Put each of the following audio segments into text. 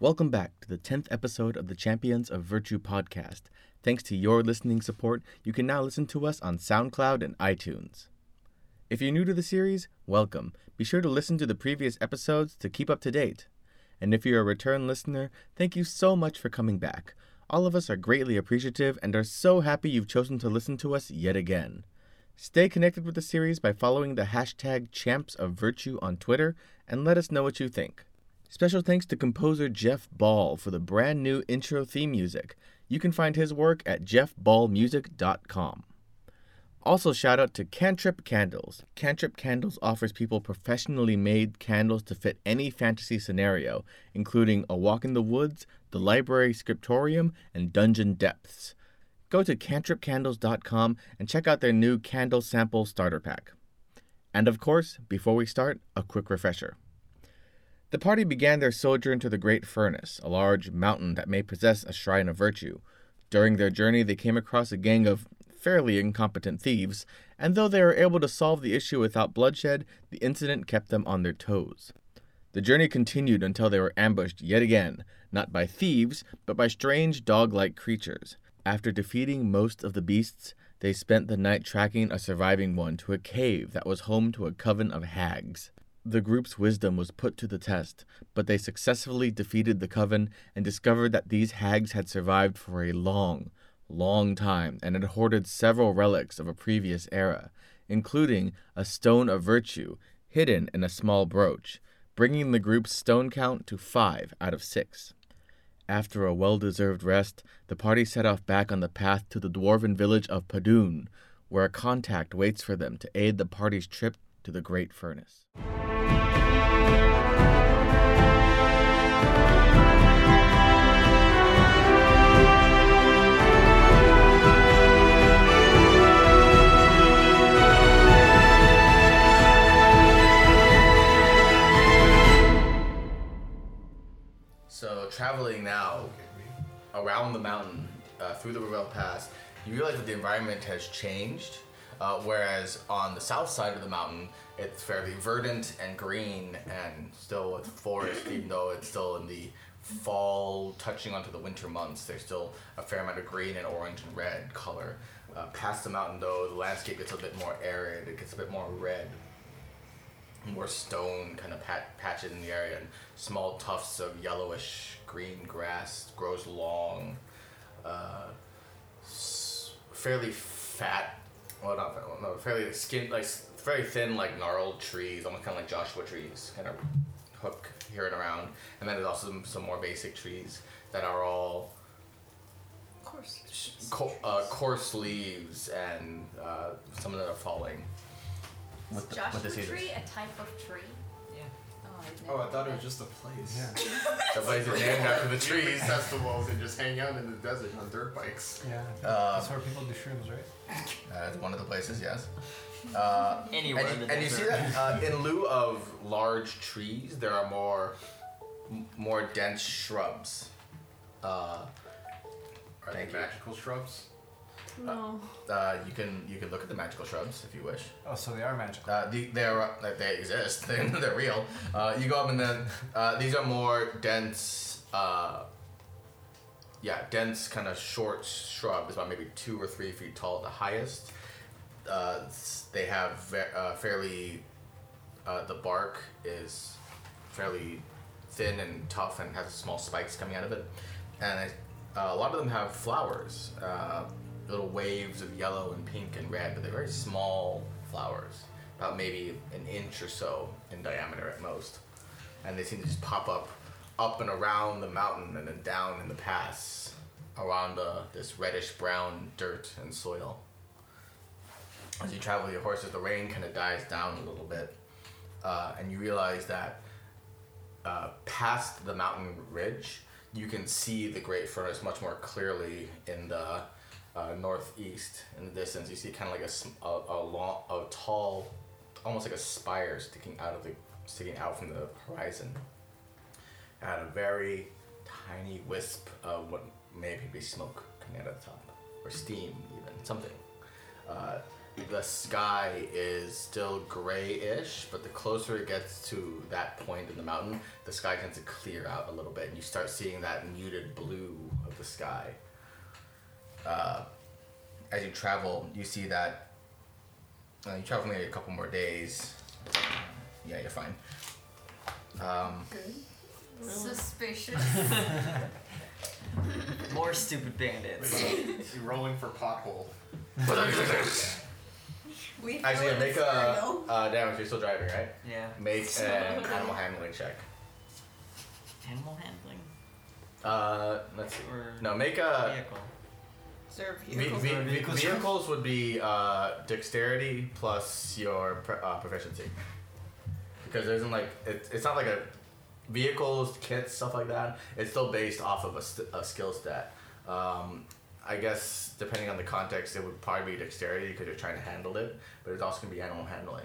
Welcome back to the 10th episode of the Champions of Virtue podcast. Thanks to your listening support, you can now listen to us on SoundCloud and iTunes. If you're new to the series, welcome. Be sure to listen to the previous episodes to keep up to date. And if you're a return listener, thank you so much for coming back. All of us are greatly appreciative and are so happy you've chosen to listen to us yet again. Stay connected with the series by following the hashtag Champs of Virtue on Twitter and let us know what you think. Special thanks to composer Jeff Ball for the brand new intro theme music. You can find his work at jeffballmusic.com. Also, shout out to Cantrip Candles. Cantrip Candles offers people professionally made candles to fit any fantasy scenario, including A Walk in the Woods, The Library Scriptorium, and Dungeon Depths. Go to cantripcandles.com and check out their new candle sample starter pack. And of course, before we start, a quick refresher. The party began their sojourn to the Great Furnace, a large mountain that may possess a shrine of virtue. During their journey, they came across a gang of fairly incompetent thieves, and though they were able to solve the issue without bloodshed, the incident kept them on their toes. The journey continued until they were ambushed yet again, not by thieves, but by strange dog like creatures. After defeating most of the beasts, they spent the night tracking a surviving one to a cave that was home to a coven of hags. The group's wisdom was put to the test, but they successfully defeated the coven and discovered that these hags had survived for a long, long time and had hoarded several relics of a previous era, including a stone of virtue hidden in a small brooch, bringing the group's stone count to five out of six. After a well deserved rest, the party set off back on the path to the dwarven village of Padoon, where a contact waits for them to aid the party's trip to the Great Furnace. So traveling now around the mountain uh, through the Rebel Pass, you realize that the environment has changed. Uh, whereas on the south side of the mountain, it's fairly verdant and green and still with forest, even though it's still in the fall, touching onto the winter months. There's still a fair amount of green and orange and red color. Uh, past the mountain, though, the landscape gets a bit more arid. It gets a bit more red more stone kind of pat- patches in the area, and small tufts of yellowish green grass grows long. Uh, s- fairly fat, well, not fat, well, no, fairly skin, like s- very thin, like gnarled trees, almost kind of like Joshua trees, kind of hook here and around. And then there's also some, some more basic trees that are all Of course. co- uh, coarse leaves, and uh, some of them are falling. With the- with Joshua the seasons. tree a type of tree? Yeah. Oh, I've Oh, never I thought it heard was just a place. Somebody's named after the trees. trees, festivals, and just hang out in the desert on dirt bikes. Yeah. Uh, That's where people do shrooms, right? That's one of the places, yes. Uh, Anywhere and, in you, the and you see desert. that uh, in lieu of large trees, there are more m- more dense shrubs. Uh, Are they Thank you. magical shrubs? that. No. uh, you can you can look at the magical shrubs if you wish. Oh, so they are magical. Uh, the, they're uh, like, they exist. They're, they're real. Uh, you go up and then uh, these are more dense. Uh, yeah, dense kind of short shrubs, about maybe two or three feet tall at the highest. Uh, s- they have ve- uh, fairly. Uh, the bark is fairly thin and tough and has small spikes coming out of it, and it, uh, a lot of them have flowers, uh, little waves of yellow and pink and red, but they're very small flowers, about maybe an inch or so in diameter at most, and they seem to just pop up, up and around the mountain and then down in the pass, around uh, this reddish brown dirt and soil. As you travel your horses, the rain kind of dies down a little bit, uh, and you realize that uh, past the mountain ridge, you can see the Great Furnace much more clearly in the uh, northeast. In the distance, you see kind of like a, sm- a, a long, a tall, almost like a spire sticking out of the sticking out from the horizon. At a very tiny wisp of what may be smoke coming out of the top, or steam even something. Uh, the sky is still grayish, but the closer it gets to that point in the mountain, the sky tends to clear out a little bit, and you start seeing that muted blue of the sky. Uh, as you travel, you see that. Uh, you travel maybe a couple more days. Yeah, you're fine. Um, Good. Suspicious. More stupid bandits. You're rolling for pothole. We have Actually, an make a inferno. uh, damage. You're still driving, right? Yeah. Make an animal handling check. Animal handling. Uh, let's see. Or No, make a vehicle. Observe ve- vehicle. ve- or ve- vehicles? vehicles would be uh, dexterity plus your pr- uh, proficiency because there isn't like it, it's not like a vehicles kits stuff like that. It's still based off of a, st- a skill stat. Um, I guess depending on the context, it would probably be dexterity because you're trying to handle it, but it's also gonna be animal handling.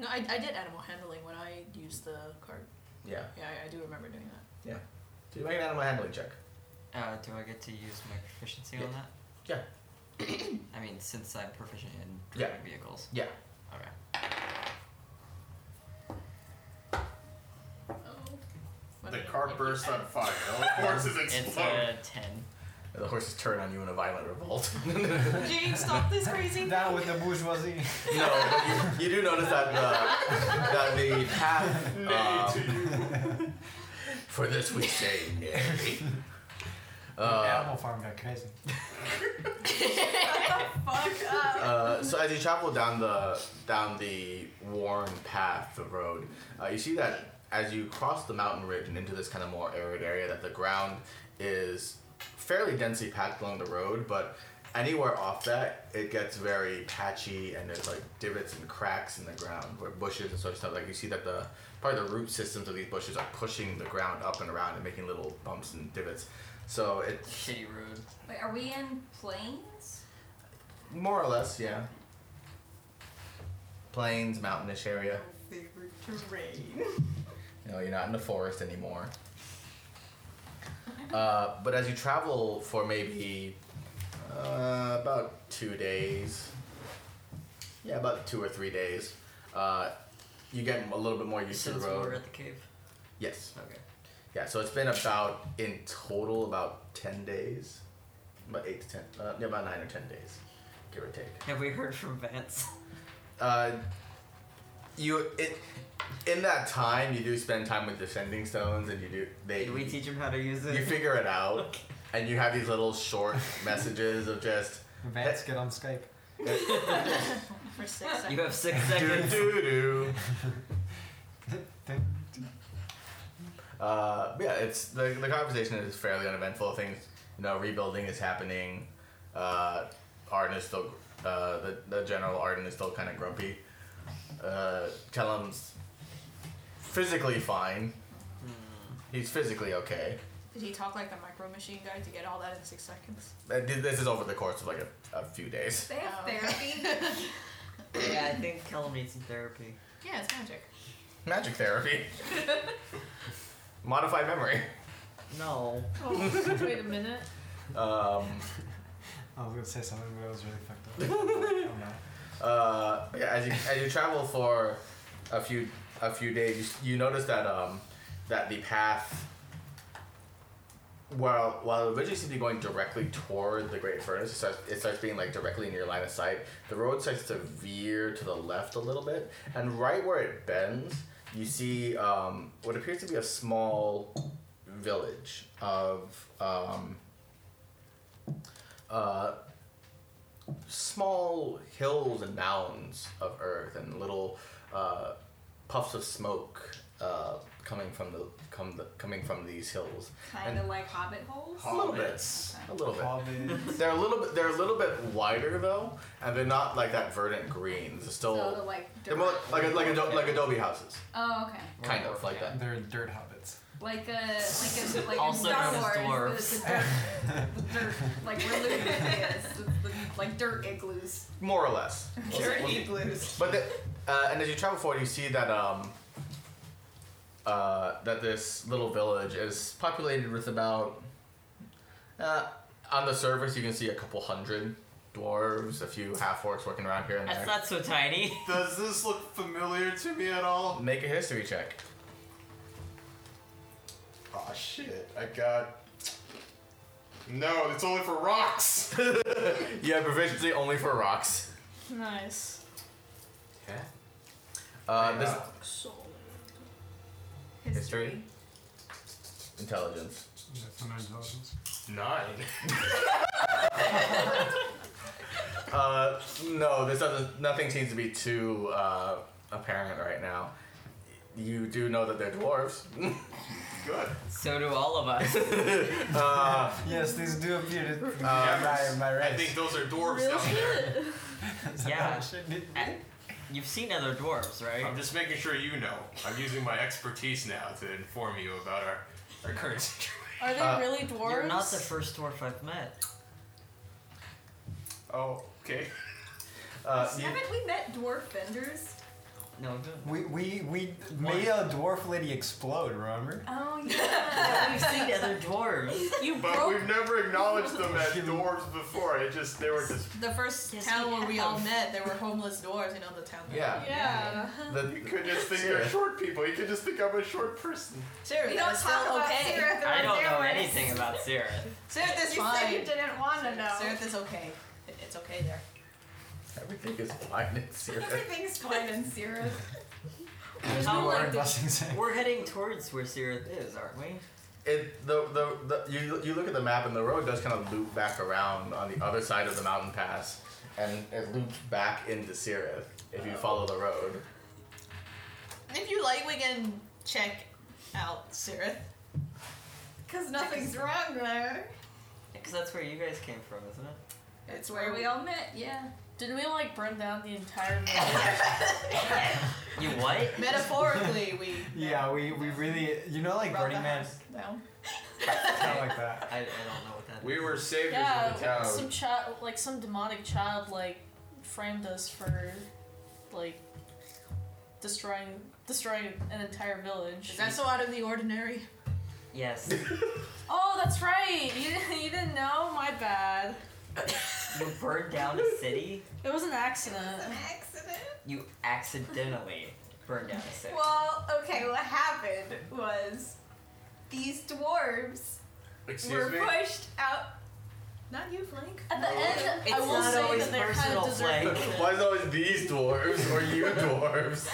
No, I, I did animal handling when I used the card. Yeah, Yeah, I, I do remember doing that. yeah. So you make an animal handling check. Uh, do I get to use my proficiency on that? Yeah, I mean, since I'm proficient in Yeah. driving vehicles. yeah. Okay. Oh. What The did I- car bursts on fire. All the horses It's explode. a ten. The horses turn on you in a violent revolt. Jane, stop this crazy. Down with the bourgeoisie. No, but you, you do notice that the, that the path um, for this we say nay. Uh, Animal farm got crazy. Fuck up. uh, so as you travel down the down the worn path, the road, uh, you see that as you cross the mountain ridge and into this kind of more arid area, that the ground is fairly densely packed along the road, but anywhere off that, it gets very patchy and there's like divots and cracks in the ground where bushes and such stuff. Like you see that the probably the root systems of these bushes are pushing the ground up and around and making little bumps and divots. So it Shitty road. Wait, are we in planes? More or less, yeah. Plains, mountainous area. Favorite terrain. No, you're not in the forest anymore. Uh, but as you travel for maybe uh, about two days, yeah, about two or three days, uh, you get a little bit more used to Since the we were road. at the cave. Yes. Okay. Yeah, so it's been about, in total, about 10 days. About 8 to 10, uh, yeah, about 9 or 10 days, give or take. Have we heard from Vance? uh, you it in that time you do spend time with descending stones and you do they Did we teach him how to use it? you figure it out and you have these little short messages of just Vance, get on Skype. For six You seconds. have six do seconds. do do. Dun. Uh, yeah, it's the, the conversation is fairly uneventful. Things you know, rebuilding is happening. Uh, Arden is still uh, the the general Arden is still kind of grumpy. Uh, Kellum's physically fine. He's physically okay. Did he talk like the micro machine guy to get all that in six seconds? Uh, thi- This is over the course of like a, a few days. They have Oh, okay. therapy. yeah, I think Kellum needs some therapy. Yeah, it's magic. Magic therapy. Modified memory. No. Oh, wait a minute. Um, I was gonna say something, but I was really fucked up. I'm not. uh, yeah, as you as you travel for a few a few days, you, s- you notice that um, that the path. Well, while it originally seemed to be going directly toward the Great Furnace, it starts, it starts being like directly in your line of sight. The road starts to veer to the left a little bit, and right where it bends, you see um, what appears to be a small village of um, uh, small hills and mounds of earth and little uh, puffs of smoke uh, coming from the, come the coming from these hills. kind of like hobbit holes. A little bit. Hobbits. A little bit. Hobbit. They're a little bit. They're a little bit wider though, and they're not like that verdant green. They're still. So like. they're more like a, like ado- like adobe houses, Oh, okay. kind of like that. They're dirt hobbits. Like a like a like Also in Star known as Wars. the- The, dirt, the dirt, like where Luke is, the, the, like dirt igloos. More or less. Dirt igloos. But the, uh, and as you travel forward, you see that um, uh, that this little village is populated with about uh, on the surface you can see a couple hundred dwarves, a few half orcs working around here and there. That's not so tiny. Does this look familiar to me at all? Make a history check. Oh shit! I got. No, it's only for rocks. Uh, Yeah, proficiency only for rocks. Nice. Okay. Uh, this Yeah. So history, intelligence. That's under intelligence. Nine. Uh, no, this doesn't. Nothing seems to be too uh, apparent right now. You do know that they're dwarves. Good. So do all of us. uh, Yes, these do appear to be Yeah, my, my race. I think those are dwarves Real down there. shit. Yeah. Shit, did- Eh, You've seen other dwarves, right? I'm just making sure you know. I'm using my expertise now to inform you about our, our current situation. Are they Uh, really dwarves? You're not the first dwarf I've met. Oh, okay. uh, you- Haven't we met dwarf vendors? No, I don't. we we we made a dwarf lady explode. Remember? Oh yeah. We've seen other dwarves. you But broke we've never acknowledged them as dwarves before. It just they were just. the first Yes, town we where we all have. met. There were homeless dwarves in other towns. Yeah. Yeah. the, You could just think they're short people. You could just think I'm a short person. Sure. We that's don't talk still about okay. Sirith or I don't know Zeroids. anything about Sirith. Sirith is You fine. said you didn't want to know. Sirith is okay. It- It's okay there. everything is fine. It's here. Everything's fine in Sirith. How no, like, are We're busting sand. We're heading towards where Sirith is, aren't we? It the, the the you you look at the map and the road does kind of loop back around on the other side of the mountain pass, and it loops back into Sirith if you follow the road. If you like, we can check out Sirith. Because nothing's wrong there. Because that's where you guys came from, isn't it? It's Where we all met, yeah. Didn't we like burn down the entire mountain? You what? Metaphorically, we Yeah, we we really you know like brought Burning the Man, house down. kind of like that. I, I don't know what that is. We were saviors of the Yeah, town. some child, like some demonic child, like framed us for, like, destroying destroying an entire village. Is that so out of the ordinary? Yes. Oh, that's right. You didn't, you didn't know. My bad. You burned down a city. It was an accident. accident? You accidentally burned down a city. Well, okay, what happened was these dwarves were Excuse me. pushed out. Not you, Flink. At the end, It's I will not say always that they're kind personal, of deserving. Flink. of it. Why is it always these dwarves or you dwarves?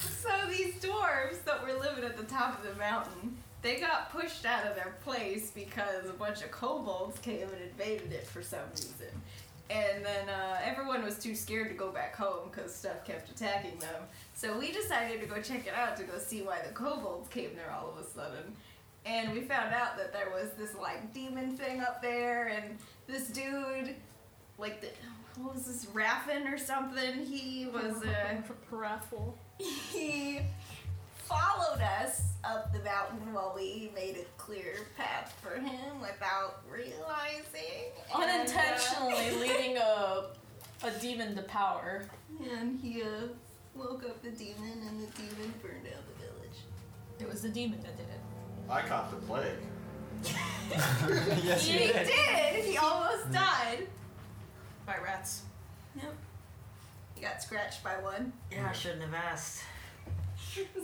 so these dwarves that were living at the top of the mountain, they got pushed out of their place because a bunch of kobolds came and invaded it for some reason. And then uh, everyone was too scared to go back home because stuff kept attacking them. So we decided to go check it out to go see why the kobolds came there all of a sudden. And we found out that there was this like demon thing up there, and this dude, like the, what was this Raffin or something? He was uh, a raffle. he followed us up the mountain while we made a clear path for him without realizing. Oh, and, uh, Unintentionally leading a a demon to power. And he uh, woke up the demon, and the demon burned down the village. It was the demon that did it. I caught the plague. yes, you He did. did! He almost died. By rats. He got scratched by one. Yeah, I shouldn't have asked.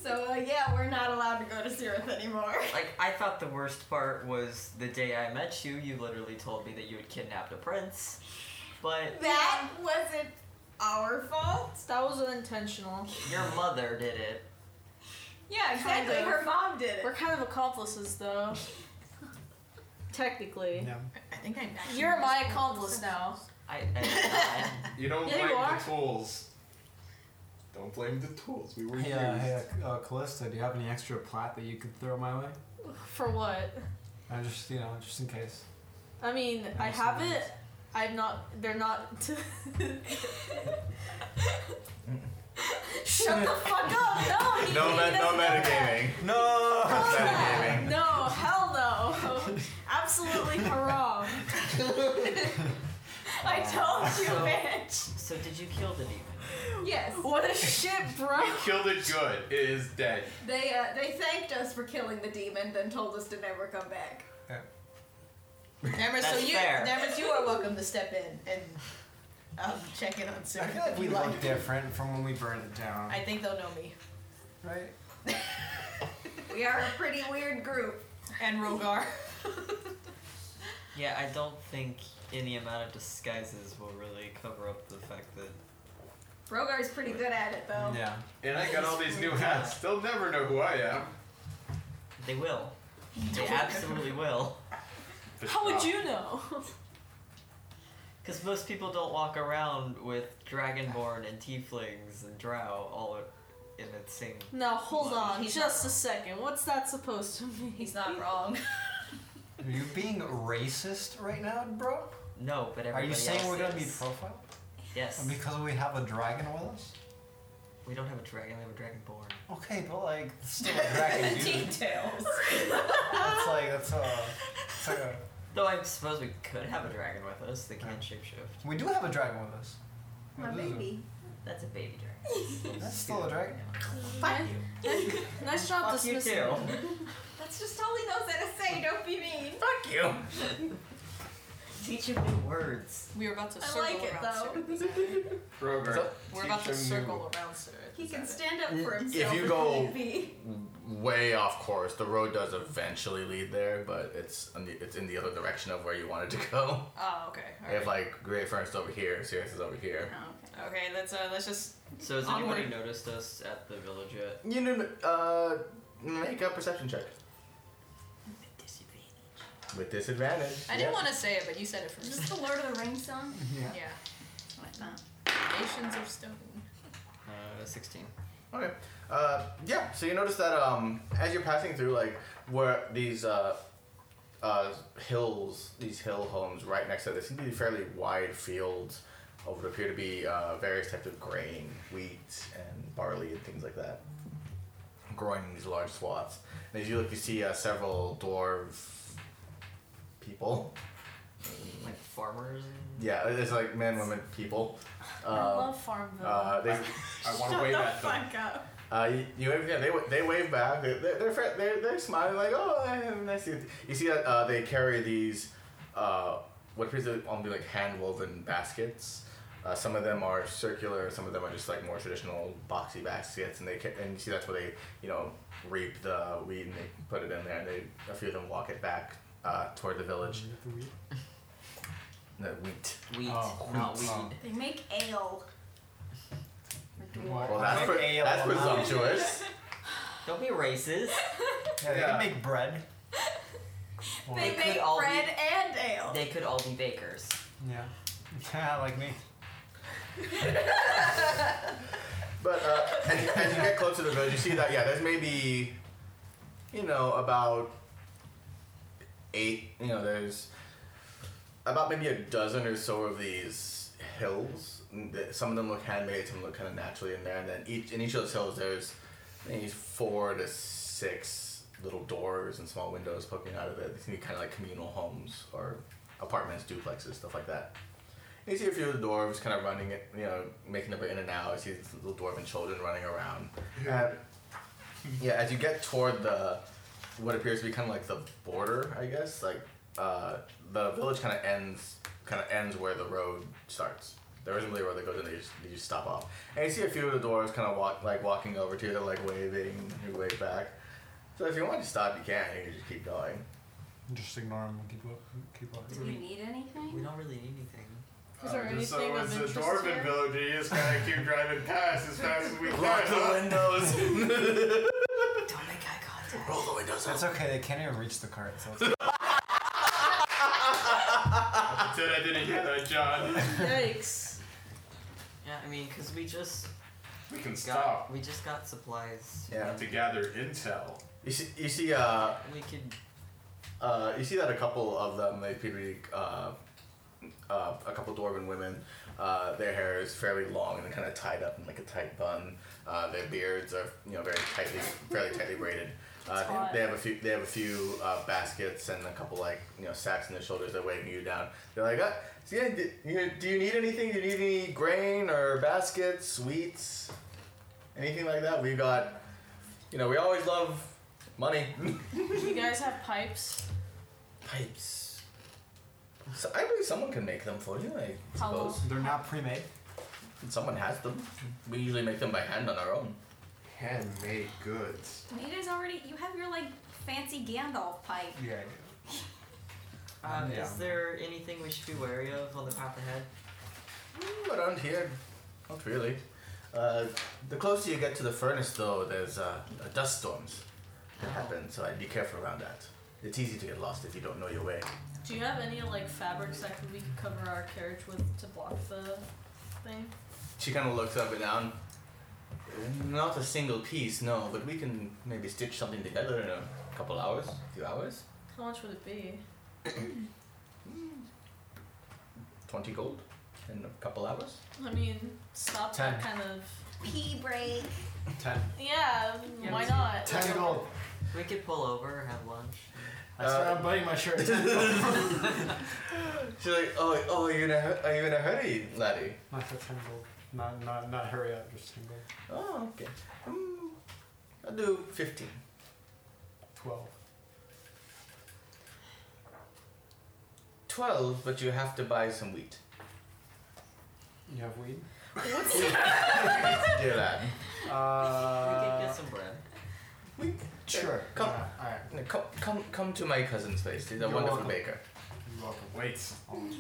So, uh, yeah, we're not allowed to go to Sirith anymore. Like, I thought the worst part was the day I met you, you literally told me that you had kidnapped a prince. But That wasn't our fault. That was unintentional. your mother did it. Yeah, exactly. Kind of. Her mom did it. We're kind of accomplices, though. Technically. Yeah. I think I'm back. You're my accomplice now. I, uh, I, You don't Yeah, you blame are. the tools. Don't blame the tools. We were Hey, uh, used. hey uh, uh, Callista, do you have any extra plat that you could throw my way? For what? I just you know just in case. I mean, I have it. I'm not. They're not. Shut the fuck up! No, No, he, he me- no doesn't know that. metagaming. No. Fuck that. Metagaming. No, hell no. Absolutely haram. I told you, bitch. I, so did you kill the demon? Yes. What a shit, bro. Killed it good. It is dead. They uh, they thanked us for killing the demon, then told us to never come back. Nemesis, That's you, fair. Nemesis, you are welcome to step in and I'll check in on soon. I feel like we look different from when we burned it down, I think they'll know me. right? We are a pretty weird group. And Rogar. Yeah, I don't think any amount of disguises will really cover up the fact that. Rogar's pretty good at it though. Yeah. And I got all these new hats. They'll never know who I am. They will. They absolutely will. How would you know? Because most people don't walk around with dragonborn and tieflings and drow all in the same. Now hold on, He's just not a second. What's that supposed to mean? He's not wrong. Are you being racist right now, bro? No, but everybody Are you saying else we're gonna be is. profiled? Yes. Because we have a dragon with us? We don't have a dragon, we have a Okay, but like, it's still a dragon, dude. Details. It's like, that's a. It's like a dragonborn. Though I suppose we could have a dragon with us, they can't shapeshift. we do have a dragon with us. My What is it? baby. That's a baby dragon. That's still a dragon. Fuck you. nice job Fuck you dismissing. too. That's just all he knows how to say. Don't be mean. Fuck you. Teach him new words. We were about to I circle like it, around though. Sarah. Roger. So- We're about to teach him circle around Sarah. He Is can that it? stand up for If himself. you go- need be. Way off course. The road does eventually lead there, but it's on the, it's in the other direction of where you wanted to go. Oh, okay. I have like Grey Furnace over here, Sirius is over here. Oh, okay. okay, let's uh, let's just. So has Onward. anybody noticed us at the village yet? You know, uh, make a perception check with disadvantage. I didn't want to say it, but you said it Is first. this the Lord of the Rings song? Yeah. yeah. Like that. Nations of stone. Uh, 16. Okay. Uh, yeah. So you notice that um, as you're passing through, like where these uh, uh, hills, these hill homes right next to it, there seem to be fairly wide fields of what appear to be uh, various types of grain, wheat and barley and things like that, growing in these large swaths. And as you look, you see uh, several dwarf people. Like farmers? and- Yeah, it's like men, women, people. I Uh, love Farmville. uh, they, I want to wave at them. Fuck up. Uh, you, you wave, yeah, they, wa- they wave back. They're, they're, they're, fr- they're, they're smiling like, oh, I- nice. to-" You see that uh, they carry these, uh, what appears to almost be like hand woven baskets. Uh, some of them are circular, some of them are just like more traditional boxy baskets, and they ca- and you see that's where they you know reap the wheat and they put it in there, and they a few of them walk it back uh, toward the village. The wheat. Wheat, Oh, not wheat. weed. Oh. They make ale. For dwarves. Well, that's, pre- Ale that's on presumptuous. Don't be racist. Yeah, they Yeah. can make bread. Or- They could make all be- bread and ale. they could all be bakers. yeah. Yeah, like me. But uh, as, you, as you get close to the village, you see that yeah, there's maybe, you know, about eight. You know, there's about maybe a dozen or so of these hills. And th- Some of them look handmade, some look kind of naturally in there, and then each in each of those hills, there's maybe four to six little doors and small windows poking out of it. They seem to be kind of like communal homes or apartments, duplexes, stuff like that. You see a few of the dwarves kind of running it, you know, making their way in and out. You see these little dwarven children running around. Uh, yeah, as you get toward the what appears to be kind of like the border, I guess, like uh, the village kind of ends, kind of ends where the road starts. There isn't really a road that goes in. They just, they just stop off, and you see a few of the dwarves kind of walk, like walking over to you. They're like waving, you wave back. So if you want to stop, you can. You can just keep going. Just ignore him and keep wa- keep Do walking. we need anything? We don't really need anything. Is there Uh, just anything so of it's a interest here? dwarven village, and you just kind of keep driving past as fast as we can. huh? windows. Don't make eye contact. Roll the windows. That's okay. They can't even reach the cart. So it's Said I didn't hear that, John. Yikes. Yeah, I mean, cause we just We can got stop we just got supplies. Yeah. to gather intel. You see, you see, uh, We could. Uh, you see that a couple of them, they appear to be uh, uh, a couple dwarven women. Uh, their hair is fairly long and kind of tied up in like a tight bun. Uh, their beards are you know very tightly, fairly tightly braided. Uh, hot. they have a few. They have a few uh, baskets and a couple like you know sacks on their shoulders. They're weighing you down. They're like, uh, so yeah, d- you know, do you need anything? Do you need any grain or baskets, wheats, anything like that? We got, you know, we always love money. You guys have pipes? Pipes. So I believe someone can make them for you. I How long? suppose They're not pre-made. someone has them. We usually make them by hand on our own. Handmade goods. You guys already you have your like fancy Gandalf pipe. Yeah, I do. Um, Yeah. Is there anything we should be wary of on the path ahead? Mm, around here, not really. Uh, the closer you get to the furnace, though, there's uh, uh, dust storms that happen, so I'd be careful around that. It's easy to get lost if you don't know your way. Do you have any like fabrics that we could cover our carriage with to block the thing? She kind of looks up and down. Not a single piece, no, but we can maybe stitch something together in a couple hours, a few hours. How much would it be? 20 gold in a couple hours. I mean, stop that kind of. Pee break. Ten. Yeah, Yeah, why me too. not? Ten gold. We could pull over, have lunch. I swear I'm biting my shirt. She's like, oh, oh, are you in a, hu- are you in a hurry, laddie? not for ten gold. Not, not, not hurry up. Just ten gold. Oh, okay. Hmm, I'll do 15. Twelve. 12, but you have to buy some wheat. You have weed. Dear lad. we could Uh, get some bread. Wheat. sure. Come. All right. All right. No, Come, come, come to my cousin's place. He's a You're wonderful welcome. baker. You're welcome. Wait, Um,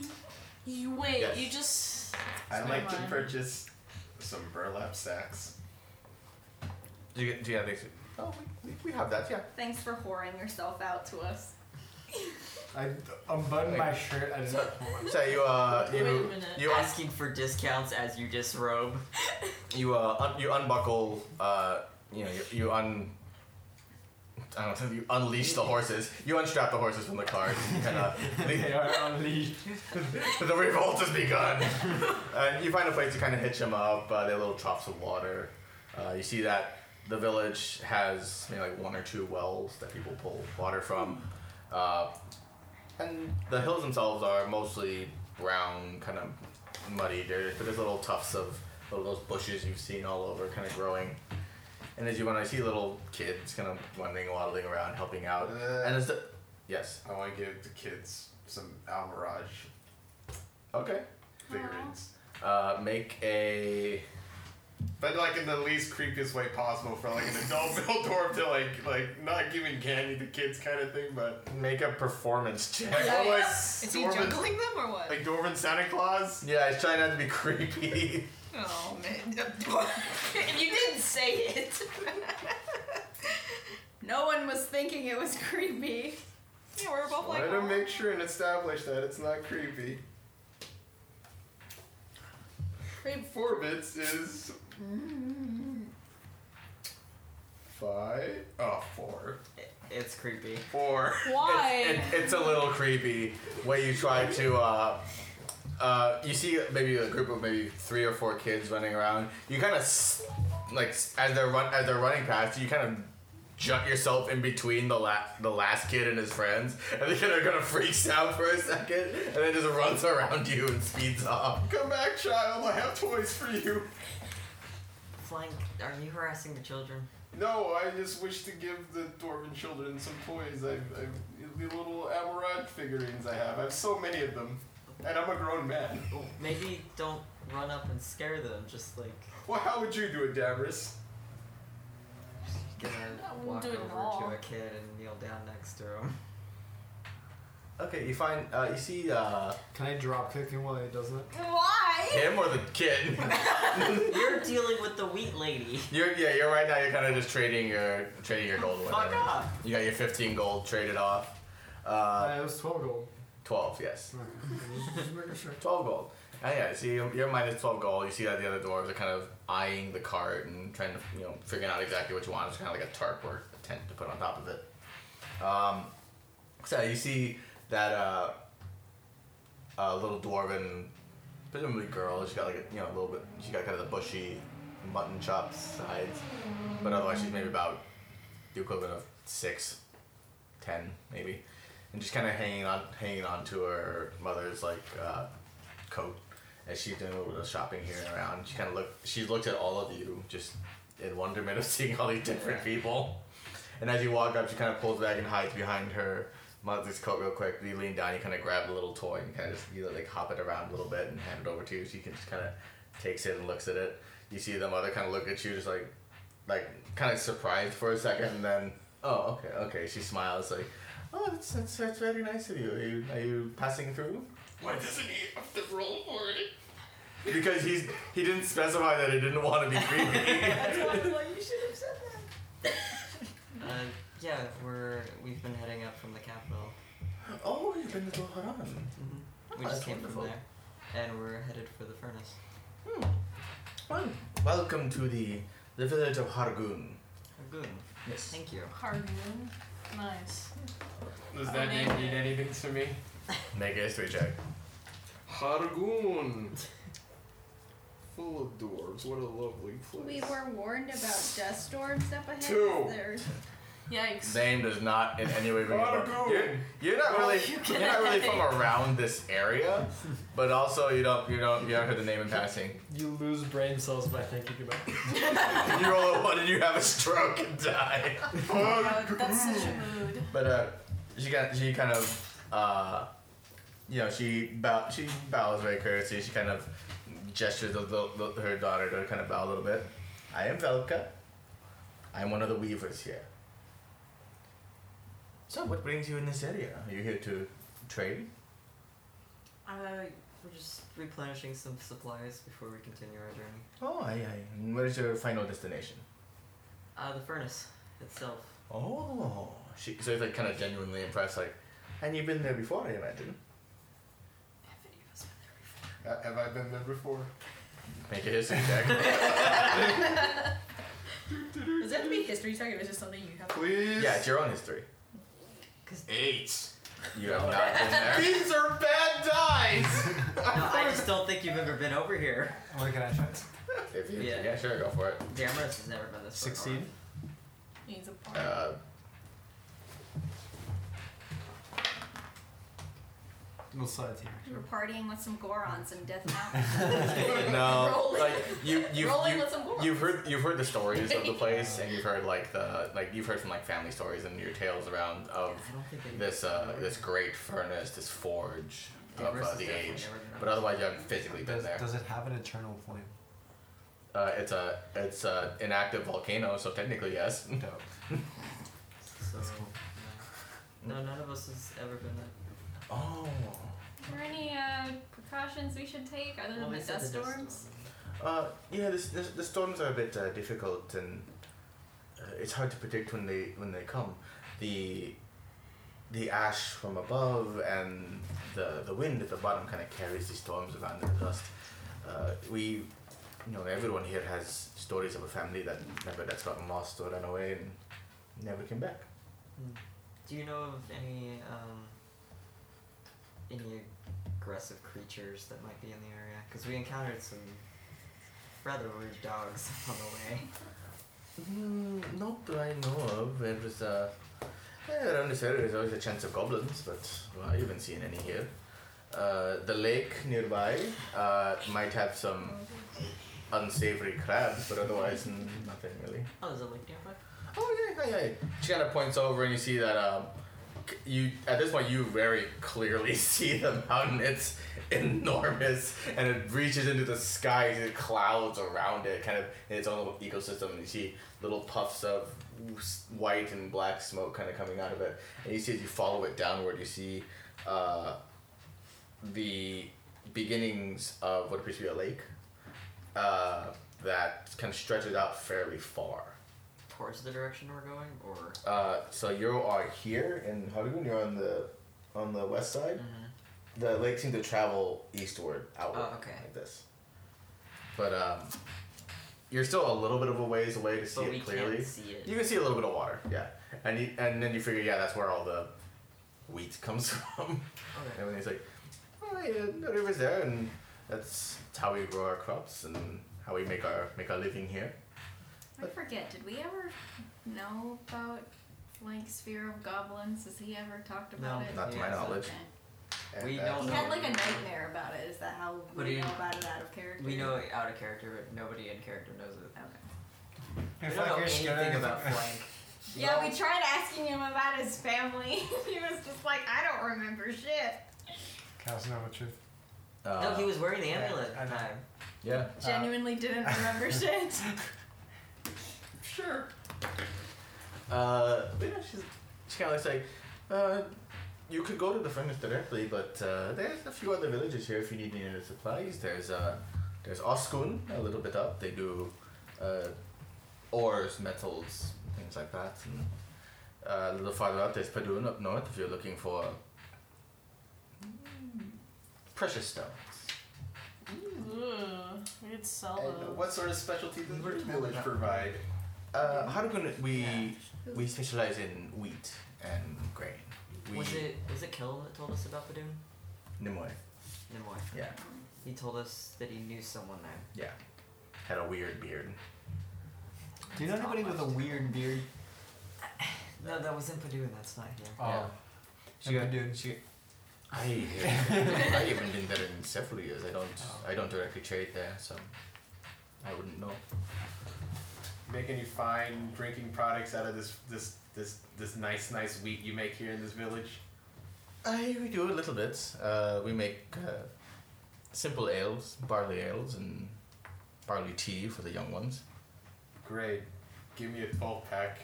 You wait. Yes. You just. I'd Never like to mind. purchase some burlap sacks. Do you, do you have these? Oh, we, we- we have that, yeah. Thanks for whoring yourself out to us. I unbuttoned my shirt. I didn't. So, so you, uh, Wait a you, minute. you, un- Asking for discounts as you disrobe. you, uh, un- you unbuckle, uh, you know, you, you un... I don't know, you unleash the horses. You unstrap the horses from the cart. And, uh, They are unleashed. the revolt has begun. and you find a place to kind of hitch them up. Uh, they have little troughs of water. Uh, you see that the village has maybe like one or two wells that people pull water from. Uh, and the hills themselves are mostly brown, kind of muddy. There- But there's little tufts of little those bushes you've seen all over, kind of growing. And as you want, I see little kids kind of wandering, waddling around, helping out. Uh, and as the yes, I want to give the kids some Almirage okay. figurines. Uh, make a But like in the least creepiest way possible for like an adult built dwarf to like like not giving candy to kids kind of thing, but Make a performance check. Or, like, Is he Dwarven- juggling them or what? like Dwarven Santa Claus. Yeah, I was trying not to be creepy. Oh man. you didn't say it. no one was thinking it was creepy. Yeah, we're both like. Wanted to make sure and establish that it's not creepy. And four bits is five. Oh, four. It- It's creepy. Four. Why? It, it's a little creepy when you try to. Uh, uh, you see maybe a group of maybe three or four kids running around. You kind of s- like s- as they're run as they're running past you. Kind of jut yourself in between the last the last kid and his friends, and the kid are kind of freaks out for a second, and then just runs around you and speeds off. Come back, child. I have toys for you. Flank, are you harassing the children? No, I just wish to give the dwarven children some toys. I've, I've the little Amarad figurines I have. I have so many of them, and I'm a grown man. Maybe don't run up and scare them. Just like Well, how would you do it, Damaris? gonna I wouldn't walk do it at over all. to a kid and kneel down next to him. Okay, you find uh, you see uh, Can I drop kick him while he does it? Why? him or the kid. You're dealing with the wheat lady. You're yeah, you're right now. You're kind of just trading your trading your gold away. Fuck off. You got your 15 gold traded off. Uh, Uh, it was twelve gold. 12, yes, Okay. Just making sure. 12 gold. And yeah, see, you're you're minus 12 gold. You see that the other dwarves are kind of eyeing the cart and trying to you know figuring out exactly what you want. It's kind of like a tarp or a tent to put on top of it. Um, so you see that uh, a little dwarven, presumably girl. She's got like a you know a little bit. She got kind of the bushy mutton chops sides, but otherwise she's maybe about the equivalent of six, ten maybe, and just kind of hanging on hanging on to her mother's like uh, coat as she's doing a little bit of shopping here and around. She kind of look. She looked at all of you just in wonderment of seeing all these different people. And as you walk up, she kind of pulls back and hides behind her Monty's coat real quick. You lean down, you kind of grab a little toy and kind of just you know, like hop it around a little bit and hand it over to you. So you can just kind of takes it and looks at it. You see the mother kind of look at you, just like, like kind of surprised for a second, and then oh okay okay. She smiles like, oh that's that's, that's very nice of you. Are you are you passing through? Why doesn't he have to roll for it? Because he's he didn't specify that he didn't want to be creepy. That's why I'm like, you should have said that. Uh, yeah, we're we've been heading up from the capital. oh, you've been to Haran. We Oh, just that's came wonderful. from there, and we're headed for the furnace. Well, Hmm. welcome to the the village of Hargun. Oh, Good. Yes. Thank you. Hargoon. Nice. Does Oh, that name maybe. mean anything to me? Make a history check. Hargoon. Full of dwarves. What a lovely place. We were warned about dust storms up ahead. Two. There's- Yikes. Name does not in any way ring a bell. Hargoon. You're, you're not really you're not really from around this area, but also you don't you don't you haven't heard the name in passing. You lose brain cells by thinking about it. You roll a one and you have a stroke and die. Uh, that's such a mood. But uh, she got she kind of uh, you know she bow she bows very courteously. She kind of gestures the, the, the- her daughter to kind of bow a little bit. I am Velka. I'm one of the weavers here. So what brings you in this area? Are you here to trade? Uh, we're just replenishing some supplies before we continue our journey. Oh, aye, aye. And where is your final destination? Uh, the furnace itself. Oh, she so he's like kind of genuinely impressed, like, and you've been there before, I imagine. Ha- Have I been there before? Make a history check. Does that have to be history check or is it something you have Please. yeah, it's your own history. Eight. You have not been there. These are bad dice. No, I just don't think you've ever been over here. What can I try? If you, yeah. Yeah. sure, go for it. Damaris has never been this far north. Succeed. Needs a part. Uh, Uh, We'll slide it here. We were partying with some Gorons in Death Mountain. no, Rolling. like you, you, Rolling you, with some gore. you've heard, you've heard the stories of the place, and you've heard like the, like you've heard from like family stories and your tales around of I don't think they this, uh, this great furnace, this forge of Damaris uh, has the definitely age. never been But over otherwise, you haven't physically been Does, there. does it have an eternal flame? Uh, it's a, it's a inactive volcano, so technically yes. Dope. So, no. no, none of us has ever been there. Oh. Are there any uh, precautions we should take other than Well, the we said dust the storms? Uh, yeah, this, this, the storms are a bit uh, difficult, and uh, it's hard to predict when they when they come. The the ash from above and the the wind at the bottom kind of carries these storms around in the dust. Uh, we, you know, everyone here has stories of a family that never that's gotten lost or run away and never came back. Hmm. Do you know of any um, any aggressive creatures that might be in the area? Because we encountered some rather rude dogs on the way. Mm, not that I know of. It was uh, eh, around this area. There's always a chance of goblins, but well, I haven't seen any here. Uh, the lake nearby uh, might have some unsavory crabs, but otherwise mm, nothing really. Oh, there's a lake nearby. Oh yeah, yeah, yeah. She kind of points over, and you see that um, c- you at this point you very clearly see the mountain. It's enormous, and it reaches into the sky. You see the clouds around it, kind of in its own little ecosystem. And you see little puffs of s- white and black smoke kind of coming out of it. And you see as you follow it downward, you see uh, the beginnings of what appears to be a lake uh, that kind of stretches out fairly far. Towards the direction we're going, or Uh, so you are here in Hollywood. You're on the on the west side. The lake seemed to travel eastward, outward, Mm-hmm. Oh, okay. like this. But um, you're still a little bit of a ways away to see but we it clearly. can't see it. You can see a little bit of water, yeah. And you, and then you figure, yeah, that's where all the wheat comes from. Okay. and then he's like, oh, yeah, the river's there, and that's, that's how we grow our crops and how we make our make our living here. I forget, did we ever know about Link's fear of goblins? Has he ever talked about No. it? Not to my Yeah. knowledge. Okay. And uh, We that's- don't He know. had like a nightmare about it. Is that how But we he- know about it out of character? We know it out of character, but nobody in character knows it. Okay. We don't know anything about flank. Yeah, we tried asking him about his family. he was just like, I don't remember shit. Cows know the truth. Uh, no, he was wearing the amulet I at the know. time. Yeah. Genuinely didn't remember shit. Sure. Uh, but yeah, she's she kind of looks like, uh, you could go to the furnace directly, but uh, there's a few other villages here if you need any supplies. There's uh, there's Oskun, a little bit up. They do uh, ores, metals, things like that. And, uh, a little farther up, there's Padun up north if you're looking for mm, precious stones. Ooh, we could sell And those. what sort of specialty does your village provide? Uh, Harukan, we we specialize in wheat and grain. We, Was it was it Killam that told us about Badoon? Nimue, Nimoy. yeah, He told us that he knew someone there. yeah. Had a weird beard. Do you know anybody with a weird beard? No, that was in Padoon. That's not here. Yeah. She got Oh. dude. She. I I haven't been there in several years. I don't I don't directly trade there, so I wouldn't know. Make any fine drinking products out of this this this this nice nice wheat you make here in this village? I we do a little bit. Uh, we make uh, simple ales, barley ales, and barley tea for the young ones. Great. Give me a 12 pack.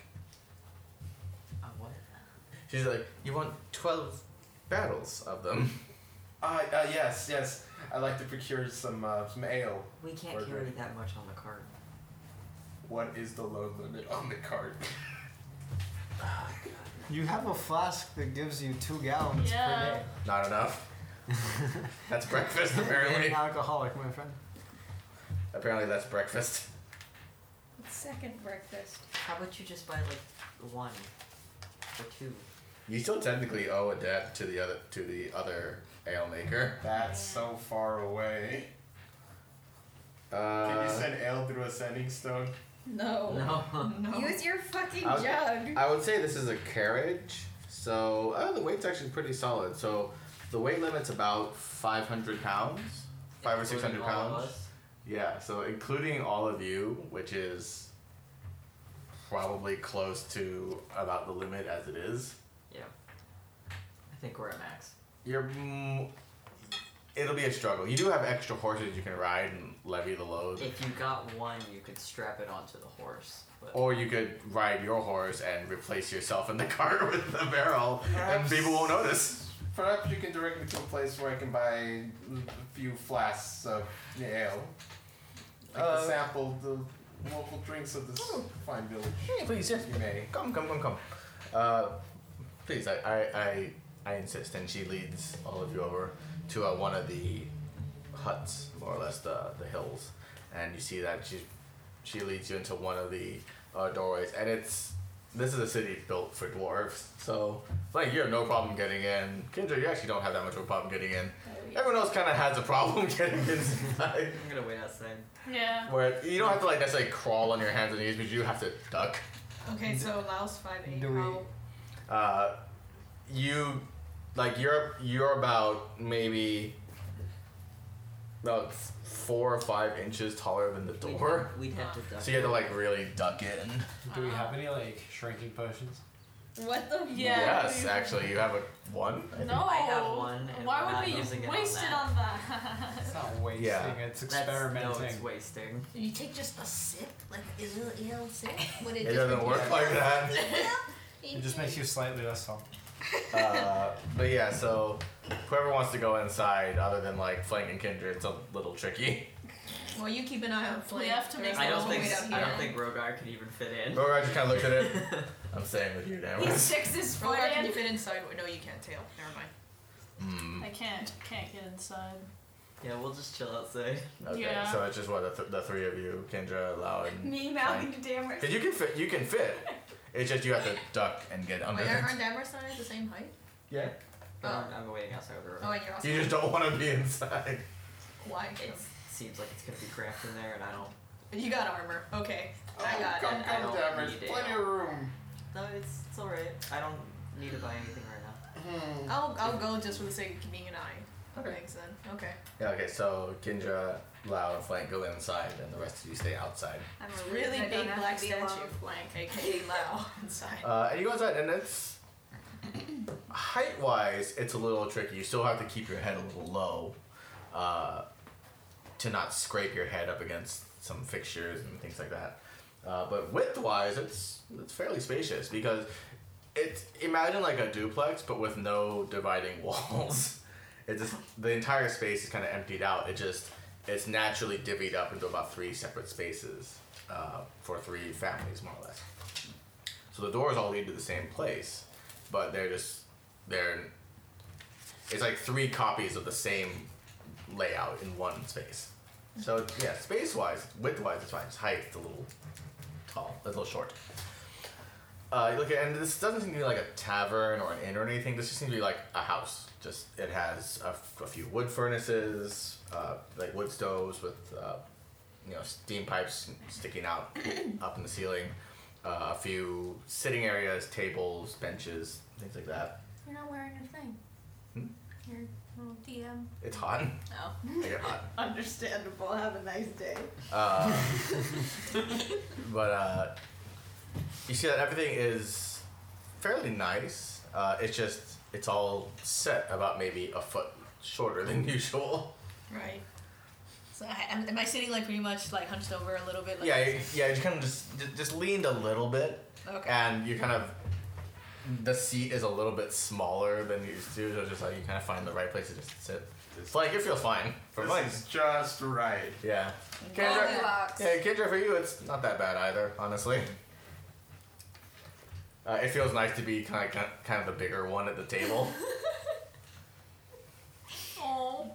Uh, what? She's like, you want twelve barrels of them? Ah, uh, yes, yes. I'd like to procure some uh, some ale. We can't We're carry good. that much on the cart. What is the load limit on the cart? You have a flask that gives you two gallons Yeah. per day. Not enough. That's breakfast apparently. An alcoholic, my friend. apparently that's breakfast. Second breakfast. How about you just buy like one or two? You still technically owe a debt to the other to the other ale maker. That's so far away. Uh, Can Uh-huh. you send ale through a sending stone? No. No. Use your fucking I was- jug. I would say this is a carriage. So oh, the weight's actually pretty solid. So the weight limit's about five hundred pounds, five or six hundred Including all of pounds. us? Yeah. So including all of you, which is probably close to about the limit as it is. Yeah. I think we're at max. You're. Mm, it'll be a struggle. You do have extra horses you can ride and levy the load. If you got one, you could strap it onto the horse. But Or you could ride your horse and replace yourself in the cart with the barrel, and people won't notice. Perhaps you can direct me to a place where I can buy a few flasks of the ale. Like Uh, to sample the local drinks of this fine village. please, yes. You may. Come, come, come, come. Uh, please, I, I, I, I insist. And she leads all of you over to uh, one of the huts, more or less the, the hills. And you see that she, she leads you into one of the uh, doorways. And it's, this is a city built for dwarves. So, like, you have no problem getting in. Kendra, you actually don't have that much of a problem getting in. Oh, Everyone else kind of has a problem getting inside. I'm gonna wait outside. Yeah. Where you don't have to, like, necessarily crawl on your hands and knees, but you do have to duck. Okay, so allows five eight. Do we- How- uh, you like you're you're about maybe about f- four or five inches taller than the We'd- door, We'd have to duck. so you have to like really duck in. Do we have any like shrinking potions? What the? Yeah. yes, we- actually, you have a one. No. I have one, and we're Why not would we using it on waste it that. on that? It's not wasting. Yeah. It's That's, experimenting. No, it's wasting. You take just a sip, like is it EL sip? Would It doesn't work like that. it just makes you slightly less tall. Uh, but yeah, so whoever wants to go inside, other than like Flank and Kindred, it's a little tricky. Well, you keep an eye on Flynn. have to make I There's don't no think way down I here. don't think Rogar can even fit in. Rogar just kind of looked at Oh, it. I'm staying with you, damn He it. sticks his Well, foot in. can you fit inside? No, you can't tail. Never mind. Mm, I can't. Can't get inside. yeah, we'll just chill outside. okay, Yeah. so it's just what the, th- the three of you, Kendra, Lau, and Me mouthing mouthing to Dammer. Cause you can fit, you can fit. It's just you have to duck and get under things. Dammer's and I the same height? Yeah. But I'm, I'm waiting outside with Rogar. and you're You just don't want to be inside. Why? It seems like it's gonna be cramped in there, and I don't. You got armor. Okay. Oh, I got come, it. I come, don't Dammers. need Plenty ale. of room. No, it's it's alright. I don't need to buy anything right now. Oh. I'll, I'll go just for the sake of keeping an eye. Thanks then. Okay. Yeah, okay, so Kindra, Lau, and Flank go inside, and the rest of you stay outside. I'm It's relieved really I don't big have to black be alone. statue flank, aka Lao, inside. Uh, and you go outside, and it's height wise, it's a little tricky. You still have to keep your head a little low uh, to not scrape your head up against some fixtures and things like that. Uh, but width wise, it's it's fairly spacious because it's imagine like a duplex but with no dividing walls. It just the entire space is kind of emptied out. It just it's naturally divvied up into about three separate spaces uh, for three families, more or less. So the doors all lead to the same place, but they're just they're it's like three copies of the same layout in one space. So it's- yeah, space wise, width wise, it's fine. It's height, it's a little tall, a little short. Uh, you look at and this doesn't seem to be like a tavern or an inn or anything. This just seems to be like a house. Just it has a, f- a few wood furnaces, uh, like wood stoves with uh, you know steam pipes sticking out up in the ceiling, uh, a few sitting areas, tables, benches, things like that. You're not wearing a thing. Hmm? You're well, DM. It's hot. Oh. I get hot. Understandable. Have a nice day. Uh, but uh, you see that everything is fairly nice. Uh, it's just it's all set about maybe a foot shorter than usual. Right. So I, am, am I sitting like pretty much like hunched over a little bit? Like, Yeah, you- yeah. You kind of just ju- just leaned a little bit, Okay. and you kind of the seat is a little bit smaller than you used to. So it's just like you kind of find the right place to just sit. It's like it feels fine for This Mike. is just right. Yeah. Kendra, Goldilocks. yeah, Kendra, for you, it's not that bad either, honestly. Uh, it feels nice to be kind of kind of the bigger one at the table. Oh.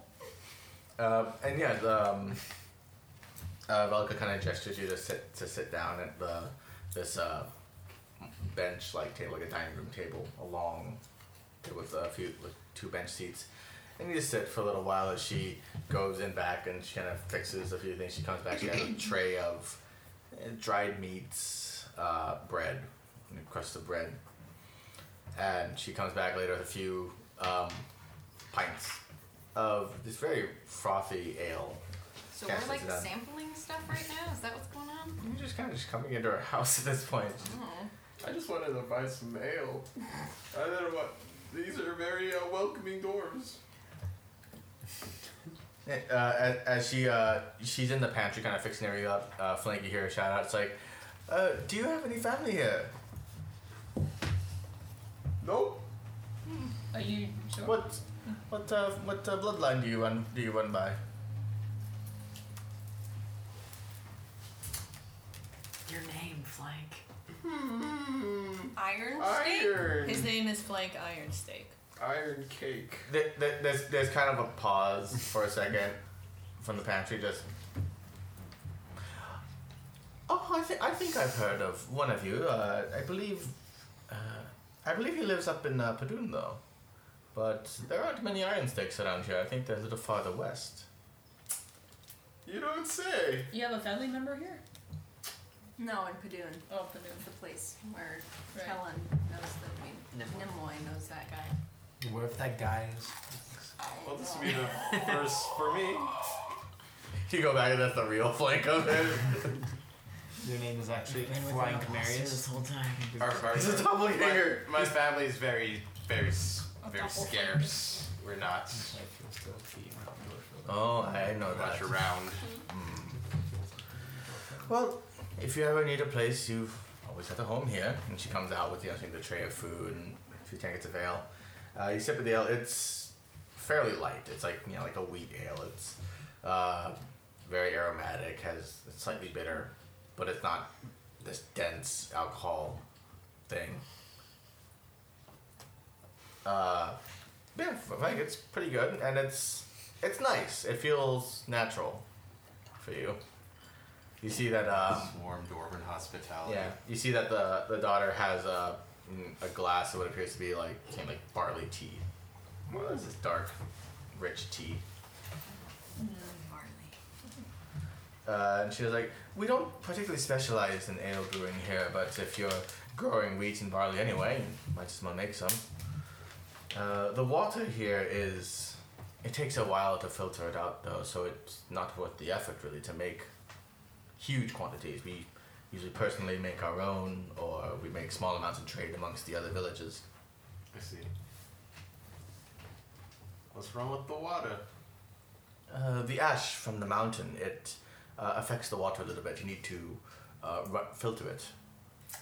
Uh, and yeah, the, um, uh, Velka kind of gestures you to sit to sit down at the this uh, bench like table, like a dining room table, along with a few with two bench seats, and you just sit for a little while as she goes in back and she kind of fixes a few things. She comes back. She has a tray of uh, dried meats, uh, bread, and a crust of bread, and she comes back later with a few um, pints of this very frothy ale. So Cash we're is like done. sampling stuff right now. Is that what's going on? You're just kind of just coming into our house at this point. Oh. I just wanted to buy some ale. I don't know what. These are very uh, welcoming doors. Uh, as, as she uh, she's in the pantry, kind of fixing everything up. Uh, Flank, you hear a shout out. It's like, uh, "Do you have any family here?" Nope. Are you sure? What what uh, what uh, bloodline do you run do you run by? Your name, Flank. Iron Steak? Hmm, Iron. His name is Flank Iron Steak. Iron cake. There, there, there's there's kind of a pause for a second from the pantry. Just oh, I think I think I've heard of one of you. Uh, I believe uh, I believe he lives up in uh, Padoon though, but there aren't many iron sticks around here. I think they're a little farther west. You don't say. You have a family member here? No, in Padoon, Oh, Padu. the place where Right. Helen knows that we. Nimue. Nimoy knows that guy. What if that guy is? Well, this would be the first for me. You go back and that's the real flank of it. Your name is actually Been with Flank Uncle Sue Marius. this whole time. Our, our, It's a doppelganger. My, my family's very, very, s- very doppelganger. scarce. We're not Oh, I know that. much Hmm. around. Well, if you ever need a place, you've always had a home here. And she comes out with you know, the tray of food and a few tankets of ale. Uh, you sip of the ale. It's fairly light. It's like you know, like a wheat ale. It's uh, very aromatic. Has it's slightly bitter, but it's not this dense alcohol thing. Uh, yeah, I think it's pretty good, and it's it's nice. It feels natural for you. You see that um, This warm Dwarven hospitality. yeah, you see that the the daughter has a a glass of what appears to be like kind of like barley tea. Well, this is dark, rich tea. Uh, and she was like, "We don't particularly specialize in ale brewing here, but if you're growing wheat and barley anyway, you might as well make some." Uh, the water here is It takes a while to filter it out, though, so it's not worth the effort really to make huge quantities. We usually personally make our own, or we make small amounts and trade amongst the other villages. I see. What's wrong with the water? Uh, the ash from the mountain it uh, affects the water a little bit. You need to uh, ru- filter it.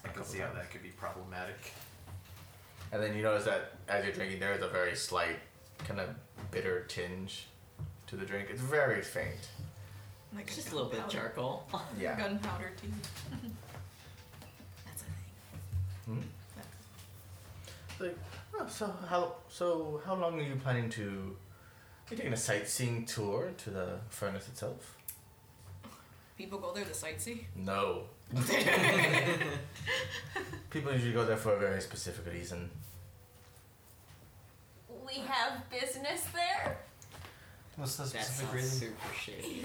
I can see how that could be problematic. And then you notice that as you're drinking, there is a very slight, kind of bitter tinge to the drink. It's very faint. Like Just a little bit gunpowder. charcoal. Yeah. Gunpowder tea. Hmm? Like, oh, so how so how long are you planning to? You're taking a sightseeing tour to the furnace itself? People go there to sightsee. No. People usually go there for a very specific reason. We have business there. What's the That specific sounds reason? super shady.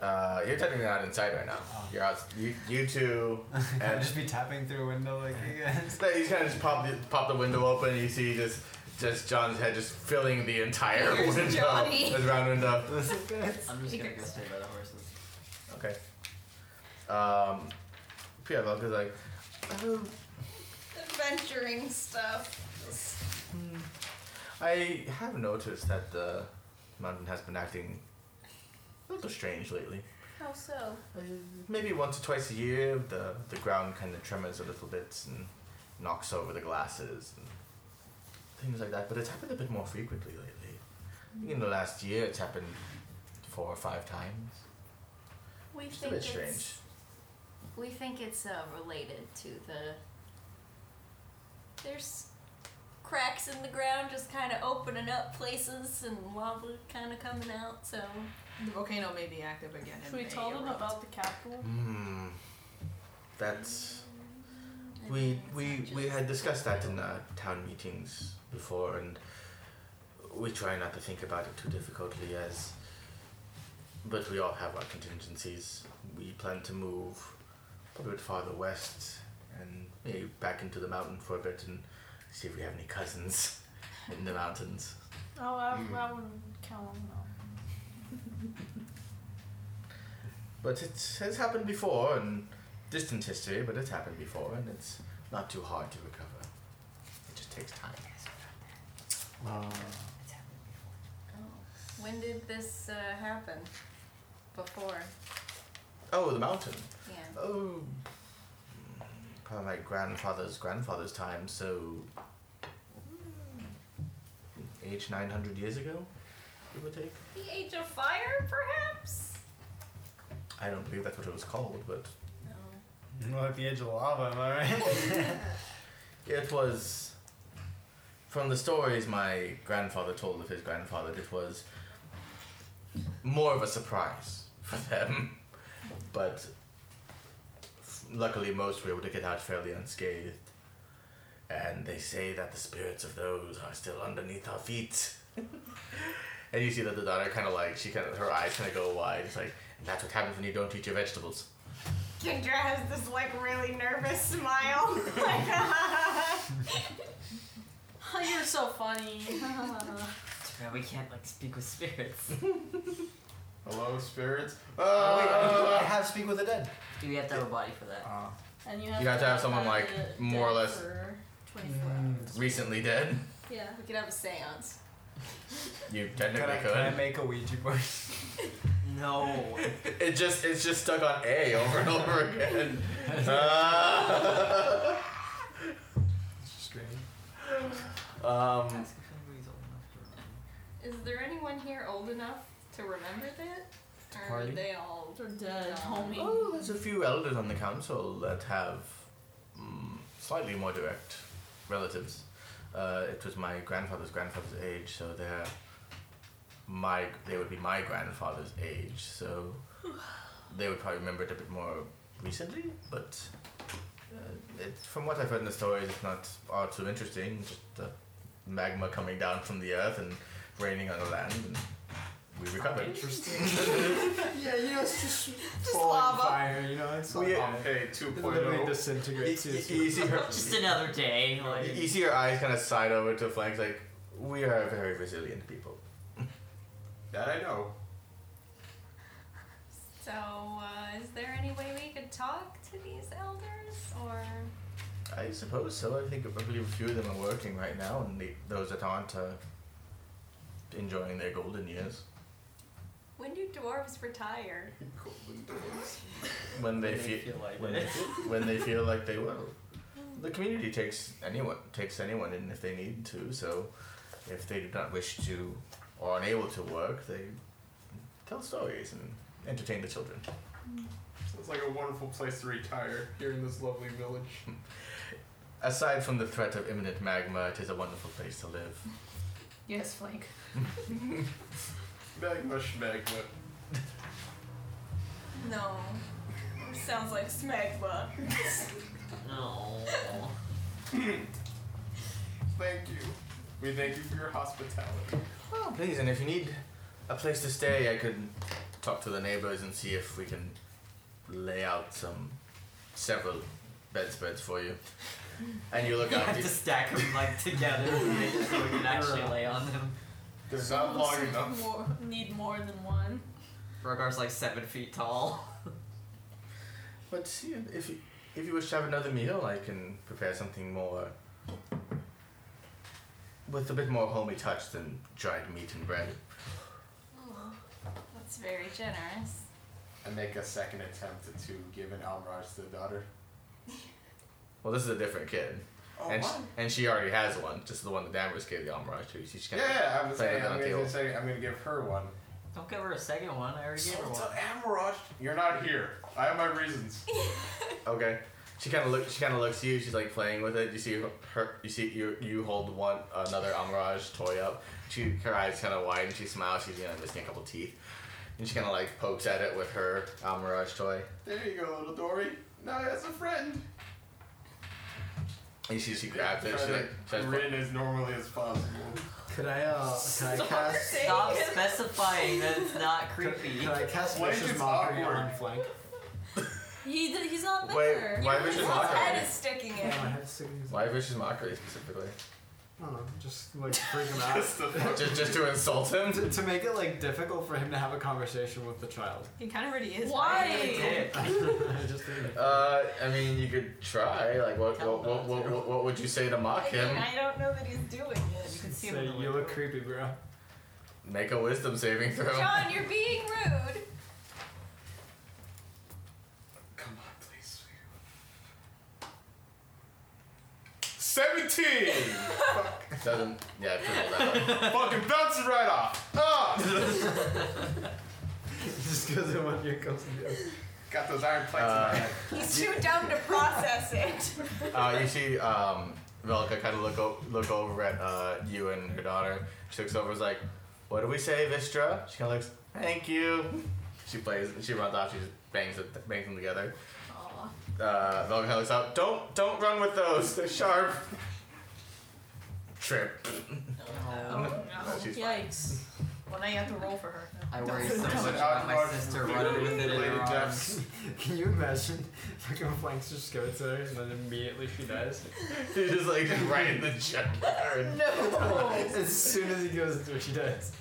Uh, you're technically not inside right now. You're out. You, you two. I'd And just be tapping through a window like you guys. No, he's kind of just pop the, pop the window open. And you see just just John's head just filling the entire Here's window, Johnny. this round window. I'm just gonna go stay by the horses. Okay. Um, yeah, Velka's like, oh, Adventuring stuff. I have noticed that the mountain has been acting a little strange lately. How so? Uh, Maybe once or twice a year, the the ground kind of tremors a little bit and knocks over the glasses and things like that. But it's happened a bit more frequently lately. I think In the last year, it's happened four or five times. We It's a bit strange. We think it's uh, related to the. There's cracks in the ground just kind of opening up places and lava kind of coming out, so. The volcano may be active again. Should we tell them about the capital? Hmm. That's. Mm-hmm. We we we had discussed that in uh, town meetings before, and we try not to think about it too difficultly. As, but we all have our contingencies. We plan to move a bit farther west and maybe back into the mountain for a bit and see if we have any cousins in the mountains. Oh, I, Hmm. Mm. I wouldn't count them out. But it has happened before, and distant history, but it's happened before, and it's not too hard to recover. It just takes time. Uh, Oh. When did this uh, happen? Before. Oh, the mountain. Yeah. Oh, probably my grandfather's grandfather's time, so. Age 900 years ago, give or take. The Age of Fire, perhaps? I don't believe that's what it was called, but. well, at the edge of lava, am I right? It was. From the stories my grandfather told of his grandfather, it was more of a surprise for them. But luckily, most were able to get out fairly unscathed. And they say that the spirits of those are still underneath our feet. and you see that the daughter kind of like, she kind of, her eyes kind of go wide. It's like, and that's what happens when you don't eat your vegetables. Kendra has this like really nervous smile. like, Oh, you're so funny. Too bad we can't like speak with spirits. Hello, spirits. Oh, wait, I, Ah! I have speak with the dead. Do we have to have a body for that? Um, and you have, You have to have be someone, like, dead more or less- Mm. for 24 Mm. hours. Recently dead. Yeah. we could have a seance. You can, technically I, could. can I make a Ouija board? no. It just it's just stuck on A over and over again. Uh, Strange. um, Ask if anybody's old enough to remember. Is there anyone here old enough to remember that? Or are party? they all They're dead, gone? homie. oh, there's a few elders on the council that have mm, slightly more direct relatives. Uh, it was my grandfather's grandfather's age, so they're my they would be my grandfather's age, so they would probably remember it a bit more recently. But uh, it, from what I've heard in the stories, it's not all too interesting. Just the magma coming down from the earth and raining on the land, and we recovered. yeah, you know, it's just, just lava. fire, you know? It's We- lava. Hey, It literally 2.0. disintegrates You- you. you- you see her- Just another day. Like, You see her eyes kind of side over to Flank's like, we are a very resilient people. That I know. So, uh, is there any way we could talk to these elders, or I suppose so. I think I believe a few of them are working right now, and they, those that aren't are enjoying their golden years. when do dwarves retire? When they, feel, when, they, when they feel like they will. The community takes anyone takes anyone in if they need to. So, if they do not wish to or are unable to work, they tell stories and entertain the children. It's like a wonderful place to retire here in this lovely village. Aside from the threat of imminent magma, it is a wonderful place to live. Yes, Flank. Magma schmagma. No. Sounds like smegma. No. Thank you. We thank you for your hospitality. Oh, please, and if you need a place to stay, I could talk to the neighbors and see if we can lay out some several bedspreads for you. And you look You up. have you- to stack them like together so we can actually lay on them. They're Some seem More, need more than one. Rogar's like seven feet tall. But see, if you, if you wish to have another meal, I can prepare something more with a bit more homey touch than dried meat and bread. Oh, that's very generous. I make a second attempt to give an almirage to the daughter. Well, this is a different kid. Oh, and, she, wow. and she already has one, just the one the Danvers gave the Almirage to. She's Yeah, kind yeah, of I'm playing saying it on I'm the gonna, old. say, I'm gonna give her one. Don't give her a second one. I already gave her one. Sultan Amaraj, you're not here. I have my reasons. Okay. She kind of looks. She kind of looks at you. She's like playing with it. You see her. You see you. You hold one another Almirage toy up. She her eyes kind of widen. She smiles. She's you know missing a couple teeth, and she kind of like pokes at it with her Almirage toy. There you go, little Dory. Now he has a friend. And she she grabs it. She like. She like Written as normally as possible. Could I, uh, could I cast. Stop specifying that it's not Could, creepy. could I cast Why Vicious is it Mockery awkward? on Flank? He, d- he's not Wait, there. why was your his locker head room? is sticking No, I in. have signals. why vicious mockery specifically? I don't know, just like freak him out. Just the fuck. just just to insult him. to, to make it like difficult for him to have a conversation with the child. He kind of already is. Why? I just think- Uh, I mean, you could try. Like, what what what, what, what, what would you say to mock him? I don't know that he's doing You it. can see him. Say in the you look window. creepy, bro. Make a wisdom saving throw. John, you're being rude. Come on, please. Seventeen. Doesn't. Yeah, it that one. Fucking bouncing right off. Ah! just because I want your comes and goes. Got those iron plates in my Uh, head. He's too dumb to process it. Uh, you see, um, Velka kind of look o- look over at uh, you and her daughter. She looks over, and is like, "What do we say, Vistra?" She kind of looks, "Thank you." She plays. She runs off. She just bangs it, bangs them together. Aw. Uh, Velka kinda looks out. Don't don't run with those. They're sharp. Trip. Oh, No, she's fine. Yikes. Well, now you have to roll for her. I worry so much It's an about my almirage sister with running with it in her related arms. deaths. Can you imagine fucking Flank's just goes to her and then immediately she dies? She's just like just right in the chest. No. as soon as he goes through, she dies.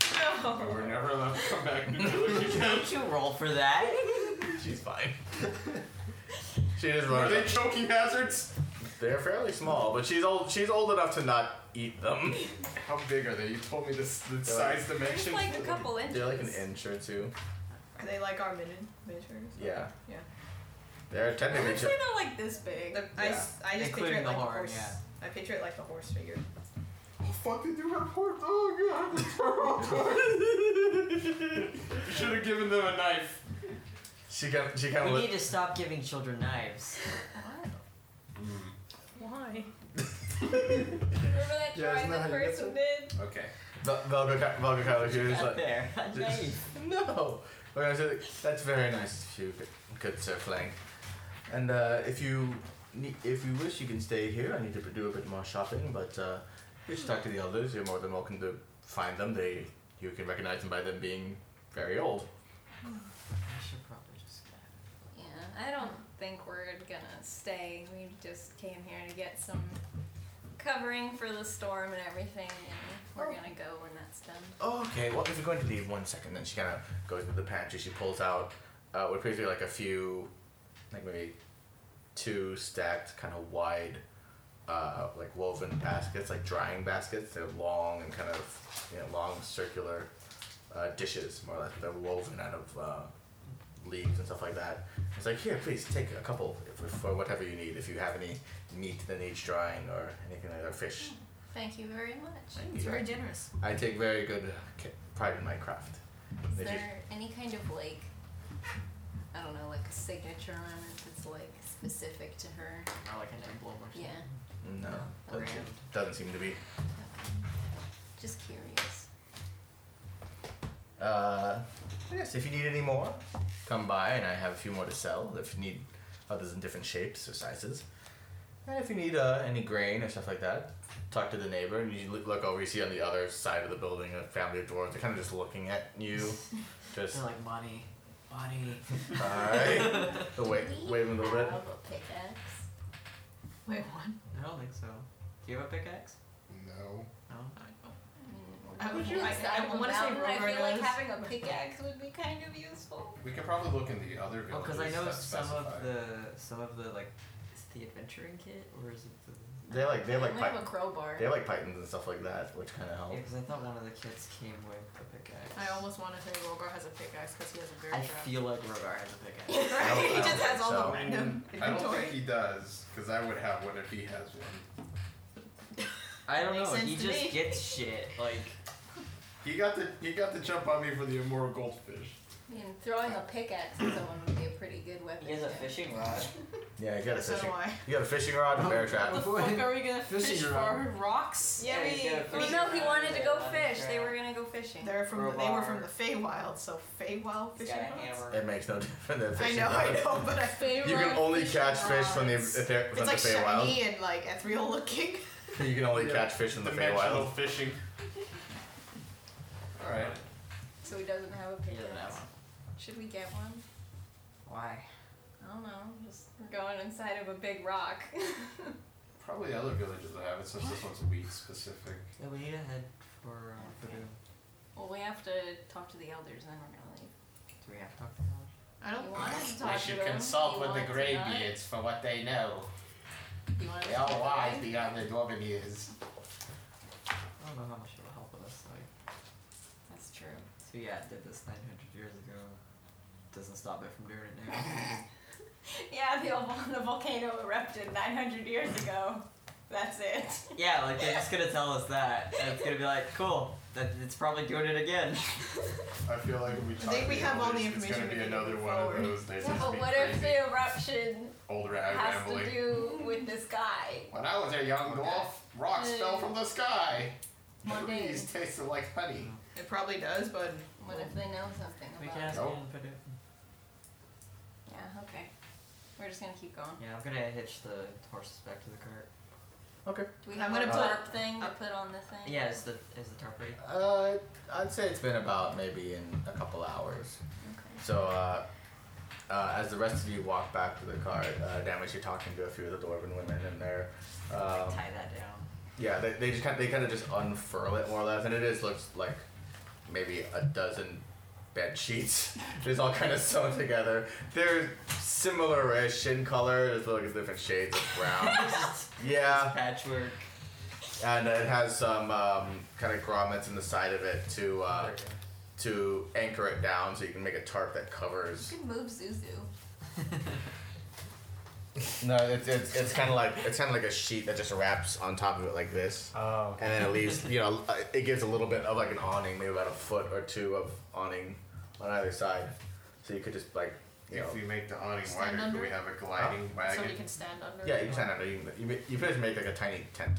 But No. We're never allowed to come back to village again. Don't you roll for that? She's fine. She just Are runs. they up. choking hazards? They're fairly small, but she's old. She's old enough to not eat them. How big are they? You told me this the like- size dimension. Just like a couple inches. They're like an inch or two. Are they like our minion miniatures? Yeah. Yeah. They're technically. They're not like this big. The- I, s- I just Including picture it the like horn, a horse. yeah. I picture it like the horse figure. Oh, fuck, they do have horns. Oh, God. The turtle horns. you should have given them a knife. she kind. She kind of. We Look, need to stop giving children knives. Why? Remember that Yeah, try isn't that that how you get person did? Okay. Vel- Velga, ki- Velga kind of looks Out like. there, a knife. No. But I said, That's very nice of you, good, good Sir Flank. And uh, if you need, if you wish, you can stay here. I need to do a bit more shopping, but uh, you should talk to the elders. You're more than welcome to find them. They, you can recognize them by them being very old. I should probably just get out Yeah, I don't think we're gonna stay. We just came here to get some covering for the storm and everything, and we're gonna go when that's done. Oh, okay. Well, if you're going to leave one second, then she kind of goes into the pantry. She pulls out uh, what appears to be like a few, like maybe two stacked, kind of wide, uh, like woven baskets, like drying baskets. They're long and kind of, you know, long circular uh, dishes, more or less. They're woven out of uh, leaves and stuff like that. It's like, here, please take a couple if, for whatever you need. If you have any meat that needs drying or anything like that, or fish. Thank you very much. It's very generous. I take very good ca- pride in my craft. Is They there any kind of like, I don't know, like a signature on it that's like specific to her? Or like an emblem or something. Yeah, just- no, No. doesn't seem, doesn't seem to be. just curious. Uh, yes, if you need any more, come by and I have a few more to sell. If you need others in different shapes or sizes. And if you need uh, any grain or stuff like that, talk to the neighbor and you look look over, you see on the other side of the building a family of dwarves. They're kind of just looking at you. Just They're like money, money. Alright. The Oh, wait, Do we wave them a little bit. have a pickaxe? Wait, what? I don't think so. Do you have a pickaxe? No. No. I, Would you I, accept I, a want to say mountain? I Rover feel like knows. having a pickaxe would be kind of useful. We could probably look in the other Oh, villages. because I know that some specify. of the some of the like, is it the adventuring kit or is it the? They like they I like might have py- a crowbar. they like pythons and stuff like that, which kind of Yeah, helps. because I thought one of the kits came with a pickaxe. I almost want to say Rogar has a pickaxe because he has a bear I trap. feel like Rogar has a right? pickaxe. he don't just has think all so. the random I don't inventory. think he does, because I would have one if he has one. I don't Makes know. sense He to just me. gets shit. Like He got the he got the jump on me for the immoral goldfish. I mean, throwing a pickaxe at someone would be a pretty good weapon. he has a too. fishing rod. Yeah, you got a So fishing. do I. You got a fishing rod and a bear trap. The fuck are we gonna Fishing fish rod. for? Rocks? Yeah, he's got a Well, fishing no, he rod, wanted he's to got go a money fish. They trap. were gonna go fishing. They're from the, they were from Rogar. the Feywild, so Feywild He's fishing got a rods. hammer. It makes no difference. than I fishing know, I rod. know, but I favorite. You can only catch fish from the rods. Ether- from It's like the Feywild. shiny and like ethereal looking. You can only Yeah. catch fish in the Dimensional Feywild. fishing. Alright. So he doesn't have a He doesn't have pickaxe. one. Should we get one? Why? I don't know. Just we're going inside of a big rock. Probably other villages that have it, since this one's week specific. Yeah, we need a head for uh, for the. well, we have to talk to the elders, then we're gonna leave. Do we have to talk to him? I You don't. want us to talk to them? You want to not? for what they know. You want us to talk to them? beyond their dwarven years. I don't know how much it will help with us. Like, That's true. so yeah, it did this 900 years ago. Doesn't stop it from doing it now. Yeah, the, old- the volcano erupted 900 years ago. That's it. yeah, like they're just gonna tell us that, and it's gonna be like, cool. That it's probably doing it again. I feel like if we talk think we to have all the village, It's information gonna be we need to another move one forward. of those. They Yeah, just but be what crazy. if the eruption old rat has to rambling. do with this guy? When I was a young Okay. dwarf, rocks Uh, fell from the sky. one day. Trees tasted like honey. It probably does, but What if they know something We about can ask Nope. him to put it. Yeah, okay. We're just gonna keep going. Yeah, I'm gonna hitch the horses back to the cart. Okay. Do we I'm have gonna a put- tarp thing to put on the thing? Yeah, is the is the tarp ready? Uh, I'd say it's been about maybe in a couple hours. Okay. So, uh, uh, as the rest of you walk back to the car, uh, Damage, you're talking to a few of the dwarven women, and they're, um, Tie that down. yeah, they, they just kind of, they kind of just unfurl it more or less, and it is looks like maybe a dozen bed sheets. Just all kind of sewn together. They're similar-ish in color. There's like different shades of brown. yeah. Patchwork. and it has some um, kind of grommets in the side of it to uh, to anchor it down, so you can make a tarp that covers. You can move Zuzu. No, it's it's, it's kind of like it's kind of like a sheet that just wraps on top of it like this, Oh, okay. and then it leaves you know uh, it gives a little bit of like an awning, maybe about a foot or two of awning on either side, so you could just like you know. If we make the awning Stand wider, under? do we have a gliding so wagon? we can stand under. Yeah, it. you can stand under. You can, you, ma- you could make like a tiny tent.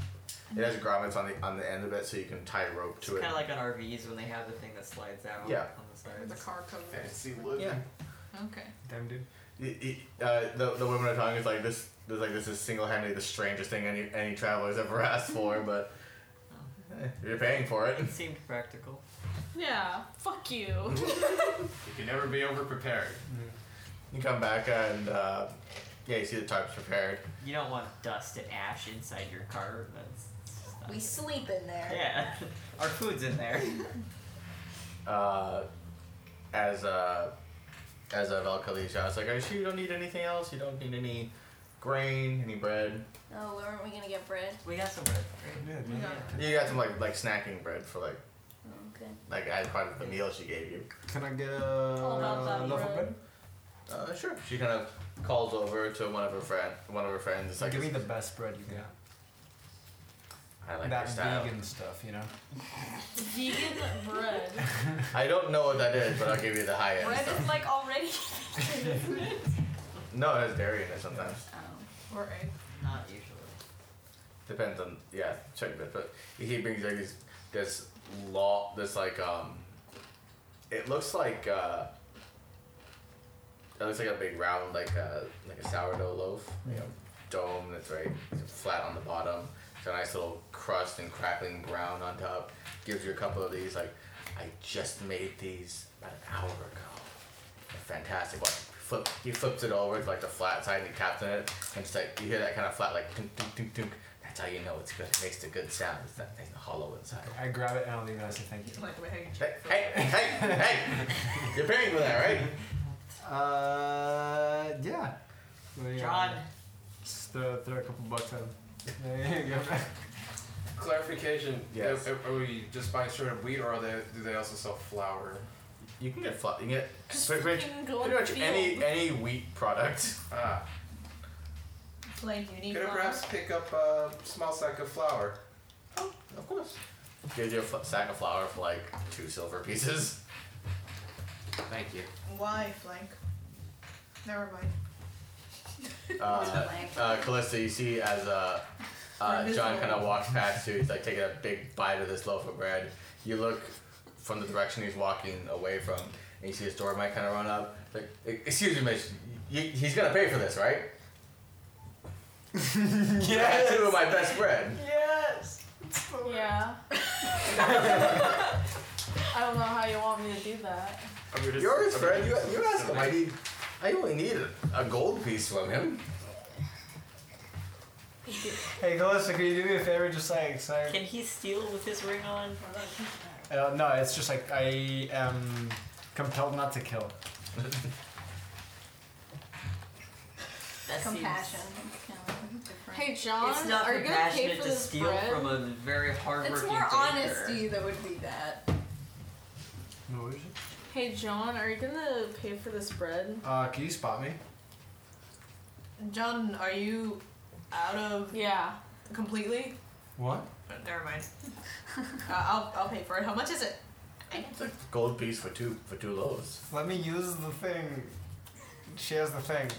It has grommets on the on the end of it, so you can tie rope It's to it. kind of like on RVs when they have the thing that slides out Yeah. on the With sides. The car covers. Fancy living. Yeah. Okay. Damn dude. Y- y- uh, the, the women are talking is like this. There's like this is single-handedly the strangest thing any any traveler's ever asked for, but eh, you're paying for it. It seemed practical. Yeah. Fuck you. You can never be overprepared. You come back and uh, yeah, you see the tarp's prepared. You don't want dust and ash inside your car. That's We sleep in there. Yeah. Our food's in there. uh, as a as a Valkalisha, I was like, "Are you sure you don't need anything else? You don't need any grain, any bread? Oh, where aren't we gonna get bread? We got some bread. Right? We got bread. You got some like like snacking bread for like Oh, Okay. like as part of the meal she gave you." Can I get a All about that loaf of bread. bread? Uh, sure. She kind of calls over to one of her friend, one of her friends. It's like, Give me the best bread you got. I like that your style. vegan stuff, you know. Vegan bread. I don't know what that is, but I'll give you the high end Bread stuff. is like already. No, it has dairy in it sometimes. Or egg. Mm-hmm. Not usually. Depends on yeah, check this. But he brings like this this law this like um it looks like uh it looks like a big round like a like a sourdough loaf. You know, dome that's very flat on the bottom. It's a nice little crust and crackling brown on top. Gives you a couple of these like I just made these about an hour ago. They're fantastic. Watch flip he flips it over to like the flat side and he taps on it and it's like you hear that kind of flat like dunk dunk dunk dunk. That's how you know it's good. It makes a good sound. It's that nice hollow inside. I grab it and I'll leave it. I say thank you. Like the egg. Hey, hey, hey, hey! You're paying for that, right? Uh, yeah. We, uh, John. Just throw, throw a couple bucks at him. There you go. Clarification. Yes. Are, are we just buying straight up wheat, or are they, do they also sell flour? You can get flat. You can get Just pretty much, fucking go pretty much to the any field. any wheat product. Ah. Like you need Could I one. perhaps pick up a small sack of flour? Oh, Of course. Gives you a fl- sack of flour for like two silver pieces. Thank you. Why, Flank? Never mind. uh, uh, Callista, you see as uh, uh, John kind of walks past you, he's like taking a big bite of this loaf of bread. You look from the direction he's walking away from, and you see his doormat kind of run up. Like, "E- excuse me, miss, y- y- he's gonna pay for this, right? yeah, two of my best bread. Yes. Yeah. I don't know how you want me to do that. Yours, friend. You, you asked him. I need. I only need a, a gold piece from him. Hey, Calista, can you do me a favor? Just like, so. Can he steal with his ring on? Uh, no, it's just like I am compelled not to kill. That seems- Compassion. It's kind of different. Hey, John, It's not are you gonna pay compassionate for to this steal bread? from a very hardworking. It's more baker. honesty that would be that. What was it? Hey, John, are you gonna pay for this bread? Uh, can you spot me? John, are you out of Yeah. completely? What? Never mind. uh, I'll, I'll pay for it. How much is it? It's like a gold piece for two for two loaves. Let me use the thing. She has the thing.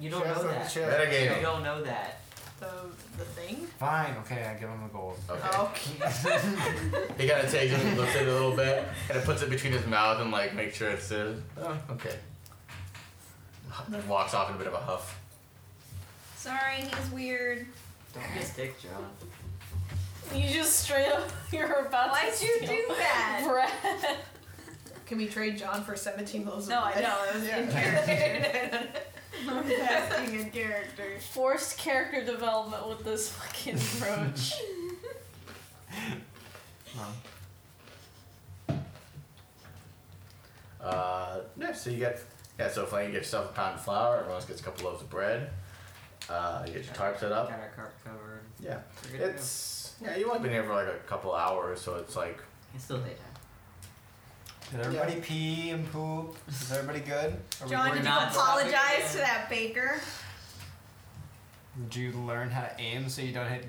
You don't She has know the- that. she has- Metagame. You don't know that. The the thing? Fine. Okay, I give him the gold. Okay. Oh. Oh. Okay. He kind of takes it and looks at it a little bit, and it puts it between his mouth and like makes sure it's there. Oh, okay. Walks off in a bit of a huff. Sorry, he's weird. Don't be a dick, John. You just straight up, you're about to Why'd you steal do that? bread. Can we trade John for 17 loaves of No, I bread? know. It was in character. I was asking in character. Forced character development with this fucking approach. Uh, yeah, so you get yeah, so Flame gets yourself a pound of flour. Everyone else gets a couple loaves of bread. Uh, you get your tarp Oh. set Got up. our cart covered. Yeah, We're good to go. it's yeah. You only been here for like a couple hours, so it's like It's still daytime. Did everybody pee and poop? Is everybody good? Are we John, worried did you about- apologize to that baker? Did you learn how to aim so you don't hit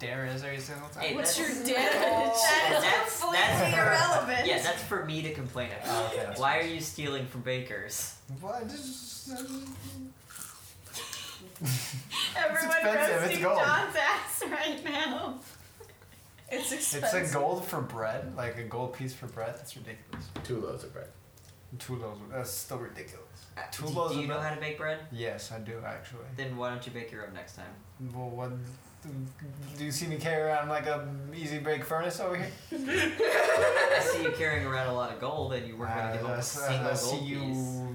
dares every single time? Hey, What's your that's- damage? That is That's- completely that's- irrelevant. Yeah, that's for me to complain Oh, about. okay, that's Why are you stealing from bakers? What? This is- Everyone expensive, it's roasting gold. John's ass right now. it's It's expensive. a gold for bread, like a gold piece for bread. That's ridiculous. two loaves of bread. Two loaves. of- That's still ridiculous. Uh, Two do, loaves do you of know bread. how to bake bread? Yes, I do actually. Then why don't you bake your own next time? Well, what? Do you see me carry around like a easy break furnace over here? I see you carrying around a lot of gold, and you weren't going to give I, up a single Uh, I see gold you piece.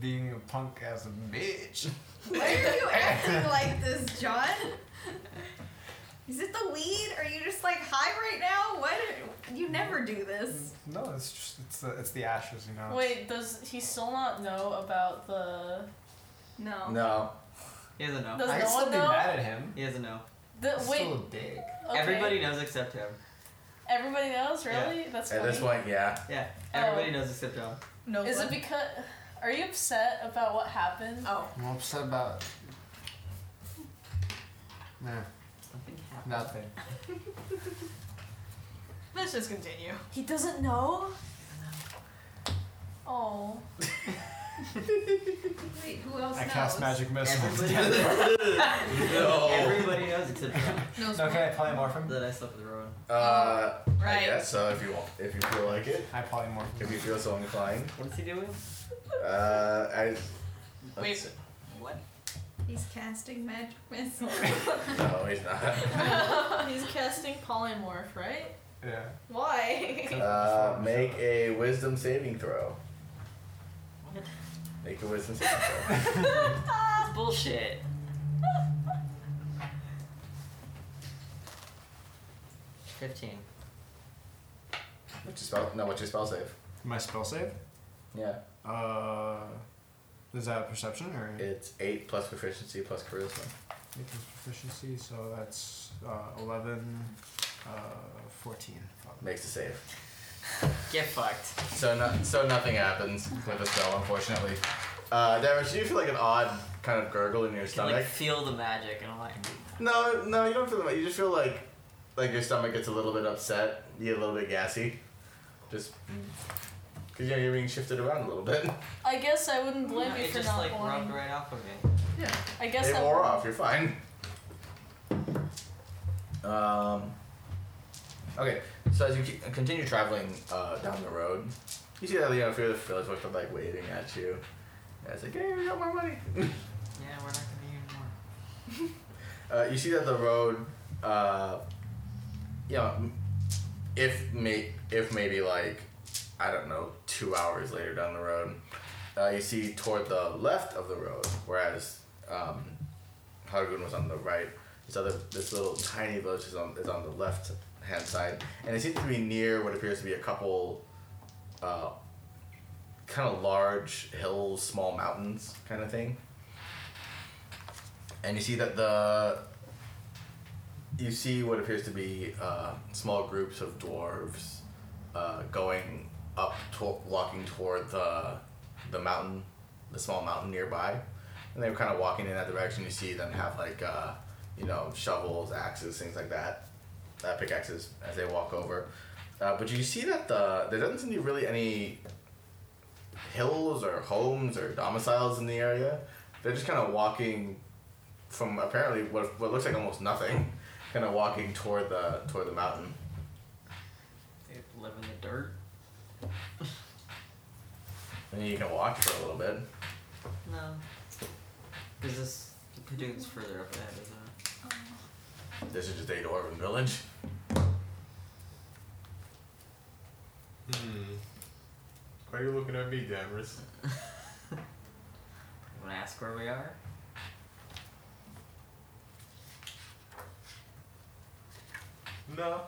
being a punk ass bitch. Why are you acting like this, John? Is it the weed? Are you just like high right now? What? You never do this. No, it's just it's the it's the ashes, you know. Wait, does he still not know about the? Oh. No. No. He doesn't know. Does I no still one be know? mad at him. He doesn't know. The He's wait. still a dick. Okay. Everybody knows except him. Everybody knows, really? Yeah. That's At this funny. point, yeah. Yeah. Oh. Everybody knows except him. No. Is it because? Are you upset about what happened? Oh. I'm upset about no, Something happened. nothing. Let's just continue. He doesn't know. Oh. Wait, who else I knows? cast magic missile. No. Everybody knows except him. Knows no, can I polymorph him? That I slept with Rowan. Uh, I Oh, right. guess so if you want, if you feel like it, I polymorph. him. if you feel so inclined. What is he doing? Uh, I. Wait. let's- What? He's casting magic missile. No, he's not. He's casting polymorph, right? Yeah. Why? Uh, make a wisdom saving throw. What? Make a wisdom saving throw. That's bullshit. Fifteen. What's your spell? No, what's your spell save? My spell save. Yeah. Uh, is that perception or? It's eight plus proficiency plus charisma. It was proficiency, so that's uh, 11, uh, 14. Makes the save. Get fucked. So no, so nothing happens with the spell, unfortunately. Uh, Darius, you feel like an odd kind of gurgle in your You can, like stomach. feel the magic, and I'm like, No, no, you don't feel that. You just feel like, like your stomach gets a little bit upset. You get a little bit gassy, just because you know, you're being shifted around a little bit. I guess I wouldn't blame No, you it for just not like wanting. rubbed right off of me. Yeah. I guess it I wore off. You're fine. Um. Okay, so as you keep, continue traveling uh, down the road, you see that you know, a few of the village folks are like waving at you. And it's like, hey, we got more money. Yeah, we're not gonna need anymore. Uh, you see that the road, uh, you know, m- if may if maybe like I don't know two hours later down the road, uh, you see toward the left of the road, whereas um, Hargun was on the right. This other this little tiny village is on is on the left hand side, and it seems to be near what appears to be a couple. Uh, kind of large hills, small mountains, kind of thing and you see that the you see what appears to be uh, small groups of dwarves uh, going up to- walking toward the the mountain the small mountain nearby and they were kind of walking in that direction you see them have like uh, you know shovels axes things like that uh, pickaxes as they walk over uh, but you see that the there doesn't seem to be really any hills or homes or domiciles in the area they're just kind of walking from apparently what, what looks like almost nothing, kind of walking toward the toward the mountain. They live in the dirt. And you can walk for a little bit. No. Is this the Padoon's further up ahead, isn't it? This is just a dwarven village. Hmm. Why are you looking at me, Damaris? You wanna ask where we are? No.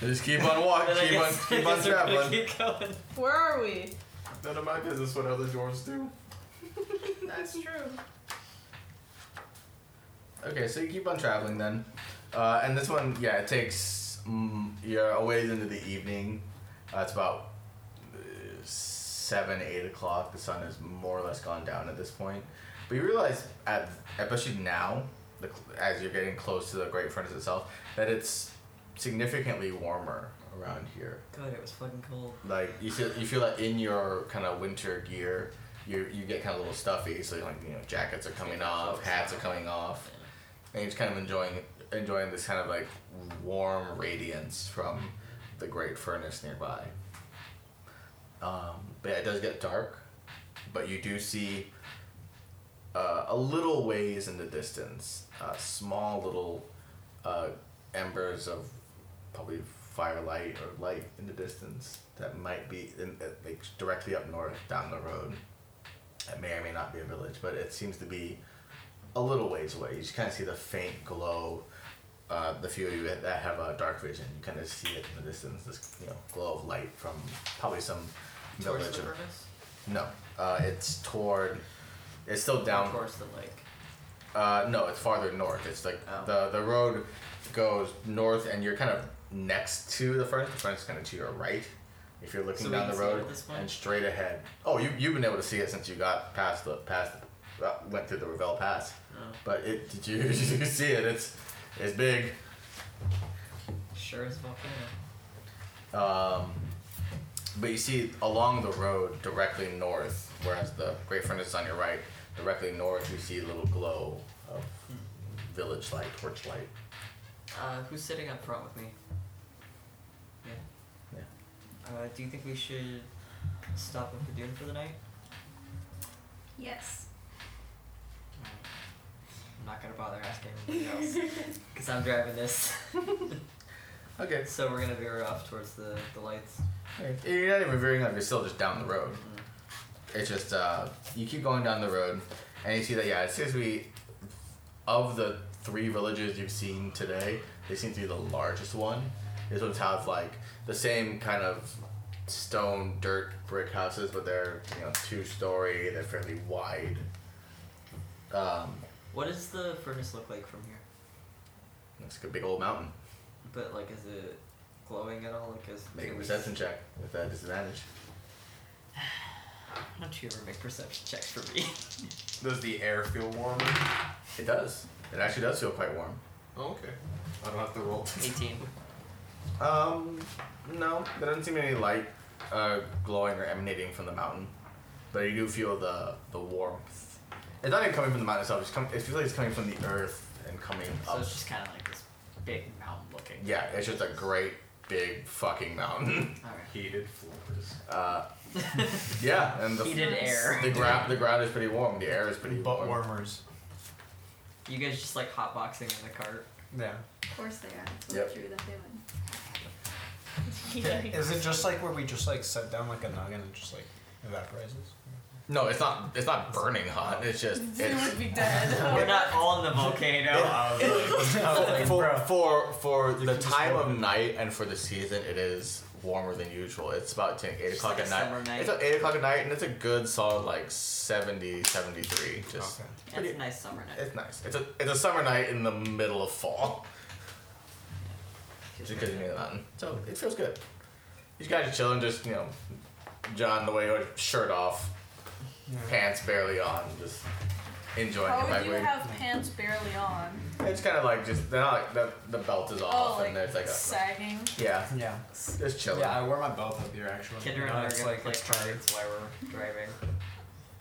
Just keep on walking, Then I keep on guess- keep I on guess we're gonna traveling. keep going. Where are we? None of my business what other dwarves do. That's true. Okay, so you keep on traveling then, uh, and this one, yeah, it takes mm, you're a ways into the evening. Uh, it's about uh, seven, eight o'clock. The sun is more or less gone down at this point. But you realize, at, especially now, the, cl- as you're getting close to the Great Furnace itself, that it's significantly warmer around here. God, it was fucking cold. Like you feel, you feel that in your kind of winter gear, you you get kind of a little stuffy. So like you know, jackets are coming off, hats are coming off, and you're just kind of enjoying enjoying this kind of like warm radiance from the Great Furnace nearby. Um, but yeah, it does get dark, but you do see uh, a little ways in the distance, uh, small little uh, embers of probably firelight or light in the distance that might be in, uh, like directly up north down the road. It may or may not be a village, but it seems to be a little ways away. You just kind of see the faint glow. Uh, the few of you that that have uh, dark vision, you kind of see it in the distance. This you know glow of light from probably some Towards village. the or- furnace? No, uh, it's toward. It's still down Towards the lake. Uh, no, it's farther north. It's like Oh. the the road goes north, and you're kind of next to the furnace. The furnace is kind of to your right. If you're looking So we down the can see it road at this point? and straight ahead. Oh, you you've been able to see it since you got past the past uh, went through the Revel Pass. Oh. But it did you you see it? It's it's big. Sure as volcano. Um, but you see along the road directly north, whereas the Great Furnace is on your right, directly north you see a little glow of village light, torch light. Uh, who's sitting up front with me? Yeah. Yeah. Uh, do you think we should stop in Padoon for the night? Yes. Mm. I'm not gonna bother asking anybody else because I'm driving this. okay. So we're gonna veer off towards the, the lights. Mm. You're not even veering up. You're still just down the road. It's just uh, you keep going down the road, and you see that yeah. It seems to be of the three villages you've seen today. They seem to be the largest one. This one's have like the same kind of stone, dirt, brick houses, but they're you know two story. They're fairly wide. Um, What does the furnace look like from here? it's like a big old mountain. But like, is it glowing at all? Like, is Make a can we- perception check with that disadvantage. Why don't you ever make perception checks for me? Does the air feel warmer? It does. It actually does feel quite warm. Oh, okay. I don't have to roll. 18. Um, no, there doesn't seem any light uh, glowing or emanating from the mountain, but you do feel the the warmth. It's not even coming from the mountain itself. It's com- it feels like it's coming from the earth and coming So up. it's just kind of like this big mountain looking. Oh. yeah, it's just a great big fucking mountain. Heated floors. Uh, yeah, and the Heated air. The ground the ground is pretty warm. The air is pretty Butt warm. warmers. You guys just like hotboxing in the cart. Yeah. Of course they are. That's Yep. what drew that they would. Is it just like where we just like set down like a noggin and just like evaporizes? No, it's not. It's not burning hot. It's just. It's, be dead. We're not all in the volcano. Uh, for, for for the time of night and for the season, it is warmer than usual. It's about 10, 8 Just o'clock like at a night. summer night. It's about 8 o'clock at night, and it's a good solid like 70, 73. Just, Okay. That's a nice summer night. It's nice. It's a, it's a summer night in the middle of fall. Just because you made the mountain. So it feels good. These guys are chilling, just, you know, John the way, shirt off, pants barely on, just enjoying How it by would you way- have pants barely on? It's kind of like just they're not like the, the belt is off oh, and there's like a sagging. yeah Yeah. just chilling. Yeah, I wear my belt up here actually. Kinder and No, I are it's gonna like play it's tight. cards while we're driving.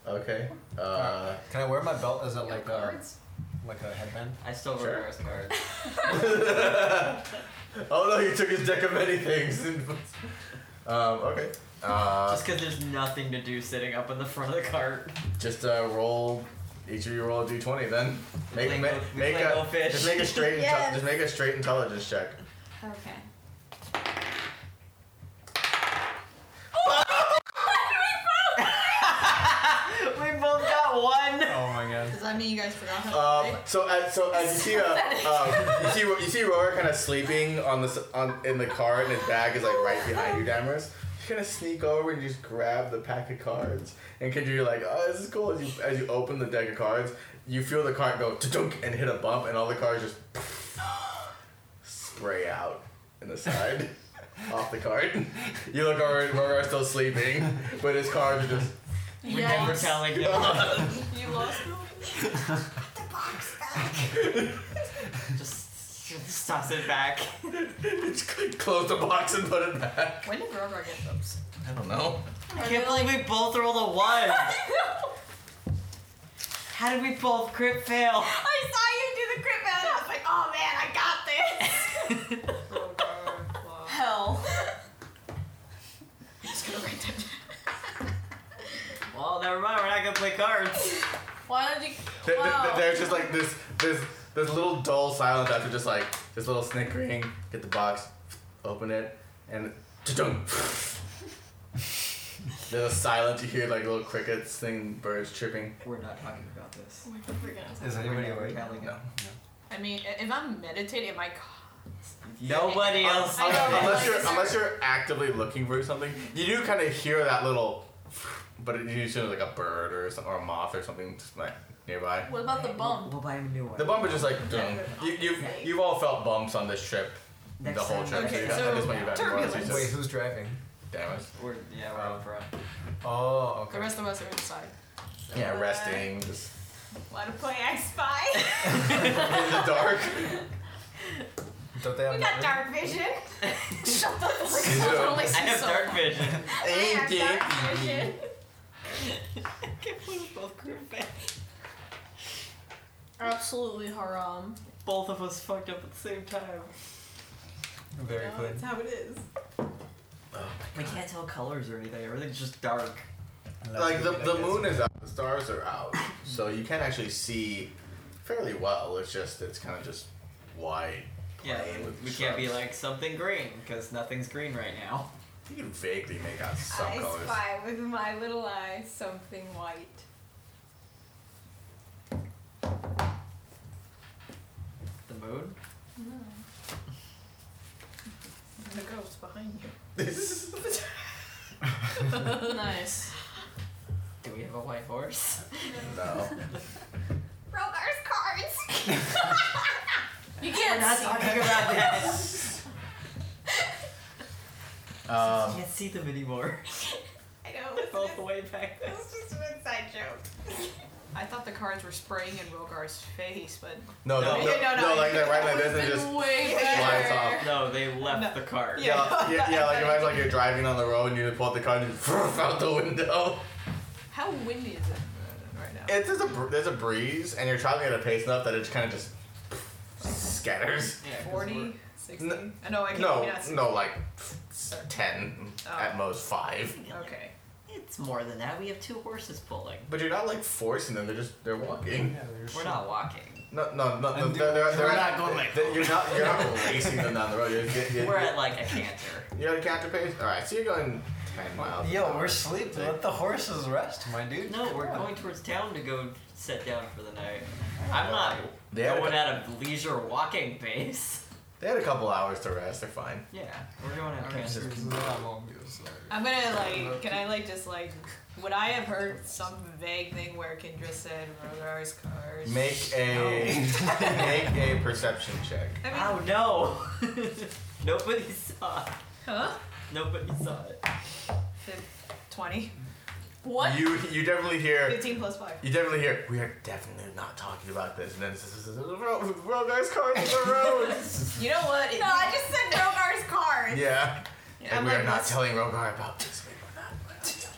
Okay. Uh, Can I wear my belt as a You like got a um, cards? like a headband? I still Sure. remember his cards. oh no, you took his deck of many things. And, um, okay. Uh, Just because there's nothing to do sitting up in the front of the cart. just uh, roll. Each of you roll a d20 then. Make play ma- no- we make play a no fish. just make a straight Yes. intel- just make a straight intelligence check. Okay. we both got one. Oh my god. Does that mean you guys forgot how to Um, play? so as so as you see uh, um, you see Ro- you see Roar kind of sleeping on the s- on in the car and his bag is like right behind you, Damaris. She's gonna sneak over and just grab the pack of cards. And Kendra, you're like, oh, this is cool. As you as you open the deck of cards, you feel the card go dunk and hit a bump, and all the cards just spray out in the side off the card. You look over, and Roar is still sleeping, but his cards are just. We never telling him. You lost them? just, just toss it back. Close the box and put it back. When did Grover get those? I don't know. I can't believe we both rolled a one. How did we both crit fail? I saw you do the crit man. I was like, oh man, I got this. Hell. I'm just gonna write that down. Well, never mind. We're not gonna play cards. Why did you? Th- th- Wow. th- there's just like this this this little dull silence after just like this little snickering. Get the box, open it, and dunk. There's a silence. You hear like little crickets thing, birds chirping. We're not talking about this. We're gonna- Is anybody awake? No. I mean, i- if I'm meditating, am I? ca- Nobody Um, else. I know, but unless like, you're is there- unless you're actively looking for something, you do kind of hear that little, but it usually like a bird or some, or a moth or something just like nearby. What about the bump? We'll buy him a new one. The bump is just like dun. you you've you've all felt bumps on this trip, Next the whole time- trip. Okay, you got- so at this point you've had more than Wait, two trips. who's driving? Damn it. We're, yeah, we're out front. Oh, The okay. rest of us are inside. Yeah, resting just Want to play I Spy? in the dark. Don't they have we got numbers? dark vision. Shut the You frick do. up! I have dark vision. I have dark vision. Absolutely haram. Both of us fucked up at the same time. Very No, good. that's how it is. We can't tell colors or anything. Everything's just dark. Like the, the moon is out, the stars are out, so you can actually see fairly well. It's just it's kind of just wide. Yeah, plain with we can't be shrubs. like something green because nothing's green right now. You can vaguely make out some I colors. spy with my little eye something white. The moon? The ghost behind Do you. nice. we have a white horse? no. Rogar's cards. You can't see talking about that. I Um, can't see them anymore. I know. It's All just, the way back there. it's just an inside joke. I thought the cards were spraying in Rogar's face, but no, no, no, No. no, No, no, like that right like this and Been just way lights better. off. Oh, No, they left the cart. Yeah. Yeah, yeah, yeah, like imagine like you're driving on the road and you pull up the car and just out the window. How windy is it right now? It's there's a br- there's a breeze and you're traveling at a pace enough that it kind of just scatters. Yeah, 'cause we're- Forty, sixty. 40, 60? No- Uh, no, I can't. No, maybe not 60. no, like ten at most five. Okay. It's more than that. We have two horses pulling. But you're not like forcing them; they're just they're walking. Yeah, there's We're not walking. No, no, no, no And they're, do- they're, they're We're not going like- they're- You're not you're not racing them down the road. You're, you're, We're you're, at like a canter. you're at a counter pace. All right, so you're going ten miles. Yo, an hour. we're sleeping. Let the horses rest, my dude. No, we're going towards town to go sit down for the night. I'm not They had, a, going cou- at a leisure walking pace. they had a couple hours to rest. They're fine. Yeah, we're going out Okay, so canter. it's not long, it's like- I'm gonna like, can I like just like, would I have heard some vague thing where Kendra said Rogar's cars? Make a make a perception check. I mean, Oh no! Nobody saw. it. huh? Nobody saw it. Fif- Twenty. What? You you definitely hear Fifteen plus five. you definitely hear we are definitely not talking about this. And then this is real nice car on the road. You know what? It- No, I just said Rogar's cards. yeah, I'm and we like, are not let's- telling Rogar about this. We are not. We're not telling.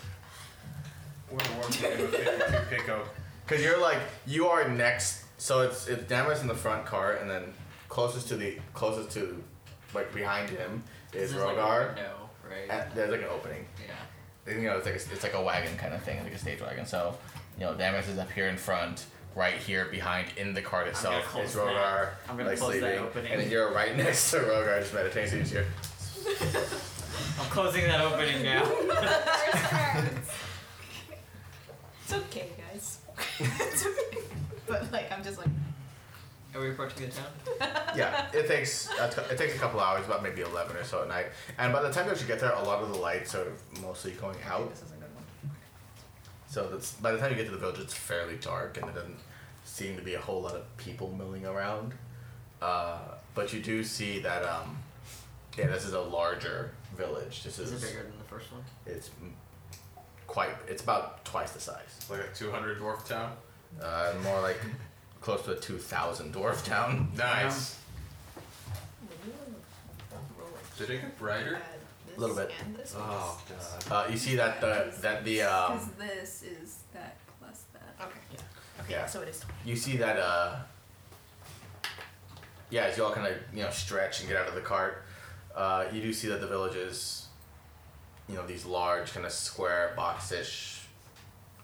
We're working to a 52 pickup. Because you're like you are next, so it's it's Damus in the front car, and then closest to the closest to like behind him is This like a Rogar. window, right? and there's like an opening. yeah. you know, it's like it's like a wagon kind of thing, like a stage wagon. So, you know, Damas is up here in front, right here behind in the cart gonna itself close is Rogar, that. I'm gonna like close that sleeping, opening. and then you're right next to Rogar just meditating. So you just hear, I'm closing that opening now. Rogar's cards. It's okay, guys. it's okay. But like, I'm just like, Are we approaching the town? yeah, it takes a t- it takes a couple hours, about maybe eleven or so at night. And by the time that you get there, a lot of the lights are mostly going out. this is a good one. So that's by the time you get to the village, it's fairly dark, and there doesn't seem to be a whole lot of people milling around. Uh, but you do see that, um, yeah, this is a larger village. This Is is it bigger than the first one? it's m- quite. It's about twice the size. It's like a 200 dwarf town. Uh, more like close to a two thousand dwarf town. Nice. Did it get brighter? A little bit. And this Oh god. Uh, you see that the that the um, Because this is that plus that. Okay. yeah. So it is. you see that uh yeah as you all kind of you know stretch and get out of the cart uh, you do see that the village is you know these large kind of square boxish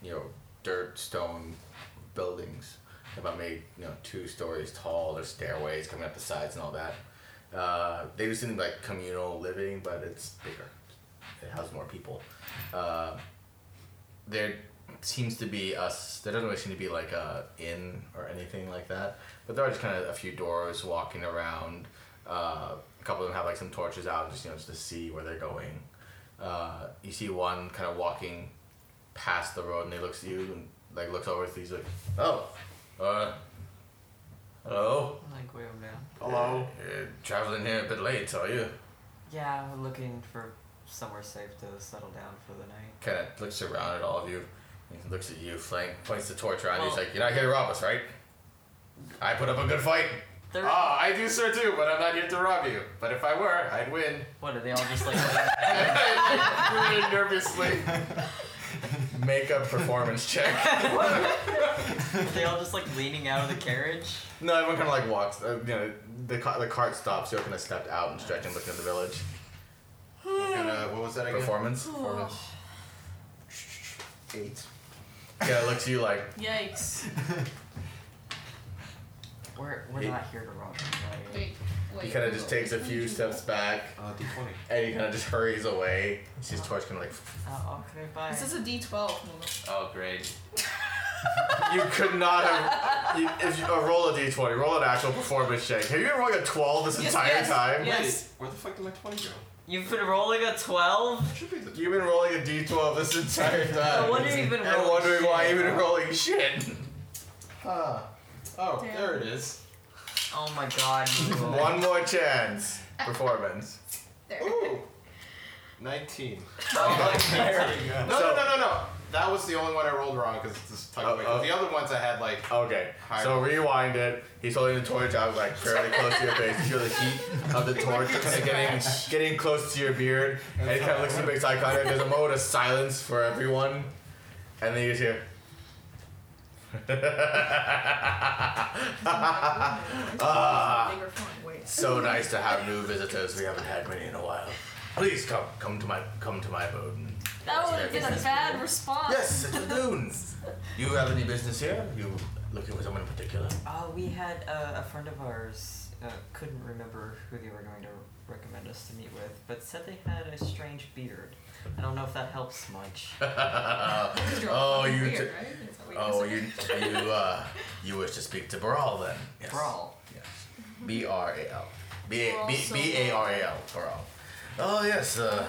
you know dirt stone buildings about maybe you know two stories tall there's stairways coming up the sides and all that uh, they just seem like communal living but it's bigger it has more people. Uh, there seems to be us. There doesn't really seem to be like a inn or anything like that. But there are just kind of a few doors walking around. Uh, a couple of them have like some torches out, just you know, just to see where they're going. Uh, you see one kind of walking past the road, and he looks at you and like looks over. He's like, "Oh, uh, hello, Like way over there. hello. traveling here a bit late, are you?" Yeah, we're looking for somewhere safe to settle down for the night. kind of looks around at all of you. He looks at you, Flank, points the torch around. He's like, You're not here to rob us, right? I put up a good fight. Ah, I do, sir, too, but I'm not here to rob you. But if I were, I'd win. What are they all just like? really nervously. Make a performance check. Are they all just like leaning out of the carriage? No, everyone kind of like walks. Uh, you know, the, ca- the cart stops. You're kind of stepped out and stretching, looking at the village. Oh, What, kind of, what was that again? Performance. Performance. Eight. Yeah, it looks at you like, Oh, Yikes. We're, we're He- not here to rob them, right? Wait, wait. He kind of just takes a few steps back. Uh, D20. And he kind of just hurries away. You see his torch kind of like, Uh, okay, bye. This is a D12 moment. Oh, great. you could not have. You, if you, uh, roll a d20, roll an actual performance check. Have you been rolling a 12 this Yes, entire yes, time? yes. Where the fuck did my 20 go? You've been rolling a 12? Should be the You've been rolling a d12 this entire time. No wonder you've been And rolling wondering why shit. you've been rolling shit. Ah. Oh, Damn. there it is. Oh my god. you rolled- One more chance. Performance. Ooh. 19. Oh my There god. we go. No, no, no, no, no. That was the only one I rolled wrong because it's just tugged away. 'Cause oh. The other ones I had like. Okay, Higher. so rewind it. He's holding the torch out like fairly close to your face. You feel the heat of the torch kind of getting getting close to your beard, and he kind of looks at the big side contact. There's a moment of silence for everyone, and then you just hear. Ah, Bigger font. Wait. so nice to have new visitors. We haven't had many in a while. Please come, come to my, come to my abode. and- That would have been a bad response. Yes, it's a boon. You have any business here? You looking for someone in particular? Uh, we had a, a friend of ours, uh, couldn't remember who they were going to recommend us to meet with, but said they had a strange beard. I don't know if that helps much. oh, you. Weird, t- right? That's what we Oh, just- you you uh you wish to speak to Baral then? Yes. Brawl. Yes. B R A L. B A Baral B Sobo. B A R A L. Baral. Oh yes, uh,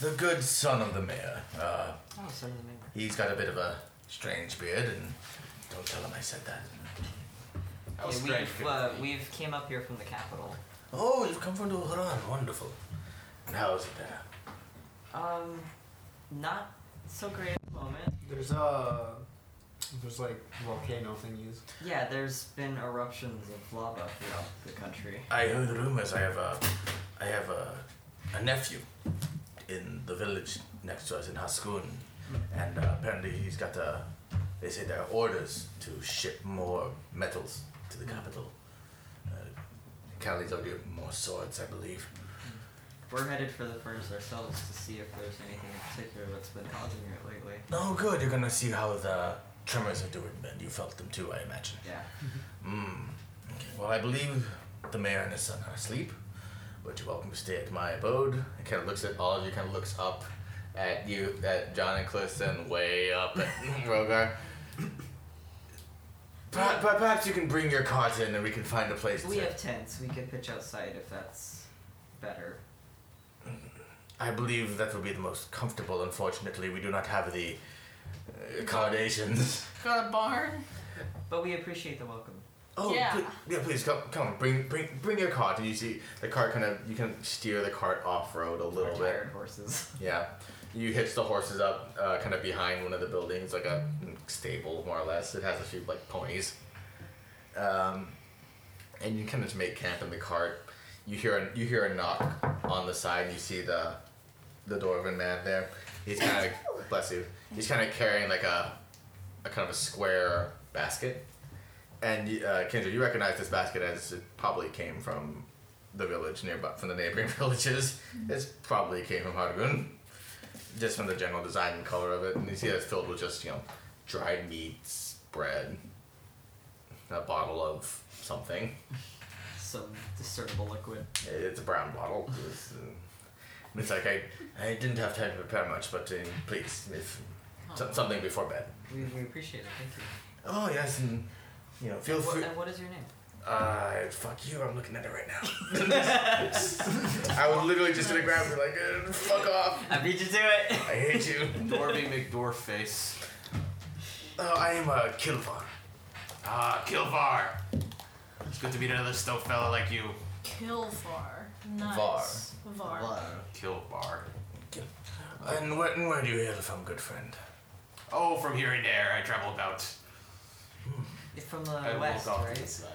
the good son of the mayor. Uh, Oh, so does it mean- he's got a bit of a strange beard, and don't tell him I said that. That was Yeah, strange. we've, uh, we've came up here from the capital. Oh, you've come from Duharan. Wonderful. And how is it there? Um, not so great at the moment. There's a there's like volcano thingies. Yeah, there's been eruptions of lava throughout the country. I heard rumors. I have a, I have a, a nephew, in the village next to us in Haskun, and uh, apparently he's got a. They say there are orders to ship more metals to the capital. Uh, Cali's ordered more swords, I believe. We're headed for the furs ourselves to see if there's anything in particular that's been causing it lately. Oh, good. You're gonna see how the tremors are doing, then. You felt them too, I imagine. Yeah. Mm. Okay. Well, I believe the mayor and his son are asleep, but you're welcome to stay at my abode. It kind of looks at all of you, kind of looks up at you, at John and Clifton, way up at Rogar. Per- per- perhaps you can bring your cart in and we can find a place We to. have tents. We could pitch outside if that's better. I believe that will be the most comfortable. Unfortunately, we do not have the uh, accommodations. Got a barn? But we appreciate the welcome. Oh, Yeah. pl- yeah, please come, come, bring, bring, bring your cart, and you see the cart kind of you can steer the cart off road a little We're bit. tired horses. Yeah. You hitch the horses up uh, kind of behind one of the buildings, like a stable, more or less. It has a few, like, ponies. Um, and you kind of just make camp in the cart. You hear a, you hear a knock on the side, and you see the the dwarven man there. He's kind of, bless you, he's kind of carrying, like, a, a kind of a square basket. And, you- uh, Kendra, you recognize this basket as it probably came from the village nearby, from the neighboring villages. It's probably came from Hargun, just from the general design and color of it. And you see that it's filled with just you know dried meats, bread, a bottle of something. Some discernible liquid. It's a brown bottle. It's, uh, And it's like, I, I didn't have time to prepare much, but uh, please, if so- something before bed. We, we appreciate it. Thank you. Oh, yes, and, you know, feel And what- free. and what is your name? Uh, fuck you, I'm looking at it right now. I was literally just gonna grab her, like, uh, fuck off. I beat you to it. I hate you. Dorby McDorface. Oh, I am a Kilvar. Ah, Kilvar. It's good to meet another snow fella like you. Kilvar. Nice. Var. Kilvar. And where, and where do you hail from, good friend? Oh, from here and there, I travel about. It's from the I west, walk off right? to the side.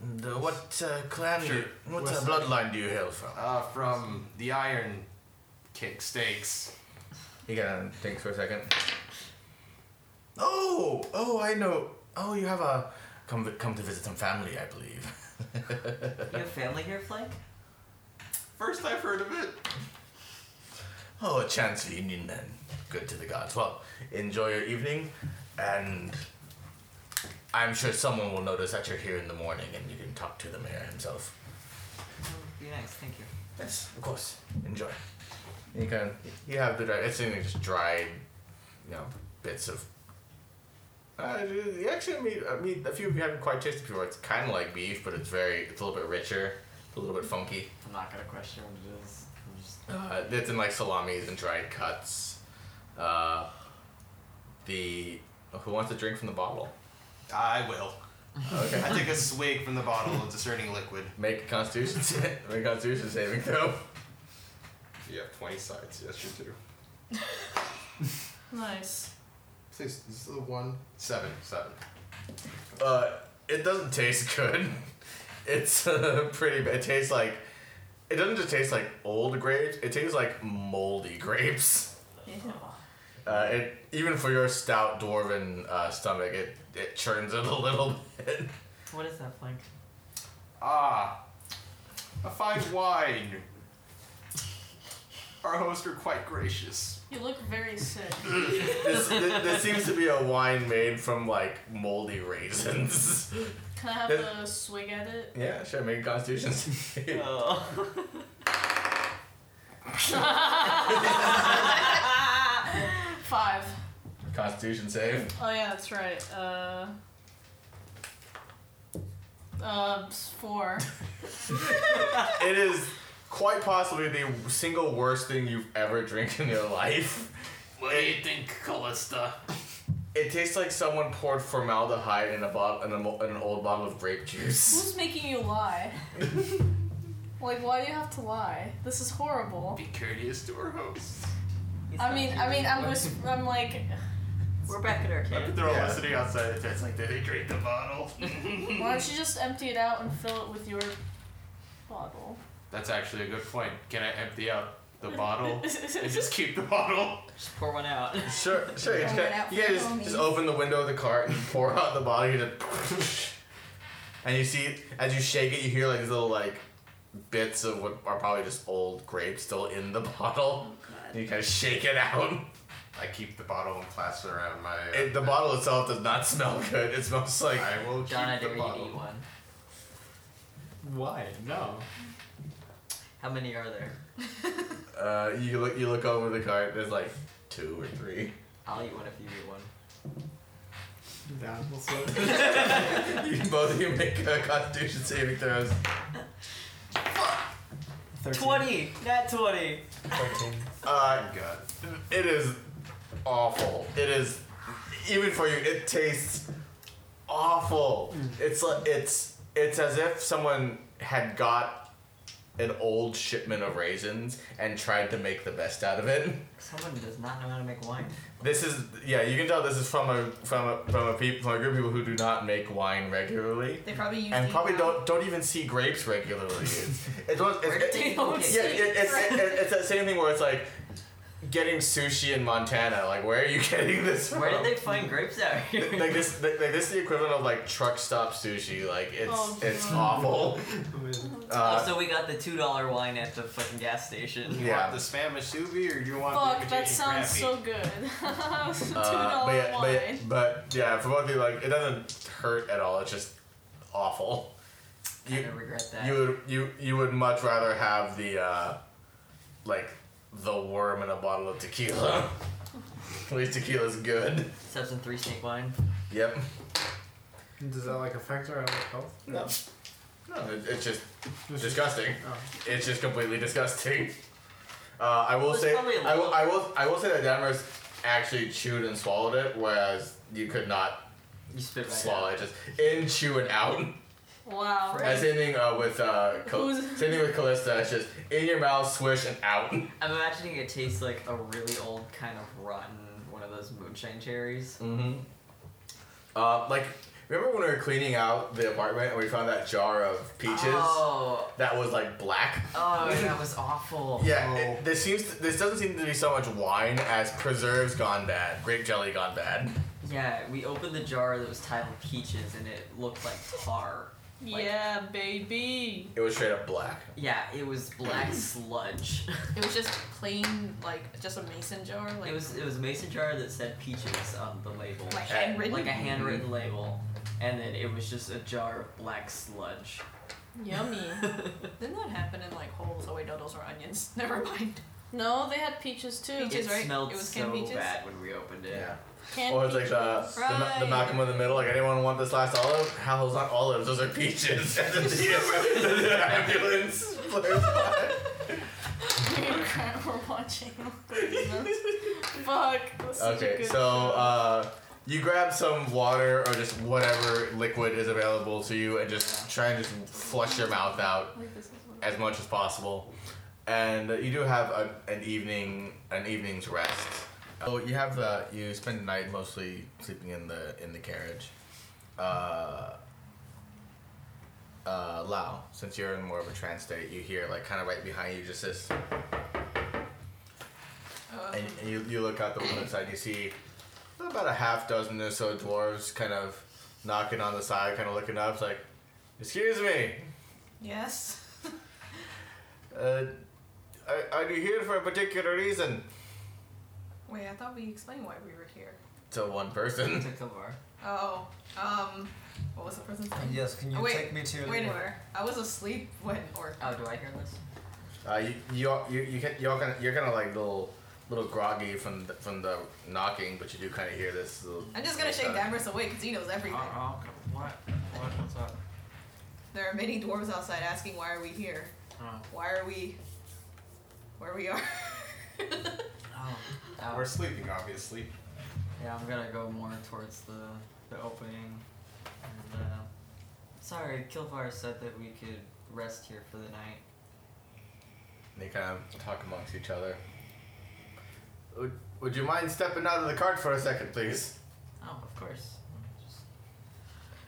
And, uh, what uh, clan, do Sure. you, what uh, West- bloodline do you hail from? Uh, from the Iron Kick Stakes. You gotta think for a second. Oh, oh, I know. Oh, you have a come come to visit some family, I believe. You have family here, Flake? First I've heard of it. Oh, a chance for union men. Good to the gods. Well, enjoy your evening, and I'm sure someone will notice that you're here in the morning, and you can talk to the mayor himself. Be nice, thank you. Yes, of course. Enjoy. You can. You have the dry. It's in just dried, you know, bits of. Uh, you actually, meat. I mean, a few of you haven't quite tasted before. It's kind of like beef, but it's very. It's a little bit richer. It's a little bit funky. I'm not gonna question what it is. I'm just Uh, it's in like salamis and dried cuts. Uh, the who wants a drink from the bottle? I will. Okay. I take a swig from the bottle of discerning liquid. Make a Constitution sa- make a Constitution saving throw. You have 20 sides, yes, you do. Nice. This is the one. Seven, seven. Uh, it doesn't taste good. It's uh, pretty. ba- It tastes like. It doesn't just taste like old grapes. It tastes like moldy grapes. Uh, it even for your stout dwarven uh, stomach, it it churns it a little bit. What is that, Flake? Ah, a fine wine. Our hosts are quite gracious. You look very sick. this, this, this seems to be a wine made from like moldy raisins. Can I have This- a swig at it? Yeah, sure. Make a Constitution. save. Uh, Oh. Five. Constitution save. Oh yeah, that's right. Uh. Uh, four. It is quite possibly the single worst thing you've ever drank in your life. What do you think, Callista? It tastes like someone poured formaldehyde in a bottle, in, a, mo- in an old bottle of grape juice. Who's making you lie? like, why do you have to lie? This is horrible. Be courteous to our hosts. I mean, I mean, I'm just, I'm like, We're back at our I bet camp. they're all Yeah. listening outside. It's like, did they drink the bottle? why don't you just empty it out and fill it with your bottle? That's actually a good point. Can I empty out the bottle and just keep the bottle? Just pour one out. Sure, sure. Throwing You, it can, out you for can the just, just homies. open the window of the cart and pour out the bottle. You just, and you see as you shake it, you hear like these little like bits of what are probably just old grapes still in the bottle. Oh, And you kind of shake it out. I keep the bottle and plaster around my. uh, It, the bottle itself does not smell good. It smells like I will keep John, I the dare you to bottle. eat one. Why? No. How many are there? uh, you look you look over the cart. There's like two or three. I'll eat one if you eat one. That was You both of you make uh, Constitution saving throws. 20! Nat 20! Uh, God. It is awful. It is even for you. It tastes awful. It's like it's it's as if someone had got an old shipment of raisins and tried to make the best out of it. Someone does not know how to make wine. This is yeah. You can tell this is from a from a from a, peop, from a group of people who do not make wine regularly. They probably use And probably don't don't even see grapes regularly. It's, it's, one- it's, it's, They don't yeah, it, it's, it, it's that same thing where it's like getting sushi in Montana. Like, where are you getting this from? Where did they find grapes out here? Like this, like this is the equivalent of like truck stop sushi. Like it's Oh, it's God. awful. Oh, Uh, also, we got the two dollar wine at the fucking gas station. You Yeah. want the spam masubi or do you want the Fuck, potato that sounds crappy? so good. Two uh, dollar but, yeah, but, yeah, wine. but yeah, for both of you, like it doesn't hurt at all. It's just awful. I You regret that. you would you you would much rather have the uh, like the worm in a bottle of tequila. At least tequila's good. Steps in three snake wine. Yep. Does that like affect our health? No. No, it, it's just disgusting. It's just completely disgusting. Uh, I will There's say, probably a I will, I will, I will say that Danvers actually chewed and swallowed it, whereas you could not you spit right swallow it. Just in, chew, and out. Wow. And same thing uh, with uh, Cal- Who's- same thing with Callista. It's just in your mouth, swish, and out. I'm imagining it tastes like a really old kind of rotten one of those moonshine cherries. Mm-hmm. Uh, like, remember when we were cleaning out the apartment and we found that jar of peaches Oh. that was like black? Oh, that was awful. Yeah, it, this seems this doesn't seem to be so much wine as preserves gone bad, grape jelly gone bad. Yeah, we opened the jar that was titled peaches, and it looked like tar. Like, yeah, baby. It was straight up black. Yeah, it was black sludge. It was just plain, like just a mason jar. Like It was it was a mason jar that said peaches on the label. Like handwritten? Like a handwritten label, and then it was just a jar of black sludge. yummy. Didn't that happen in like holes? Oh wait, no, those were onions. Never mind. no, they had peaches too. it smelled so bad when we opened it. Yeah. Canned or it's like the, peaches. the, Ma- the Malcolm in the Middle, like anyone want this last olive? How's not olives? Those are peaches. And then the, the ambulance. flares by. We're watching. Fuck. that's such a Okay, good so uh, you grab some water or just whatever liquid is available to you, and just try and just flush your mouth out Wait, this is what- as much as possible. And uh, you do have a, an evening, an evening's rest. So you have the you spend the night mostly sleeping in the in the carriage. Uh, uh, Lao, since you're in more of a trance state, you hear like kind of right behind you just this Uh, and, and you, you look out the window side, you see about a half dozen or so dwarves kind of knocking on the side, kind of looking up. It's like, excuse me, Yes. uh, are, are you here for a particular reason? Wait, I thought we explained why we were here. To one person. Took over. Oh, um, what was the person's name? Yes, can you Oh, wait, take me to Wait the- a minute. I was asleep when or Oh, do I hear this? Uh, you you all- you you can- you all kind of you're kind of like little little groggy from the, from the knocking, but you do kind of hear this. Little, I'm just gonna little shake sound. Davros away because he knows everything. Uh, Uh-huh. What? What? What's up? There are many dwarves outside asking why are we here? Uh-huh. Oh. Why are we where we are? Oh, that We're was, sleeping, obviously. yeah, I'm gonna go more towards the the opening. And, uh, sorry, Kilvar said that we could rest here for the night. They kind of talk amongst each other. Would, would you mind stepping out of the cart for a second, please? Oh, of course. Just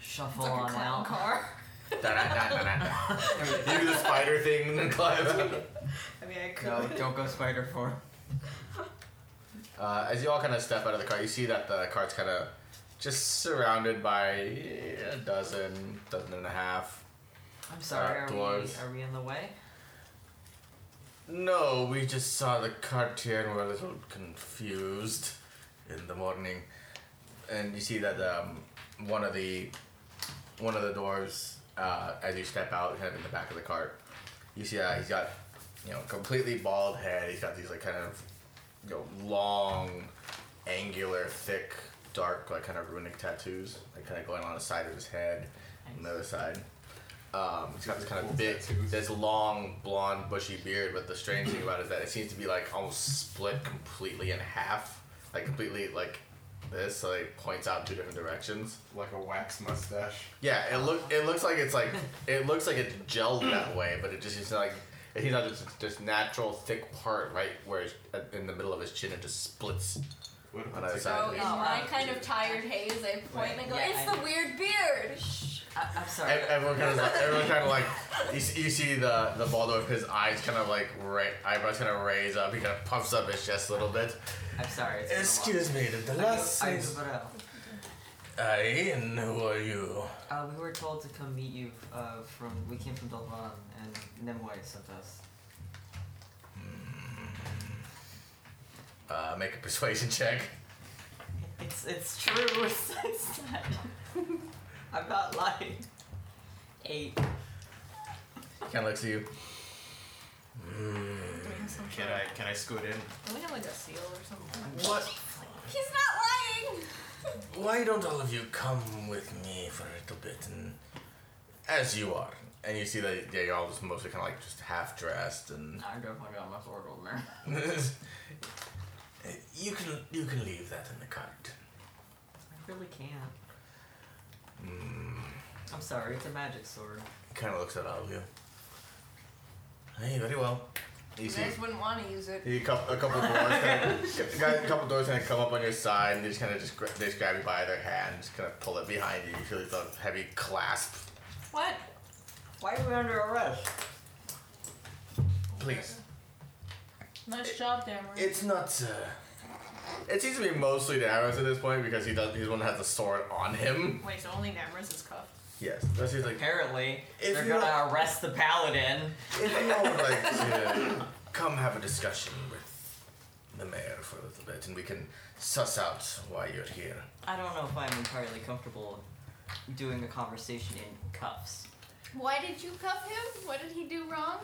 shuffle It's like on a clown out. car. Da-da-da-da-da. you do the spider thing and climb. I mean I No, could don't go spider form. Uh, as you all kind of step out of the car, you see that the cart's kind of just surrounded by a dozen, dozen and a half. I'm sorry. Uh, are, dwarves. we, are we in the way? No, we just saw the cart here and were a little confused in the morning. And you see that um, one of the one of the doors, uh, as you step out, kind of in the back of the cart, you see that he's got you know completely bald head. He's got these like kind of you know long, angular, thick, dark like kind of runic tattoos, like kind of going on the side of his head, on the other side. Um, he's got this kind of big, this long blonde bushy beard, but the strange thing about it is that it seems to be like almost split completely in half, like completely like this, so like points out two different directions. Like a wax mustache. Yeah, it look it looks like it's like it looks like it's gelled that way, but it just is like he's not just this natural thick part right where it's at- in the middle of his chin it just splits What on either So side. Oh, Oh, in of his- my kind of tired haze, I point and I go, Yeah, "It's I- the weird beard." I, I'm E- sorry. Everyone kind of like, everyone kind of like you see, you see the the bald of his eyes kind of like ra- eyebrows kind of raise up. He kind of puffs up his chest a little bit. I'm sorry. It's been a while. Excuse me, the, the I go- last I go, thing- but, uh, Aye, and who are you? Uh, we were told to come meet you uh, from. We came from Dolvan, and Nimue sent us. Uh, make a persuasion check. It's it's true. It's, it's not, I'm not lying. Eight. Kind of looks at you. Do we have some Mm. Can I can I scoot in? Can we have like a seal or something? What? He's not lying. Why don't all of you come with me for a little bit and as you are? And you see that yeah, you're all just mostly kind of like just half dressed and. I definitely got my sword over there. you can you can leave that in the cart. I really can't. I'm sorry, it's a magic sword. Kind of Mm, looks at all of you. Hey, very well. You You see, guys wouldn't want to use it. you cou- a couple doors, kinda, guys, a couple doors kind of come up on your side, and they just kind of just gra- they just grab you by their hand, just kind of pull it behind you. You feel the heavy clasp. What? Why are we under arrest? Please, Nice job, Dameron. it's not. Uh, it seems to be mostly Damaris at this point because he does. He's the one that has the sword on him. Wait, so only Namorous is cuffed. Yes, that's he's like. Apparently, If they're you gonna don't- arrest the paladin. If you all would like to come have a discussion with the mayor for a little bit, and we can suss out why you're here. I don't know if I'm entirely comfortable doing a conversation in cuffs. Why did you cuff him? What did he do wrong?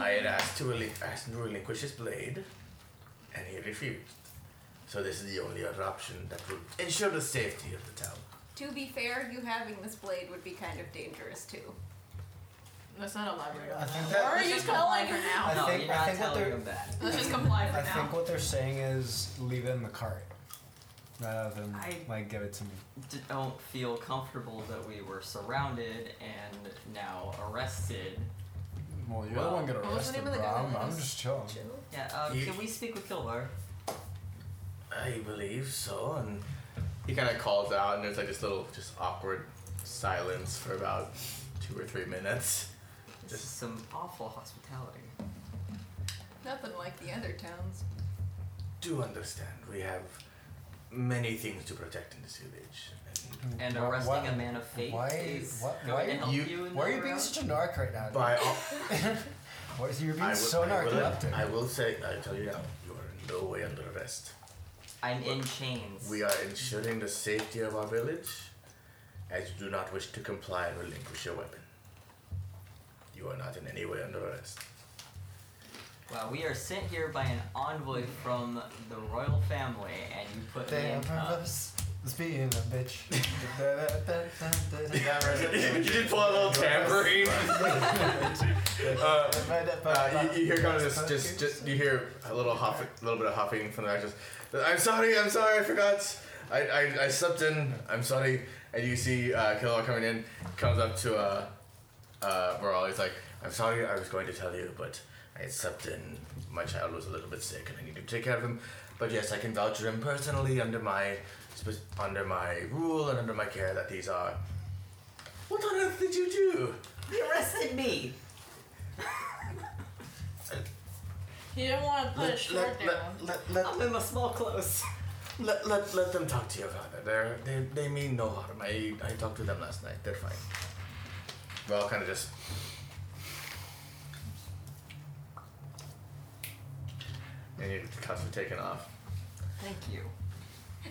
I had asked to, reli- asked him to relinquish his blade, and he refused. So this is the only other option that would ensure the safety of the town. To be fair, you having this blade would be kind of dangerous too. Let's not elaborate on that. that. Or are you telling her now? I think, I think what they're, Let's just comply for I now. think what they're saying is leave it in the cart rather than like give it to me. D- don't feel comfortable that we were surrounded and now arrested. Well, you're the one getting What was the name arrested, of the bro. guy I'm- that I'm was- just chilling. Yeah, uh, You- can we speak with Kilvar? I believe so, and he kind of calls out, and there's like this little just awkward silence for about two or three minutes. This is some awful hospitality. Nothing like the other towns. Do understand we have many things to protect in this village. And Why- arresting why- a man of faith Why? is Why? going Why, to help you, you, in why the are you being road? such a narc right now? By all, Why is you're being I will, so I will, narcoleptic? I will say, I tell you now, you are in no way under arrest. I'm in chains. We are ensuring the safety of our village, as you do not wish to comply and relinquish your weapon. You are not in any way under arrest. Wow, we are sent here by an envoy from the royal family, and you put me in Damn, cuffs. Let's be in a bitch. you did pull a little tambourine. uh, uh, you, you hear kind of this, just, just you hear a little huff, a little bit of huffing from the guy. Just, I'm sorry, I'm sorry, I forgot. I, I, I slept in. I'm sorry. And you see uh, Killar coming in, comes up to uh, uh, Veral. He's like, I'm sorry, I was going to tell you, but I had slept in. My child was a little bit sick, and I need to take care of him. But yes, I can vouch for him personally under my spe- under my rule and under my care that these are. What on earth did you do? You arrested me. You didn't want to put a Let- short let- down. I'm in my small clothes. Let, let, let them talk to your father. They're, they they mean no harm. I, I talked to them last night. They're fine. Well, kind of just. And your cuffs are taken off. Thank you.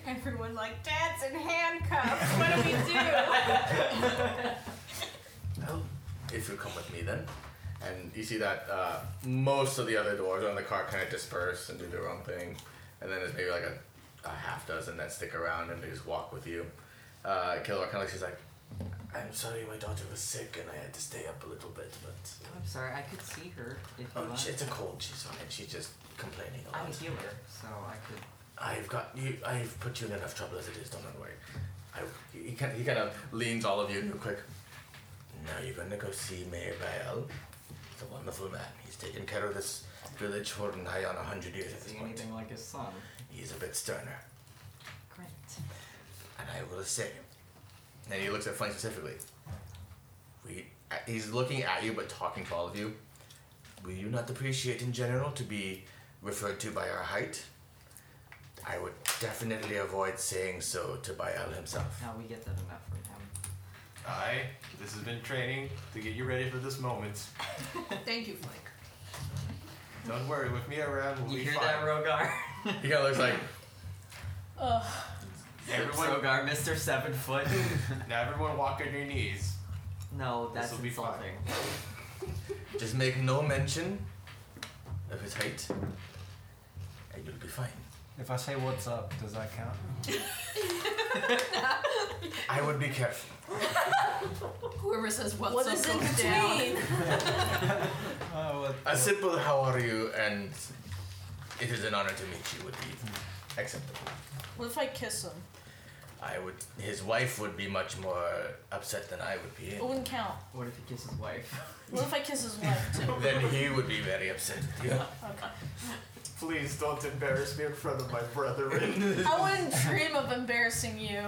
Everyone like dad's in handcuffs. What do we do? If you come with me, then. And you see that uh, most of the other doors on the car kind of disperse and do their own thing, and then there's maybe like a, a half dozen that stick around and they just walk with you. Uh, Killer kind of she's like, I'm sorry, my daughter was sick and I had to stay up a little bit, but. I'm sorry, I could see her if you Oh, want. she- it's a cold. She's fine. She's just complaining a lot. I'm a healer, so I could. I've got you. I've put you in enough trouble as it is. Don't worry. I, he kind he kind of leans all of you real quick. Now you're gonna go see Mayor Bael. He's a wonderful man. He's taken care of this village for nigh on a hundred years at Is this he point. anything like his son? He's a bit sterner, Great. and I will say. And he looks at Flynn specifically. We. uh, He's looking at you, but talking to all of you. Will you not appreciate in general to be referred to by our height? I would definitely avoid saying so to Baal himself. Now we get that enough from him. I. This has been training to get you ready for this moment. Thank you, Flake. Don't worry, with me around, we'll You be hear fine. that, Rogar? He kind of looks like Ugh. Everyone- Rogar, Mr. Seven Foot. now everyone walk on your knees. No, that's This'll be fine. insulting. Just make no mention of his height, and you'll be fine. If I say what's up, does that count? I would be careful. Whoever says what's What up is in goes down. A simple "How are you?" and "It is an honor to meet you" would be acceptable. What if I kiss him? I would. His wife would be much more upset than I would be. It wouldn't count. What if he kissed his wife? What if I kiss his wife too? then he would be very upset. with you. Please don't embarrass me in front of my brethren. I wouldn't dream of embarrassing you.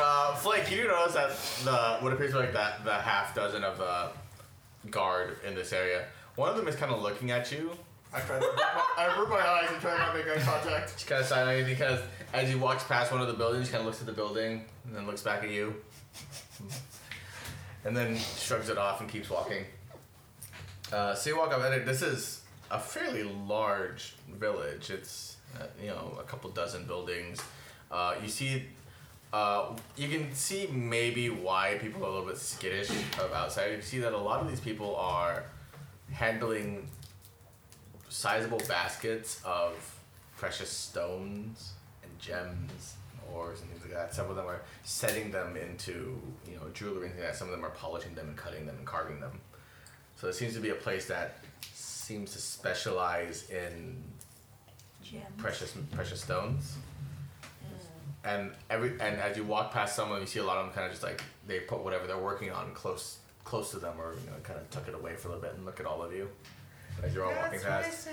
Uh, Flake, you do notice that the what appears to be like that the half dozen of uh, guard in this area. One of them is kind of looking at you. I try to avert my, I avert my eyes and try not to make eye contact. She kind of side eyes you. Kind of as you walks past one of the buildings, she kind of looks at the building and then looks back at you, and then shrugs it off and keeps walking. Uh, so you walk up, and it- this is a fairly large village. It's uh, you know a couple dozen buildings. Uh, you see, uh, you can see maybe why people are a little bit skittish of outside. You see that a lot of these people are handling sizable baskets of precious stones and gems and ores and things like that. Some of them are setting them into you know jewelry and things like that. Some of them are polishing them and cutting them and carving them. So it seems to be a place that seems to specialize in precious precious stones. And every and as you walk past some of them, you see a lot of them kind of just like they put whatever they're working on close close to them, or you know, kind of tuck it away for a little bit and look at all of you as you're all walking past.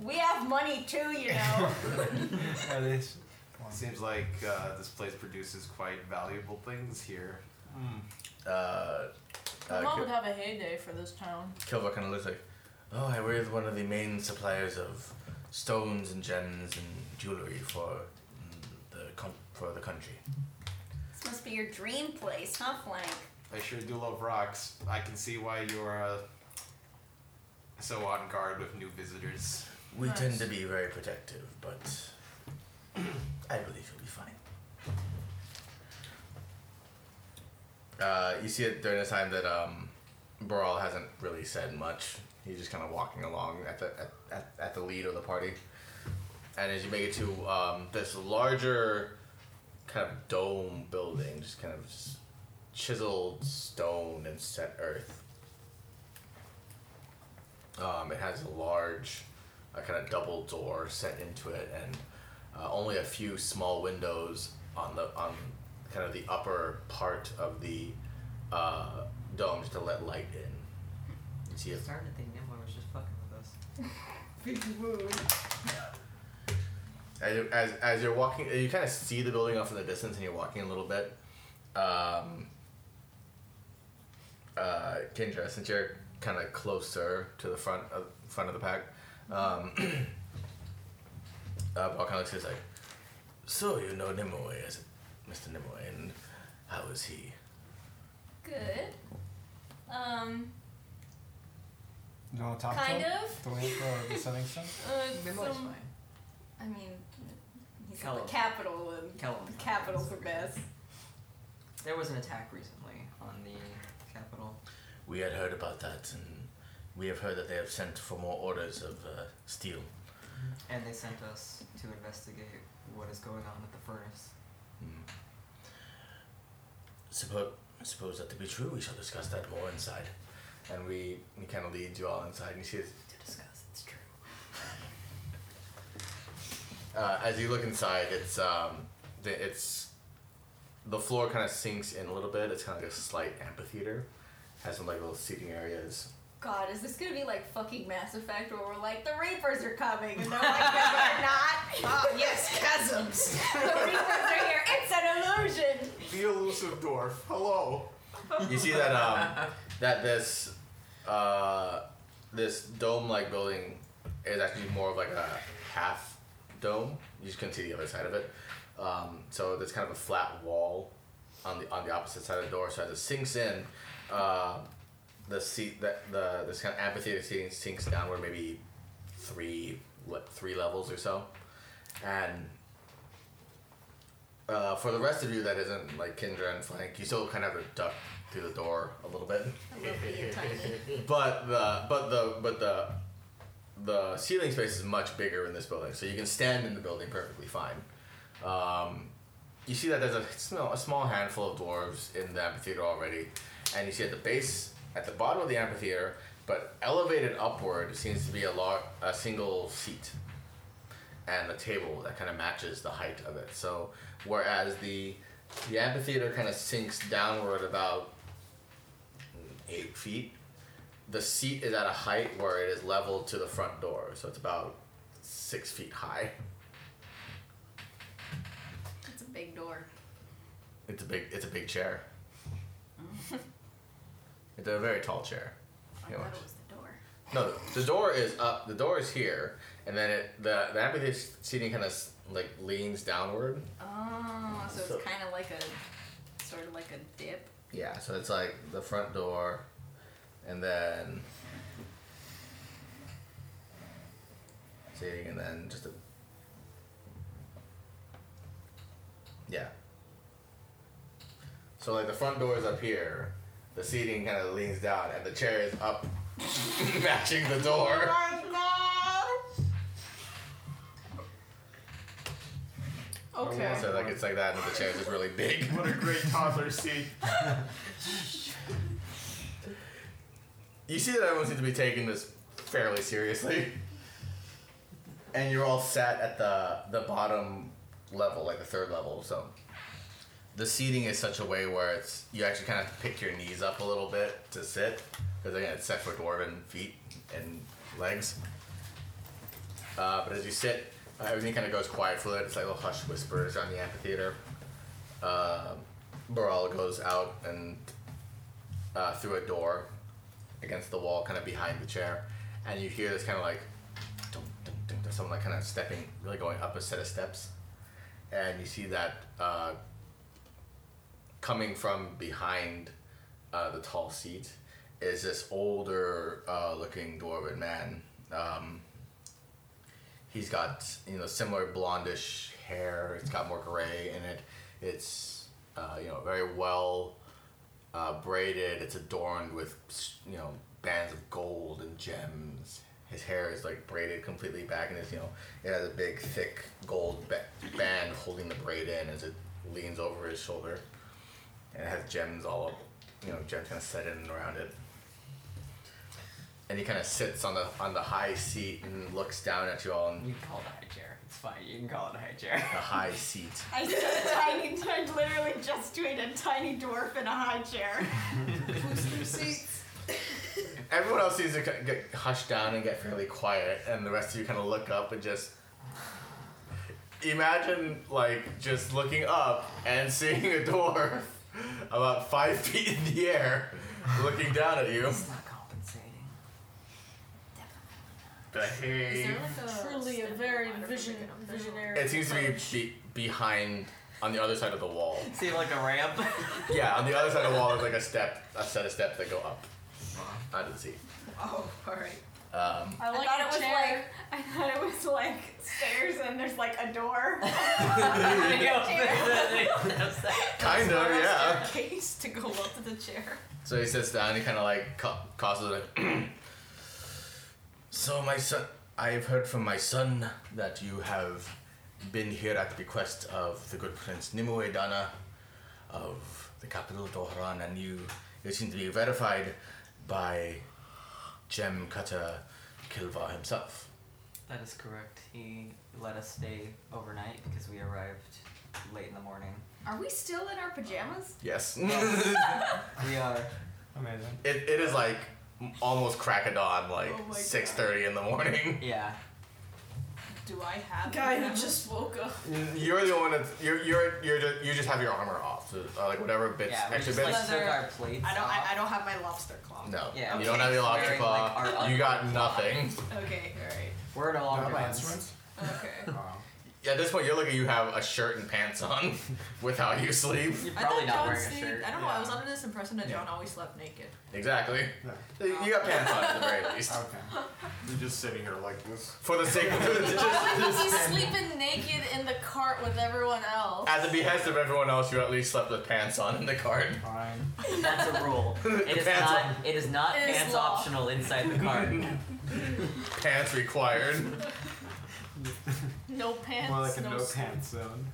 We have money too, you know. Seems like uh, this place produces quite valuable things here. Hmm. Uh, My mom Kil- would have a heyday for this town. Kilva kind of looks like, oh, I we're one of the main suppliers of stones and gems and jewelry for mm, the con- for the country. This must be your dream place, huh, Flank? I sure do love rocks. I can see why you're uh, so on guard with new visitors. We tend to be very protective, but I believe you'll be fine. Uh, you see it during the time that um, Boral hasn't really said much. He's just kind of walking along at the at, at, at the lead of the party. And as you make it to um, this larger kind of dome building, just kind of just chiseled stone and set earth. Um, it has a large, a kind of double door set into it, and uh, only a few small windows on the on kind of the upper part of the uh, dome just to let light in. You see it? started to think Nimue was just fucking with us. As, you- as, as you're walking, you kind of see the building off in the distance, and you're walking a little bit. Um, uh, Kendra, since you're kind of closer to the front of front of the pack, um, uh, Paul kind of looks at you, he's like, "So you know Nimue, is it, Mr. Nimue, and how is he?" Good. Um, You want to talk Kind to him? of. The way for the Southern stuff? uh, some, I mean, he's got Callum. the capital and Callum. the capital for best. There was an attack recently on the capital. We had heard about that, and we have heard that they have sent for more orders of uh, steel. And they sent us to investigate what is going on at the furnace. Mm. Suppose, suppose that to be true. We shall discuss that more inside. And we, we kind of lead you all inside, and you see it. To discuss, it's true. Uh, as you look inside, it's um, the, it's the floor kind of sinks in a little bit. It's kind of like a slight amphitheater, has some like little seating areas. God, is this gonna be like fucking Mass Effect where we're like, the Reapers are coming? And they're like, no, they're not. Ah, yes, chasms. the Reapers are here. It's an illusion. The elusive dwarf. Hello. you see that um that this uh this dome like building is actually more of like a half dome. You just couldn't see the other side of it. Um, so there's kind of a flat wall on the on the opposite side of the door. So as it sinks in, uh, the seat that the this kind of amphitheater seating sinks downward maybe three le- three levels or so, and Uh, for the rest of you that isn't like Kendra and Flank, you still kind of have to duck through the door a little bit. but the but the but the the ceiling space is much bigger in this building, so you can stand in the building perfectly fine. Um, you see that there's a small, a small handful of dwarves in the amphitheater already, and you see at the base, at the bottom of the amphitheater, but elevated upward seems to be a lot a single seat, and a table that kind of matches the height of it. So whereas the the amphitheater kind of sinks downward about eight feet. The seat is at a height where it is level to the front door, so it's about six feet high. It's a big door. It's a big it's a big chair. It's a very tall chair. I Here, thought watch. it was the door. No, the door is up. The door is here, and then it the the amphitheater seating kind of like leans downward. Oh, so So- it's kind of like a, sort of like a dip. Yeah, so it's like the front door, and then seating, and then just a yeah. So like the front door is up here, the seating kind of leans down, and the chair is up, matching the door. Okay. So like it's like that, and the chair is just really big. What a great toddler seat. You see that everyone seems to be taking this fairly seriously. And you're all sat at the the bottom level, like the third level, so the seating is such a way where it's you actually kind of have to pick your knees up a little bit to sit because again it's set for dwarven feet and legs. Uh, but as you sit, uh, everything kind of goes quiet for it. It's like little hush whispers around the amphitheater. Uh, Boral goes out and uh, through a door against the wall, kind of behind the chair, and you hear this kind of like, dunk, dunk, dunk, dunk, someone like kind of stepping, really going up a set of steps, and you see that uh, coming from behind uh, the tall seat is this older uh, looking dwarven man. Um, he's got you know similar blondish hair. It's got more gray in it. It's uh, you know very well uh, braided. It's adorned with you know bands of gold and gems. His hair is like braided completely back, and it's you know it has a big thick gold ba- band holding the braid in as it leans over his shoulder, and it has gems all up, you know gems kind of set in and around it and he kind of sits on the on the high seat and looks down at you all. And you call it a high chair. It's fine. You can call it a high chair. A high seat. I see a tiny, I literally just tweeted a tiny dwarf in a high chair. Everyone else seems to ki- get hushed down and get fairly quiet, and the rest of you kind of look up and just imagine like just looking up and seeing a dwarf about five feet in the air looking down at you. It's not compensating. Behave. Uh, Truly a very vision, visionary. It seems to be, be behind on the other side of the wall. See, like a ramp. Yeah, on the other side of the wall is like a step, a set of steps that go up. I didn't see. Oh, alright. Um, I, like thought your it was chair. like I thought it was like stairs and there's like a door. kind of, Oh, yeah. Case to go up to the chair. So he sits down. He kind of like ca- causes like. so my son, I have heard from my son that you have been here at the bequest of the good prince Nimue Dana of the capital Dohran, and you you seem to be verified by gem cutter Kilvar himself. That is correct. He let us stay overnight because we arrived late in the morning. Are we still in our pajamas? Yes. we are. Amazing. It, it is like almost crack of dawn, like Oh my six thirty in the morning. Yeah. Do I have? Guy who pajamas? just woke up. You're the one that's you're you're you're just, you just have your armor off, so, uh, like whatever bits Yeah, we extra just, bits. like, took our plates I don't. I, I don't have my lobster claw. no, Yeah, you don't have your lobster wearing, claw. like, our you got nothing. Okay. All right. We're in all Not my guns. Oh, instruments? Okay. Yeah, at this point, you're looking. You have a shirt and pants on, with how you sleep. I thought John sleep- I don't know. I was under this impression that John always slept naked. Exactly. You got pants on at the very least. Okay. You're just sitting here like this. For the sake of Why would he be sleeping naked in the cart with everyone else? At the behest of everyone else, you at least slept with pants on in the cart. Fine. That's a rule. It is Pants not. on. It is not It is pants law. optional inside the cart. pants required. No pants. More like a no no s- pants zone.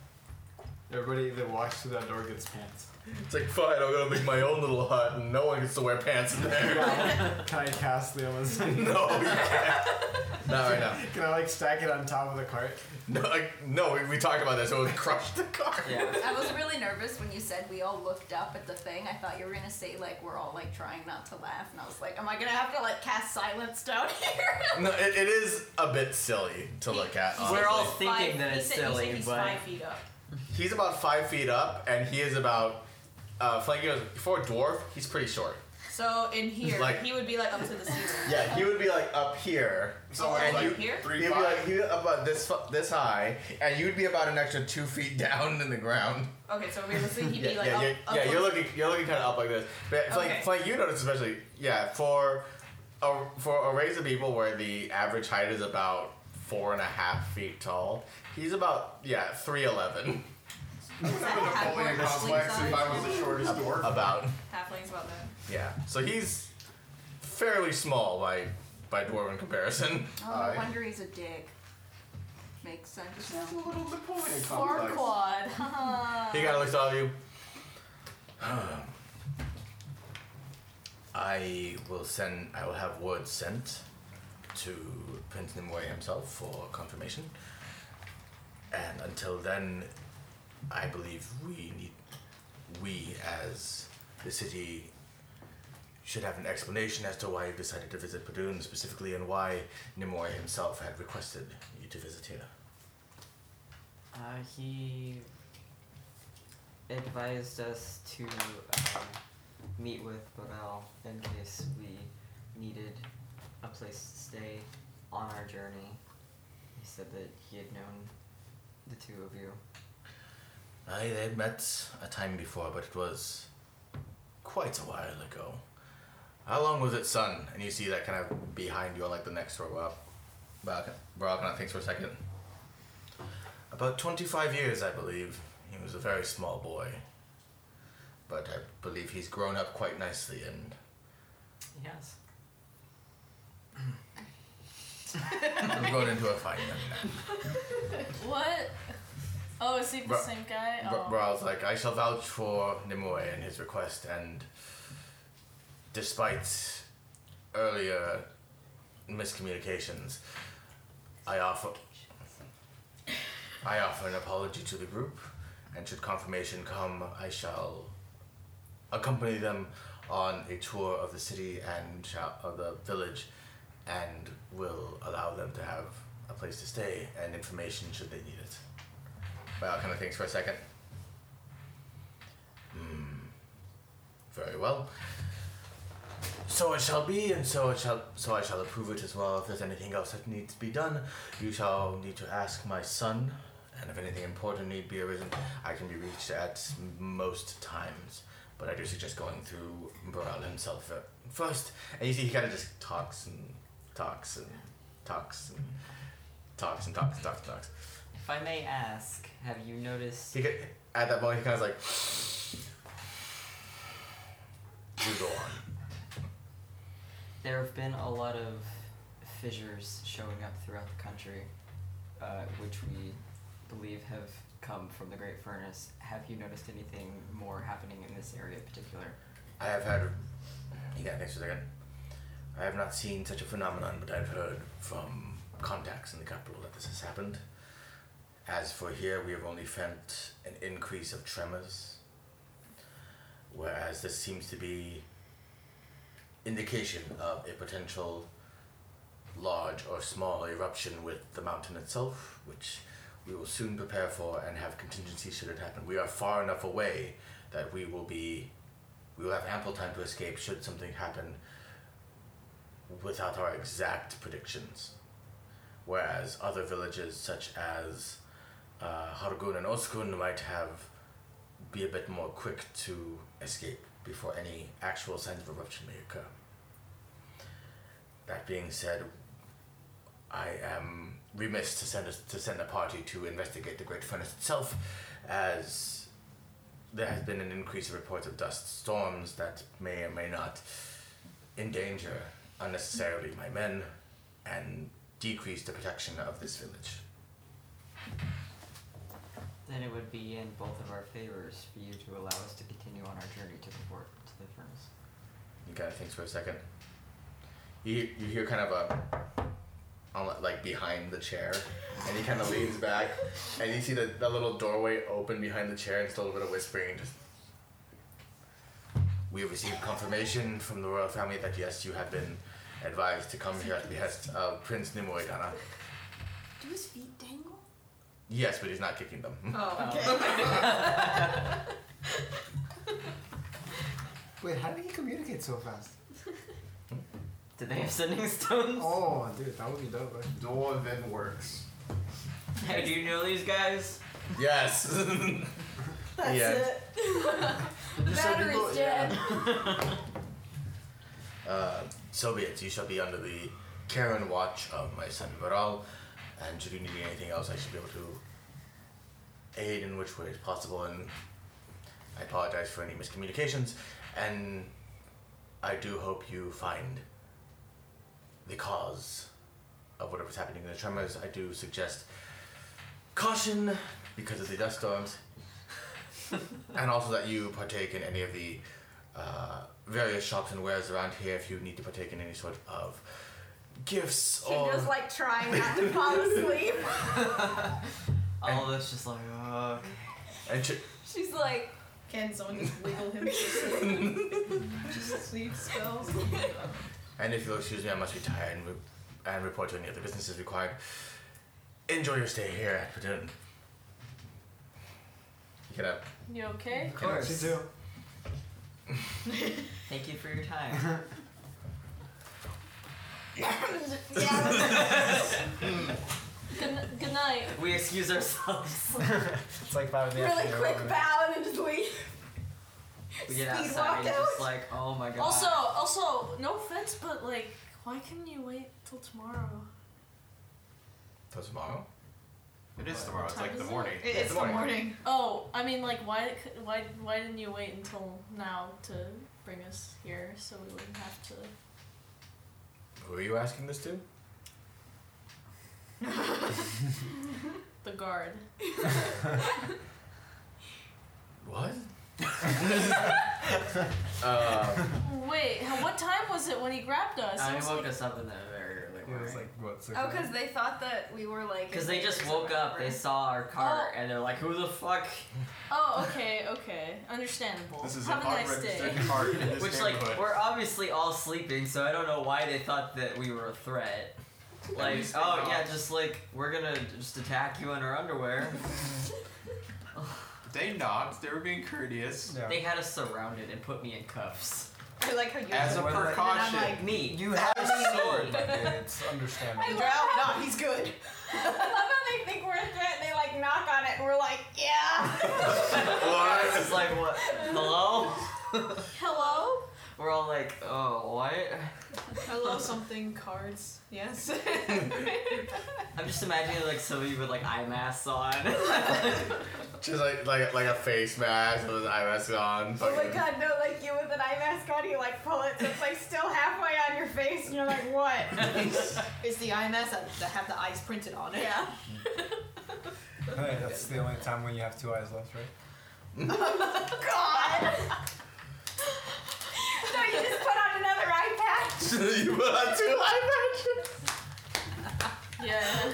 Everybody that walks through that door gets pants. It's like fine. I'm gonna make my own little hut, and no one gets to wear pants in there. Can I cast the Amazon? no, you can't. Not right now. Can I like stack it on top of the cart? No, like, no. We, we talked about this. It would crush the cart. I was really nervous when you said we all looked up at the thing. I thought you were gonna say like we're all like trying not to laugh, and I was like, am I gonna have to like cast silence down here? No, it, it is a bit silly to look at. um, Honestly. We're all thinking Five- that he it's said- he said silly, he's but five feet up. He's about five feet up, and he is about. Uh, Flango, before a dwarf, he's pretty short. So in here, Like- he would be like up to the ceiling. Yeah, he would be like up here. So, Oh, like, and like you, here? He'd be like he'd be up about this fu- this high, and you'd be about an extra two feet down in the ground. Okay, so basically he'd yeah, be like yeah, up, yeah, up yeah, to You're the- looking you're looking kind of up like this. But Flank, Okay. Flank, you notice especially, yeah, for a, for a race of people where the average height is about four and a half feet tall, he's about yeah three eleven. Napoleon complex if I was the shortest dwarf. About Halflings about that. yeah, so he's fairly small by by dwarven comparison. Oh, no wonder he's a dick. Makes sense. Just a little Napoleon Farquad. He kind of looks at all of you. I will send. I will have word sent to Prince Nimue himself for confirmation. And until then, I believe we need, we as the city, should have an explanation as to why you decided to visit Padun specifically, and why Nimue himself had requested you to visit here. uh, he advised us to um, meet with Borel in case we needed a place to stay on our journey. He said that he had known the two of you. I they had met a time before, but it was quite a while ago. How long was it, son? And you see that kind of behind you on like the next row up. Barak Barak kind of thinks for a second. About 25 years, I believe. He was a very small boy. But I believe he's grown up quite nicely and. Yes. I'm going into a fight. I mean, What? Oh, is he the Bro- same guy? Bra- Oh. Braul's like, I shall vouch for Nimue and his request, and despite earlier miscommunications, I offer I offer an apology to the group, and should confirmation come, I shall accompany them on a tour of the city and shall, of the village, and will allow them to have a place to stay and information should they need it. Wow, kind of things for a second. Hmm. Very well. So it shall be, and so it shall. So I shall approve it as well. If there's anything else that needs to be done, you shall need to ask my son. And if anything important need be arisen, I can be reached at most times. But I do suggest going through Boral himself fir- first. And you see, he kind of just talks and talks and talks and talks and talks and talks and talks. If I may ask, have you noticed? He could, at that moment, he kind of like. You go on. There have been a lot of fissures showing up throughout the country, uh, which we believe have come from the Great Furnace. Have you noticed anything more happening in this area in particular? I have had. Yeah, thanks for a second. I have not seen such a phenomenon, but I've heard from contacts in the capital that this has happened. As for here, we have only felt an increase of tremors, whereas this seems to be indication of a potential large or small eruption with the mountain itself, which we will soon prepare for and have contingency should it happen. We are far enough away that we will be we will have ample time to escape should something happen without our exact predictions. Whereas other villages, such as uh, Hargun and Oskun might have be a bit more quick to escape before any actual signs of eruption may occur. That being said, I am remiss to send a, to send a party to investigate the Great Furnace itself, as there has been an increase of reports of dust storms that may or may not endanger unnecessarily my men and decrease the protection of this village. Then it would be in both of our favors for you to allow us to continue on our journey to the fort, to the furnace. You kind of thinks for a second. You, you hear kind of a, on li- like behind the chair, and he kind of leans back, and you see the, the little doorway open behind the chair, and it's a little bit of whispering. and Just, we have received confirmation from the royal family that yes, you have been advised to come here at the behest of Prince Nimue Dana. Do his feet dangle? Yes, but he's not kicking them. Oh, Um, Wait, how do you communicate so fast? Did they have sending stones? Oh, dude, that would be dope. Right? Dwarven works. Hey, do you know these guys? Yes. That's Yeah. it. the Just so battery's people- dead. Uh, so be it. You shall be under the care and watch of my son Varal, and should you need anything else, I should be able to aid in which way is possible. And I apologize for any miscommunications, and I do hope you find the cause of whatever's happening in the tremors. I do suggest caution because of the dust storms, and also that you partake in any of the uh, various shops and wares around here if you need to partake in any sort of gifts She or. just like trying not to fall asleep. All of us just like, oh, okay. And ch- She's like, Can someone just wiggle him? just sleep spells. And if you'll excuse me, I must retire and, re- and report to any other businesses required. Enjoy your stay here at Padoon. You can have. You okay? Of course. You do. Thank you for your time. Good, good night. we excuse ourselves. it's like five in the really afternoon. quick bow and then just leave. We get outside Speed and walk just out. like, oh my god. Also, also, no offense, but like, why couldn't you wait till tomorrow? Till tomorrow? It is tomorrow. It's Time like the is morning. It Yeah, is the morning. Oh, I mean, like, why, c- why, why didn't you wait until now to bring us here so we wouldn't have to? Who are you asking this to? The guard. What? uh, Wait, how, what time was it when he grabbed us? It I mean, was woke like- us up in the very early morning. what? Oh, because they thought that we were like. Because they just invaders or woke up, they whatever. saw our cart, and they're like, who the fuck? Oh, okay, okay, understandable. This is have a an nice day. unregistered card in this Which, like, neighborhood. we're obviously all sleeping, so I don't know why they thought that we were a threat. Like, least they oh know. yeah, just like, we're gonna just attack you in our underwear. They knocked. They were being courteous. They had us surrounded and put me in cuffs. I like how you. As a were like- and then I'm precaution. like, Me. You have a sword, Me. my dude. It's I understandable. love how- no, he's good. I love how they think we're a threat and they like knock on it and we're like, I yeah. was just like, what? Hello? Hello? We're all like, oh, what? Hello, something cards. Yes. I'm just imagining like some of you with like eye masks on. just like like like a face mask with an eye mask on. Oh my fucking- god, no, like you with an eye mask on, you like pull it, so it's like still halfway on your face, and you're like, what? It's the IMS that that have the eyes printed on it. yeah. I think That's the only time when you have two eyes left, right? God! no, you just put on another eye patch. you put on two eye Yeah.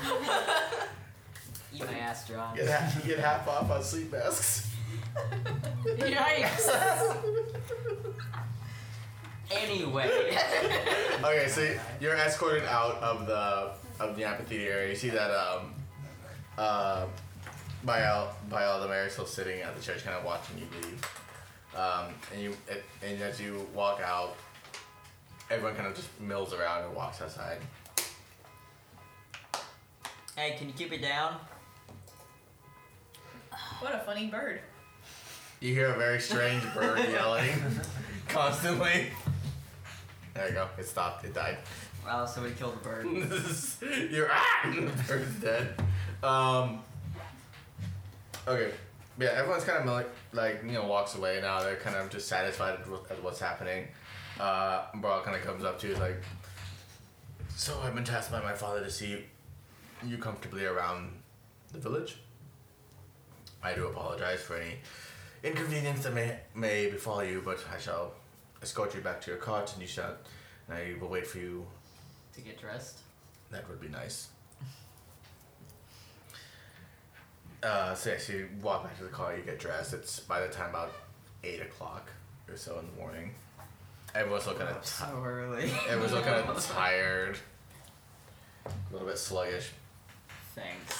Eat my ass, John. Get half, get half off on sleep masks. Yikes. Anyway. okay, so you're escorted out of the of the amphitheater area. You see that um uh by all by all the mayor still sitting at the church kinda watching you leave. Um and you it, and as you walk out, everyone kind of just mills around and walks outside. Hey, can you keep it down? What a funny bird. You hear a very strange bird yelling constantly. There you go. It stopped. It died. Wow, somebody killed the bird. You're ah! the bird's dead. Um. Okay. Yeah, everyone's kind of like, like you know walks away now. They're kind of just satisfied with with what's happening. Uh, Brawl kind of comes up to you, is like, "So I've been tasked by my father to see you, you comfortably around the village. I do apologize for any inconvenience that may may befall you, but I shall escort you back to your cot, and you shall. And I will wait for you. To get dressed? That would be nice. Uh, so yes, you walk back to the car, you get dressed. It's by the time about eight o'clock or so in the morning. Everyone's looking at so early. Everyone's looking at tired, a little bit sluggish. Thanks.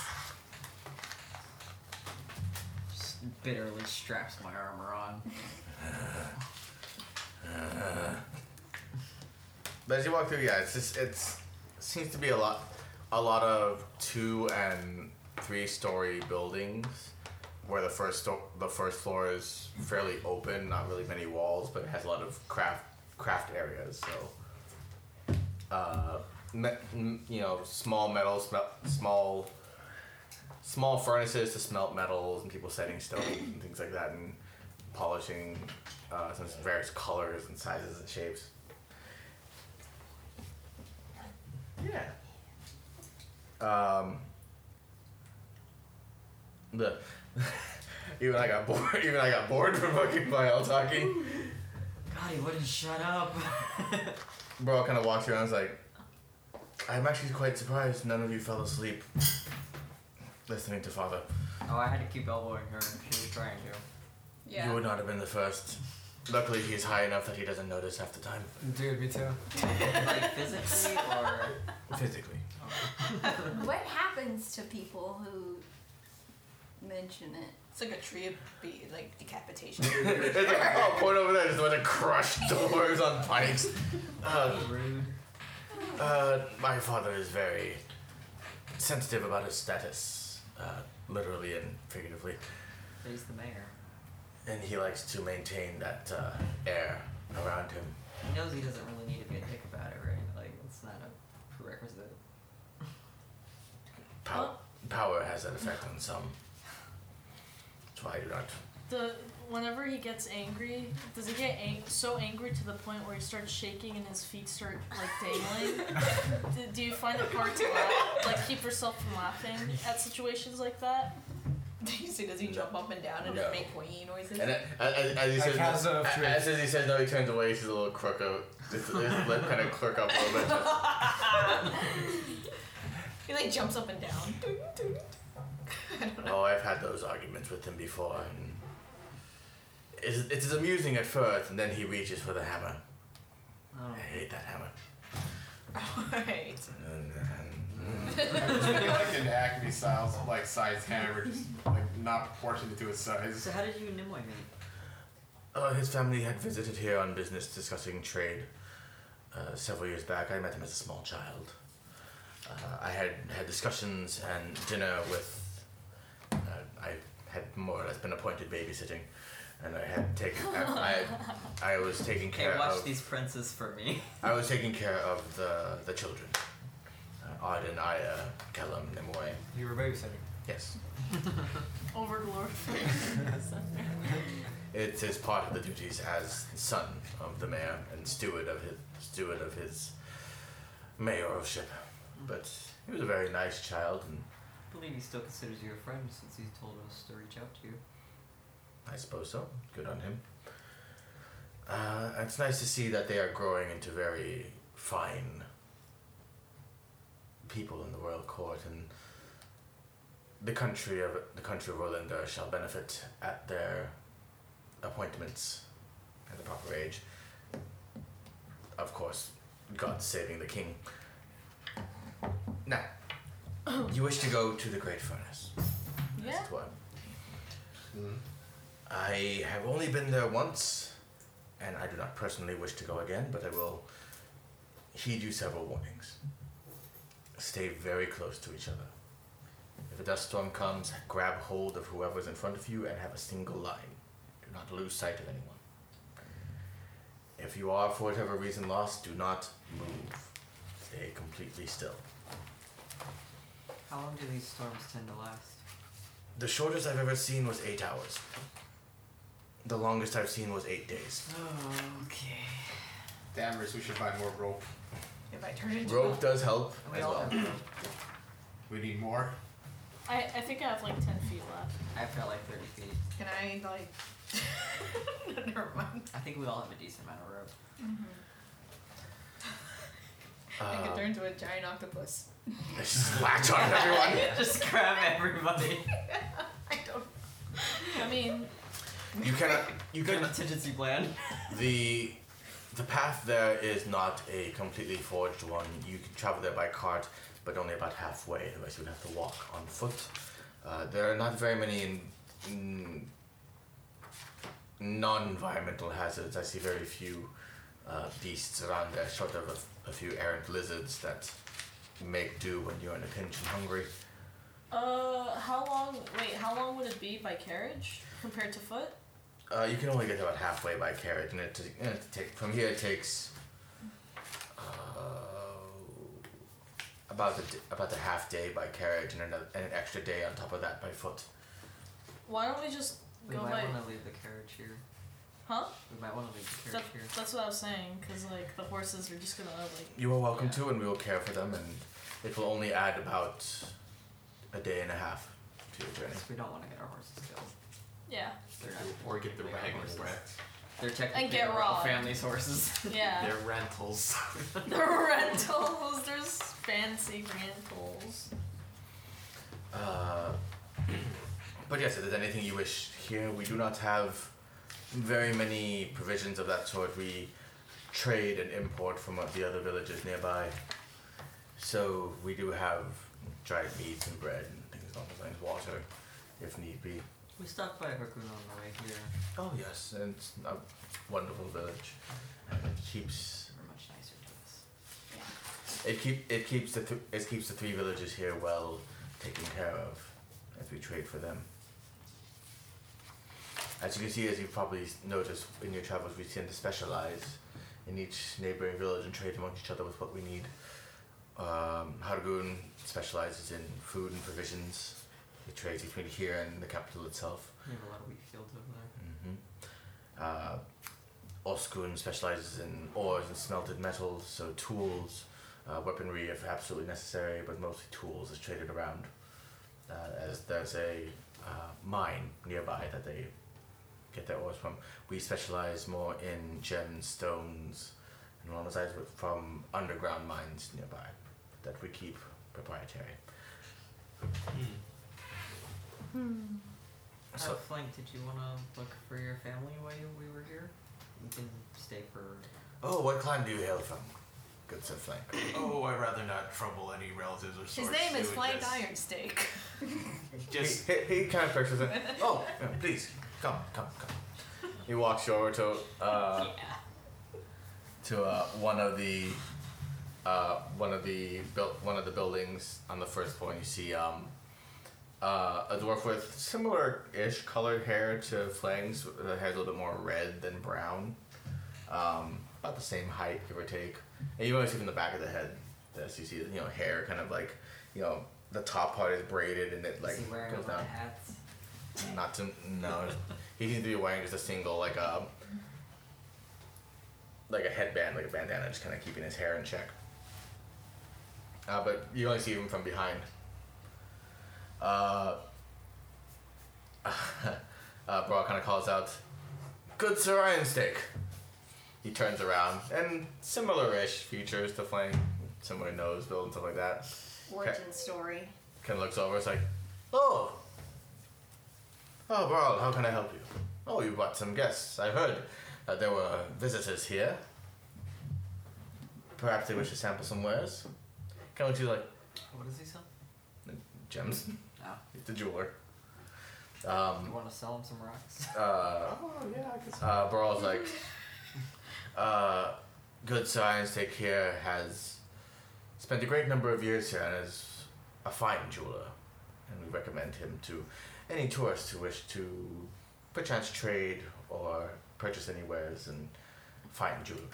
Just bitterly straps my armor on. Uh, But as you walk through, yeah, it's just it's it seems to be a lot, a lot of two and three story buildings, where the first sto- the first floor is fairly open, not really many walls, but it has a lot of craft craft areas. So, uh, me- m- you know, small metal, sm- small small furnaces to smelt metals and people setting stone and things like that and polishing uh, some various colors and sizes and shapes. Yeah. Um, the even I got bored. Even I got bored from fucking by all talking. God, he wouldn't shut up. Bro kind of walks around. and is like, I'm actually quite surprised none of you fell asleep listening to father. Oh, I had to keep elbowing her. She was trying to. You would not have been the first. Luckily, he's high enough that he doesn't notice half the time. Dude, me too. like physically or Physically. what happens to people who mention it? It's like a tree of be like decapitation. it's like, oh, point over there. Just a bunch of crushed doors on pikes. Uh, uh, my father is very sensitive about his status, uh, literally and figuratively, He's the mayor. and he likes to maintain that uh, air around him. He knows he doesn't really need to be a dick about it, right? Like, it's not a prerequisite. Pow- power has that effect on some. That's why I do not. The whenever he gets angry, does he get ang- so angry to the point where he starts shaking and his feet start like dangling? do, do you find it hard to laugh, like keep yourself from laughing at situations like that? Do you see? Does he jump up and down and No. make wee noises? And uh, a- a- a- as he Like says, has a a- trick. as he says, no, he turns away. He's a little crook out. His, his lip kind of clerk up a little bit. he like jumps up and down. Oh, I've had those arguments with him before, and it's, it's amusing at first, and then he reaches for the hammer. Oh. I hate that hammer. Alright. Mm. It's really like an Acme size, like size hammer, just like not proportionate to its size. So, how did you and Nimoy meet? Uh, his family had visited here on business discussing trade uh, several years back. I met him as a small child. Uh, I had had discussions and dinner with. Uh, I had more or less been appointed babysitting, and I had taken. I, I, I was taking Hey, care watch of. these princes for me. I was taking care of the the children. Uh, Arden, Aya, Kellum, Nimue. You were babysitting. Yes. Overlord. It is part of the duties as son of the mayor and steward of his steward of his mayoralship. But he was a very nice child and I believe he still considers you a friend since he's told us to reach out to you. I suppose so. Good on him. Uh, it's nice to see that they are growing into very fine people in the royal court, and the country of the country of Orlando shall benefit at their appointments at the proper age. Of course, God saving the king. Now, you wish to go to the great furnace. Yeah. That's what. I have only been there once, and I do not personally wish to go again, but I will heed you several warnings. Stay very close to each other. If a dust storm comes, grab hold of whoever's in front of you and have a single line. Do not lose sight of anyone. If you are, for whatever reason, lost, do not move. Stay completely still. How long do these storms tend to last? The shortest I've ever seen was eight hours. The longest I've seen was eight days. okay. Damn, Riz, we should buy more rope. If I turn into Rope a- does help We as all well. have rope. We need more. I, I think I have like 10 feet left. I've got like 30 feet. Can I, like. Never mind. I think we all have a decent amount of rope. I Uh, could turn into a giant octopus. Just latch on everyone. Just grab everybody. I don't. I mean, You cannot. You Good cannot. contingency plan. The the path there is not a completely forged one. You can travel there by cart, but only about halfway. The rest you would have to walk on foot. Uh, there are not very many in, in non-environmental hazards. I see very few uh, beasts around there, short of a, a few errant lizards that make do when you're in a pinch and hungry. uh, how long. Wait, how long would it be by carriage compared to foot? Uh, you can only get about halfway by carriage, and it, t- and it take from here it takes uh, about the d- about a half day by carriage, and, another, and an extra day on top of that by foot. Why don't we just We go might by. want to leave the carriage here. Huh? We might want to leave the That, carriage here. that's what I was saying, because like the horses are just gonna like. You are welcome to, and we will care for them, and it will only add about a day and a half to your journey. We don't want to get our horses killed. Yeah. They're not Or get the they aren't wagon horses. wrecked. They're technically And get the royal robbed. family's horses. Yeah. They're rentals. The rentals, there's fancy rentals. Uh, but yes, if there's anything you wish here, we do not have very many provisions of that sort. We trade and import from uh, the other villages nearby. So we do have dried meats and bread and things along those lines, water, if need be. We stopped by Hookman on the way here. Oh yes, and it's a wonderful village. And it keeps They're much nicer to us. it keep it keeps the th- it keeps the three villages here well taken care of as we trade for them. As you can see, as you've probably s- noticed in your travels, we tend to specialize in each neighboring village and trade amongst each other with what we need. Um, Hargun specializes in food and provisions. He trades between here and the capital itself. We have a lot of wheat fields over there. Mm-hmm. Uh, Oskun specializes in ores and smelted metals, so tools, uh, weaponry if absolutely necessary, but mostly tools is traded around. Uh, as there's a uh, mine nearby that they get their ores from. We specialize more in gems, stones, and along those lines, but from underground mines nearby that we keep proprietary. Hmm. So- So, Flank, Uh, did you want to look for your family while you- we were here? You can stay for. Oh, what clan do you hail from? Good Sir Flank. oh, I'd rather not trouble any relatives or His source. name is Flank Flank Ironstake. Just he, he, he kind of pictures it. Oh, yeah, please, come, come, come. He walks you over to uh, to uh, one of the uh, one of the built one of the buildings on the first floor. And you see um, uh, a dwarf with similar-ish colored hair to Flang's. The hair's a little bit more red than brown. Um, about the same height, give or take. And you always see from the back of the head this. You see, you know, hair kind of like, you know, the top part is braided and it like Is he wearing a goes lot down. of hats? Not to no. he seems to be wearing just a single like a like a headband, like a bandana, just kind of keeping his hair in check. Uh, but you only see him from behind. Uh, uh, Brock kind of calls out, "Good Sir Ironstick." He turns around and similar-ish features to Flame, similar nose build and stuff like that. Origin story. Kind of looks over. It's like, oh, oh, Brawl, how can I help you? Oh, you brought some guests. I heard that there were visitors here. Perhaps they wish to sample some wares. Kind of looks at you like What does he sell? gems. Oh. He's the jeweler. You Um, want to sell him some rocks? uh, Oh, yeah, I guess. uh, Brawl's like, uh, good science take here has spent a great number of years here and is a fine jeweler. And recommend him to any tourists who wish to perchance trade or purchase any wares and fine jewelry.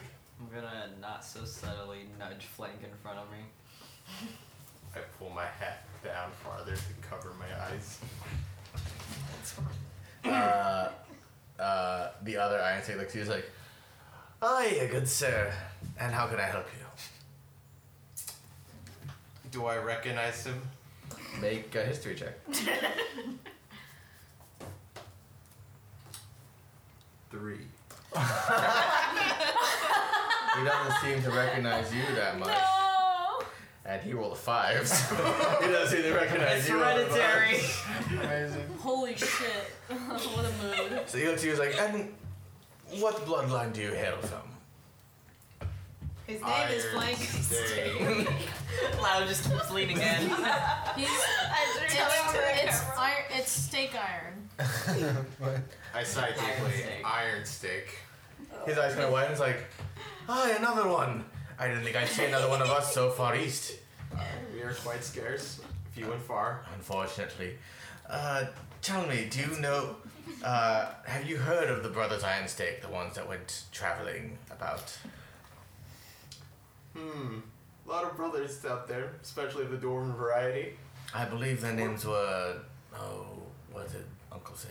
I'm gonna not so subtly nudge Flank in front of me. I pull my hat down farther to cover my eyes. uh, uh, the other Iron State looks at you is like, Oh, yeah, good sir. And how can I help you? Do I recognize him? Make a history check. Three. He doesn't seem to recognize you that much. Oh, No. And he rolled a five, so he doesn't seem to recognize you. all that much. Amazing. Holy shit. what a mood. So he looks at you and is like, And what bloodline do you hail from? His name Iron is Flank. State. Cloud just keeps leaning in. He's, I it's, drew that one right it's, there. iron, it's steak iron. I side deeply. Iron stake. His eyes kind of widen. It's like, ah, another one. I didn't think I'd see another one of us so far east. Uh, we are quite scarce, few and far. Unfortunately. Uh, tell me, do you know? Uh, have you heard of the brothers Ironstake, the ones that went traveling about? Hmm. A lot of brothers out there, especially the dwarven variety. I believe their names were. Oh, what did Uncle say?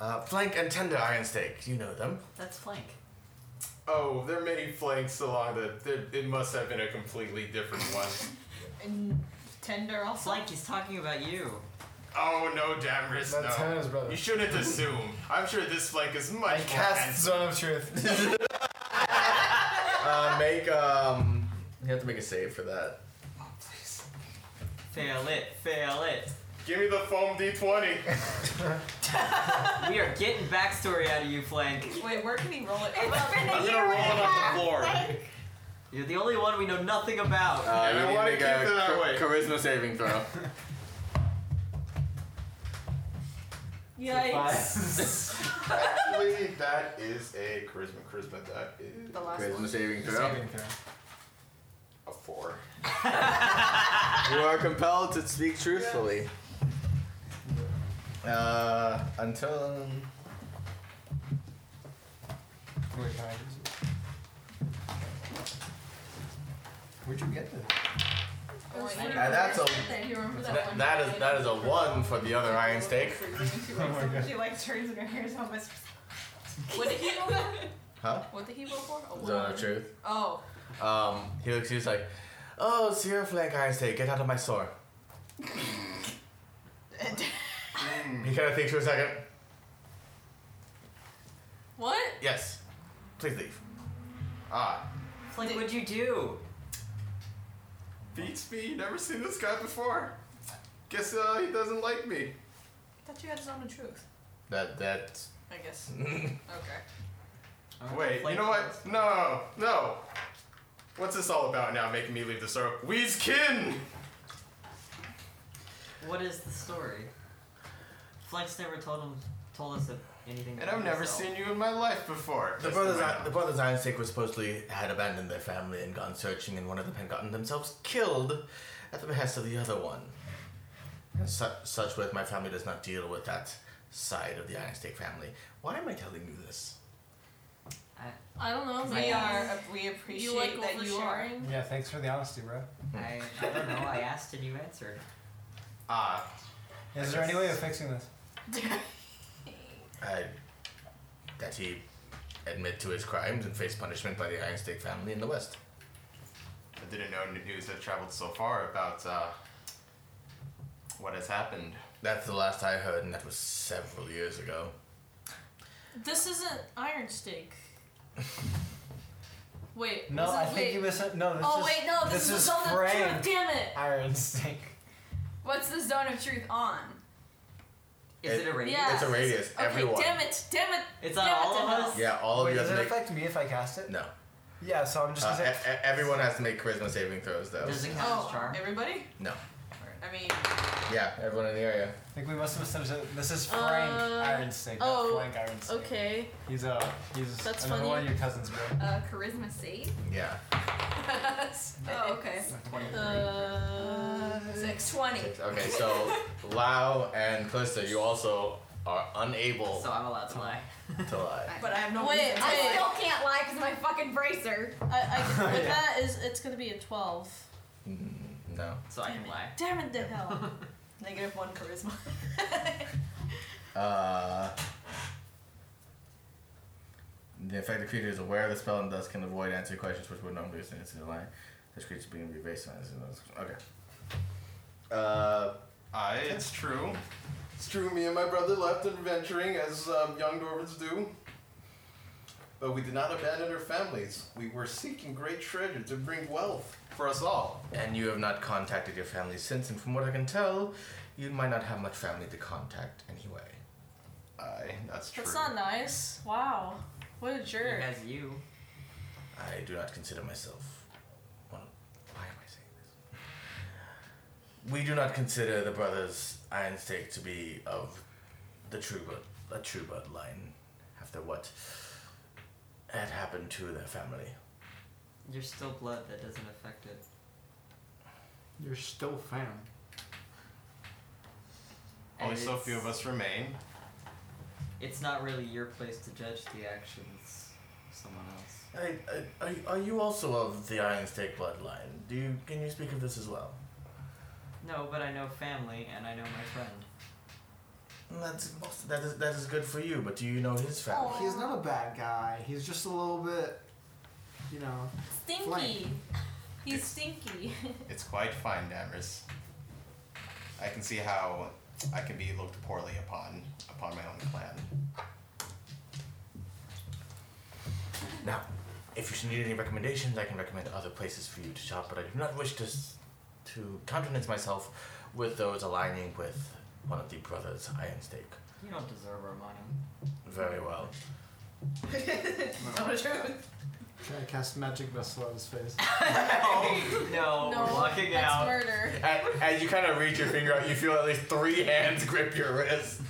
Uh, Flank and Tender Ironstake. You know them. That's Flank. Oh, there are many flanks along the. there- It must have been a completely different one. And tender also. Flank, he's talking about you. Oh no, Damaris, no. That's Hannah's brother. You shouldn't assume. I'm sure this flank is much more handsome. Zone of Truth. uh, make um. You have to make a save for that. Fail it, fail it. Give me the foam D20. we are getting backstory out of you, Flank. Wait, where can he roll it? I'm gonna roll it on the floor. You're the only one we know nothing about. Uh, you need to make a that char- way. charisma saving throw. Yikes. Actually, that is a charisma. Charisma. That is The last Charisma saving The throw. saving a four. you are compelled to speak truthfully. Uh, until Wait, can I use it? Where'd you get this? And that's a You remember that that, one that guy is that is a one for the other iron stake. She like turns in her hair so much. What did he roll for? Huh? What did he roll for? A Zone one. of truth. Oh. Um, he looks. He's like, "Oh, Sierra Flank Iron Stake, get out of my store." He kind of thinks for a second. What? Yes, please leave. Ah. Flank, what'd you do? Beats me. Never seen this guy before. Guess uh, he doesn't like me. thought you had his own truth. That that. I guess. okay. Wait, you know what? No, no. What's this all about now? Making me leave the store? We's kin. What is the story? Flank's never told him, told us of anything. And I've never seen you in my life before. The Just brothers, about. the brothers Ironstake were supposedly had abandoned their family and gone searching, and one of them had gotten themselves killed at the behest of the other one. And su- such with my family does not deal with that side of the Ironstake family. Why am I telling you this? I don't know. We maybe are. We appreciate You like that you are. oversharing? Yeah, thanks for the honesty, bro. I, I don't know. I asked and you answered. Ah. Is there any way of fixing this? Uh, that he admit to his crimes and face punishment by the Ironstake family in the West. I didn't know the news had traveled so far about uh, what has happened. That's the last I heard, and that was several years ago. This isn't Iron Steak. Wait. No, is it- I think wait. you mis- no, this oh is- wait, no, this, this is is the Zone of Fran. Truth. Damn it. Iron Stink. What's the zone of truth on? Is it, a radius? Yeah. It's a radius. Okay, Everyone. damn it, damn it. It's damn on it, all of damn it. us? Yeah, all of Wait, Oh, you have does to it make. affect me if I cast it? No. Yeah, so I'm just Uh, gonna say. e- e- everyone has to make charisma saving throws, though. Does it count? Oh, Uh, Charm. everybody? No. I mean, Yeah, everyone in the area. I think we must have misunderstood. This is Frank Uh, Iron Stink, oh, not Frank Iron Stink. Okay. He's uh he's That's another funny. one of your cousins, bro. Uh, charisma save. Yeah. oh, okay. Uh, six. Six twenty. Okay, so Lau and Calista, you also are unable. So I'm allowed to lie. To lie. But I have no Wait, reason. I wait. still can't lie because of my fucking bracer. Uh, I, I, with Yeah. that is it's gonna be a twelve. Mm, No. So I can lie. Damn it, the hell. Negative one charisma. Uh, the affected creature is aware of the spell and thus can avoid answering questions which would normally be sent to the line. This creature being rebased on this. Okay. Uh, I. It's true. It's true. Me and my brother left adventuring as um, young dwarves do. But we did not abandon our families. We were seeking great treasure to bring wealth for us all. And you have not contacted your family since, and from what I can tell, you might not have much family to contact anyway. Aye, that's That's not nice. Wow. What a jerk. As you. I do not consider myself. One, why am I saying this? We do not consider the brothers Iron Stake to be of the true blood, a true bloodline, after what had happened to their family. You're still blood. That doesn't affect it. You're still found. And Oh, Only so it's- few of us remain. It's not really your place to judge the actions of someone else. I, I, are- are you also of the Iron Stake bloodline? Do you can you speak of this as well? No, but I know family and I know my friend. That's that is that is good for you, but do you know his family? He's not a bad guy. He's just a little bit, you know. Stinky. Flank. He's stinky. It's quite fine, Damaris. I can see how I can be looked poorly upon upon my own clan. Now, if you should need any recommendations, I can recommend other places for you to shop, but I do not wish to s- to countenance myself with those aligning with one of the brothers Iron Stake. You don't deserve our money. Very well. Tell the truth. Can I cast magic vessel on his face? Oh, no, No, that's murder. As, as you kind of reach your finger out, you feel at least three hands grip your wrist.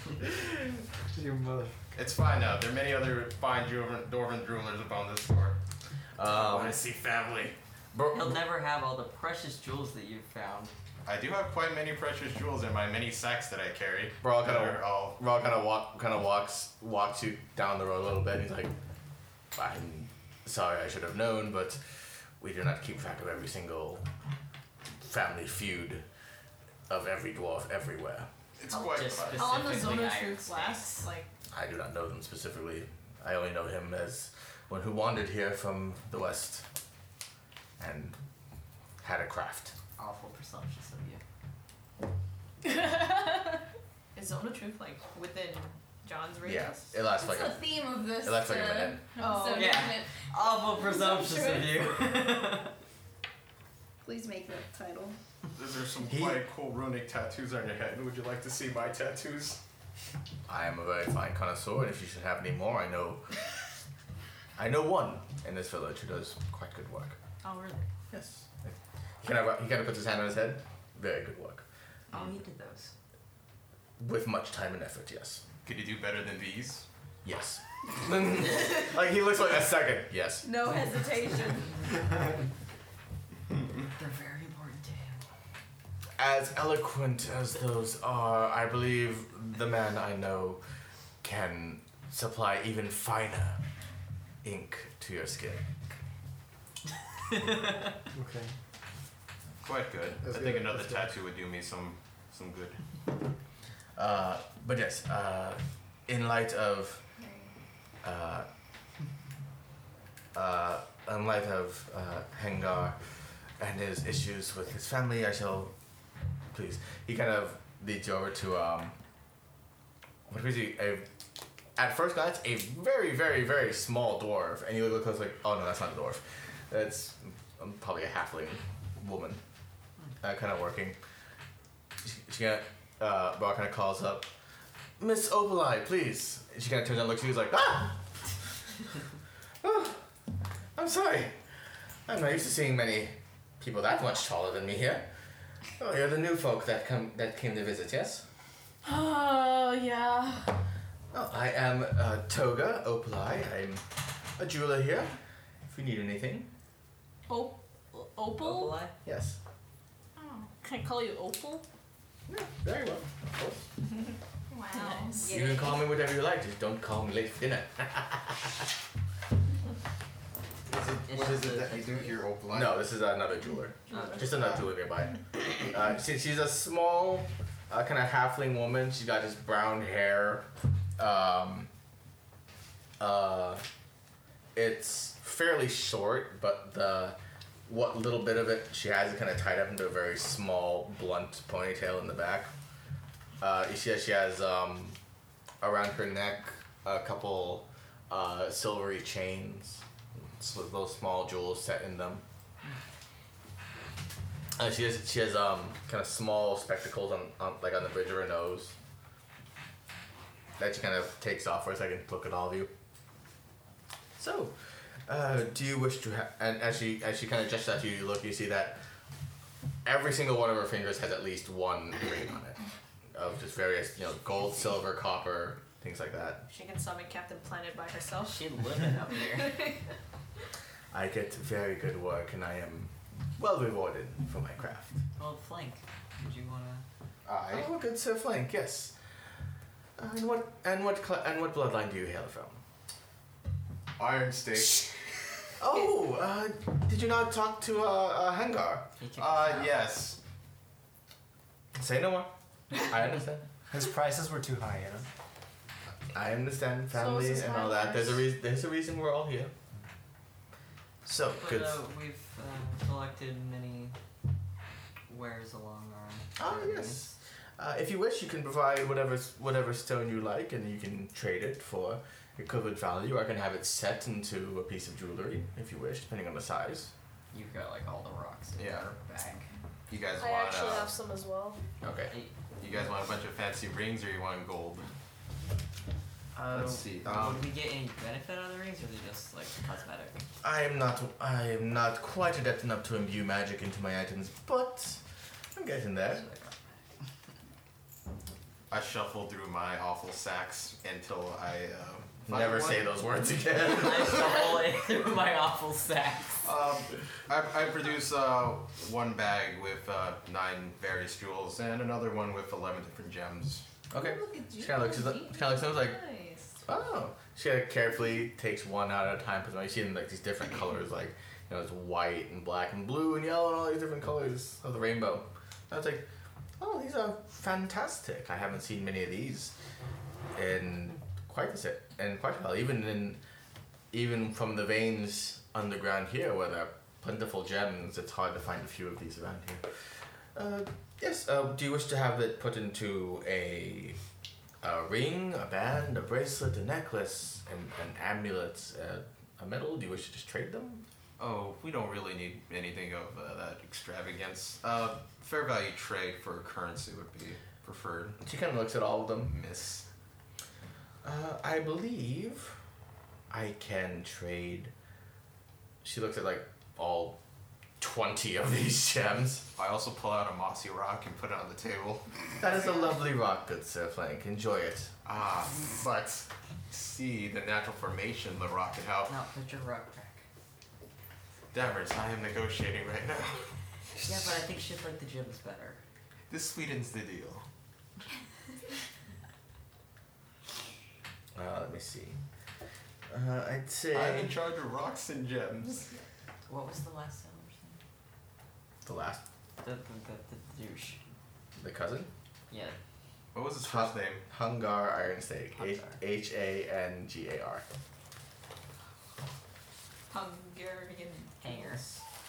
you mother. It's fine now. There are many other fine Dwarven, Dwarven droolers upon this Um, floor. I want to see family. He'll never have all the precious jewels that you've found. I do have quite many precious jewels in my many sacks that I carry. We're all that kind are all of we're all kind of walk kind of walks walks you down the road a little bit. And he's like, I'm sorry, I should have known, but we do not keep track of every single family feud of every dwarf everywhere. It's quite Just fun. How long does specifically Zona's Iron truth last? Like, I do not know them specifically. I only know him as one who wandered here from the west and had a craft. Awful presumptuous of you. Is Zone of Truth like within John's radius? Yeah, it lasts That's like a the theme of this. it lasts like a uh, minute. episode, Oh, yeah. isn't it? Awful presumptuous of you. Please make that title. Those are some quite cool runic tattoos on your head. Would you like to see my tattoos? I am a very fine connoisseur, and if you should have any more, I know. I know one in this village who does quite good work. Oh really? Yes. He kind of he kind of puts his hand on his head. Very good work, Oh, he did those. with much time and effort. Yes. Could you do better than these? Yes. like he looks like a second. Yes. No hesitation. They're very important to him. As eloquent as those are, I believe the man I know can supply even finer ink to your skin. Okay. Quite good. That's I think good, another that's good. tattoo would do me some some good. Uh, but yes, uh, in light of, uh, uh, in light of uh, Hengar and his issues with his family, I shall please. He kind of leads you over to um. What is he? A, at first glance, a very, very, very small dwarf, and you look close, like, oh no, that's not a dwarf. That's um, probably a halfling woman, uh, kind of working. She, she kind of, uh, Brock kind of calls up, Miss Opalai, please. And she kind of turns around, looks at you, is like, ah! Oh, I'm sorry. I'm not used to seeing many people that much taller than me here. Oh, you're the new folk that come that came to visit, yes? oh yeah. Oh, I am uh, Toga Opalai. I'm a jeweler here. If you need anything, Op- opal. yes. Oh. Can I call you Opal? Very well. Wow. You can call me whatever you like, just don't call me late for dinner. What is it that you do here, Opal? No, this is another jeweler. Okay. Just another jeweler nearby. Uh, she, she's a small, uh, kind of halfling woman. She's got this brown hair. Um, uh, it's fairly short, but the what little bit of it she has it kind of tied up into a very small, blunt ponytail in the back. Uh, she has, she has um, around her neck a couple uh, silvery chains, s- with little small jewels set in them. Uh, she has she has um kind of small spectacles on, on like on the bridge of her nose. That she kind of takes off for a second to look at all of you. So, uh, do you wish to have? And as she as she kind of gestures at you, you look. You see that every single one of her fingers has at least one ring on it, of just various you know gold, silver, copper, things like that. She can summon Captain Planet by herself. She living up I get very good work, and I am well rewarded for my craft. Well, flank. Would you wanna? I oh, good Sir Flank, yes. And what and what cl- and what bloodline do you hail from? Iron State. oh, uh, did you not talk to uh, uh Hangar? Uh, yes. Say no more. I understand. His prices were too high, you know. I understand So family is this and all that. There's a Hangar's? reason. There's a reason we're all here. So But, good. um, Uh, we've uh, collected many wares along our. Ah, yes. Uh, if you wish, you can provide whatever whatever stone you like, and you can trade it for equivalent value. I can have it set into a piece of jewelry if you wish, depending on the size. You've got like all the rocks in Yeah. your bag. You guys I want actually uh, have some as well. Okay. You guys want a bunch of fancy rings or you want gold? Uh, Let's see, um, would we get any benefit out of the rings, or are they just like cosmetic? I am not I am not quite adept enough to imbue magic into my items, but I'm getting Uh, there. I shuffle through my awful sacks until I um, find Never one. say those words again. I shuffle it through my awful sacks. Um, I, I produce uh, one bag with uh, nine various jewels and another one with eleven different gems. Okay. She kind of looks. She kind of looks. I was like, oh. She kind of carefully takes one out at a time. Because you see in like these different colors, like you know, it's white and black and blue and yellow and all these different colors of the rainbow. I was like, oh, these are fantastic. I haven't seen many of these in quite a set, in quite a while. Even in, even from the veins underground here, where there are plentiful gems, it's hard to find a few of these around here. Uh, yes. Uh, do you wish to have it put into a, a ring, a band, a bracelet, a necklace, and an amulet, uh, a medal? Do you wish to just trade them? Oh, we don't really need anything of uh, that extravagance. Uh, fair value trade for currency would be preferred. She kind of looks at all of them. Miss. Uh, I believe I can trade. She looks at like all twenty of these gems. I also pull out a mossy rock and put it on the table. That is a lovely rock, good Sir Flank. Enjoy it. Ah, but see the natural formation of the rock and how. Now put your rock back. Davers, I am negotiating right now. Yeah, but I think shit like the gems better. This sweetens the deal. Uh, let me see. Uh, I'd say I'm in charge of rocks and gems. What was the last sound? or something? the last, The, the, the, the douche. the cousin. Yeah. What was his first name? Hungar Iron Steak. H A N G A R. Hungarian Hanger.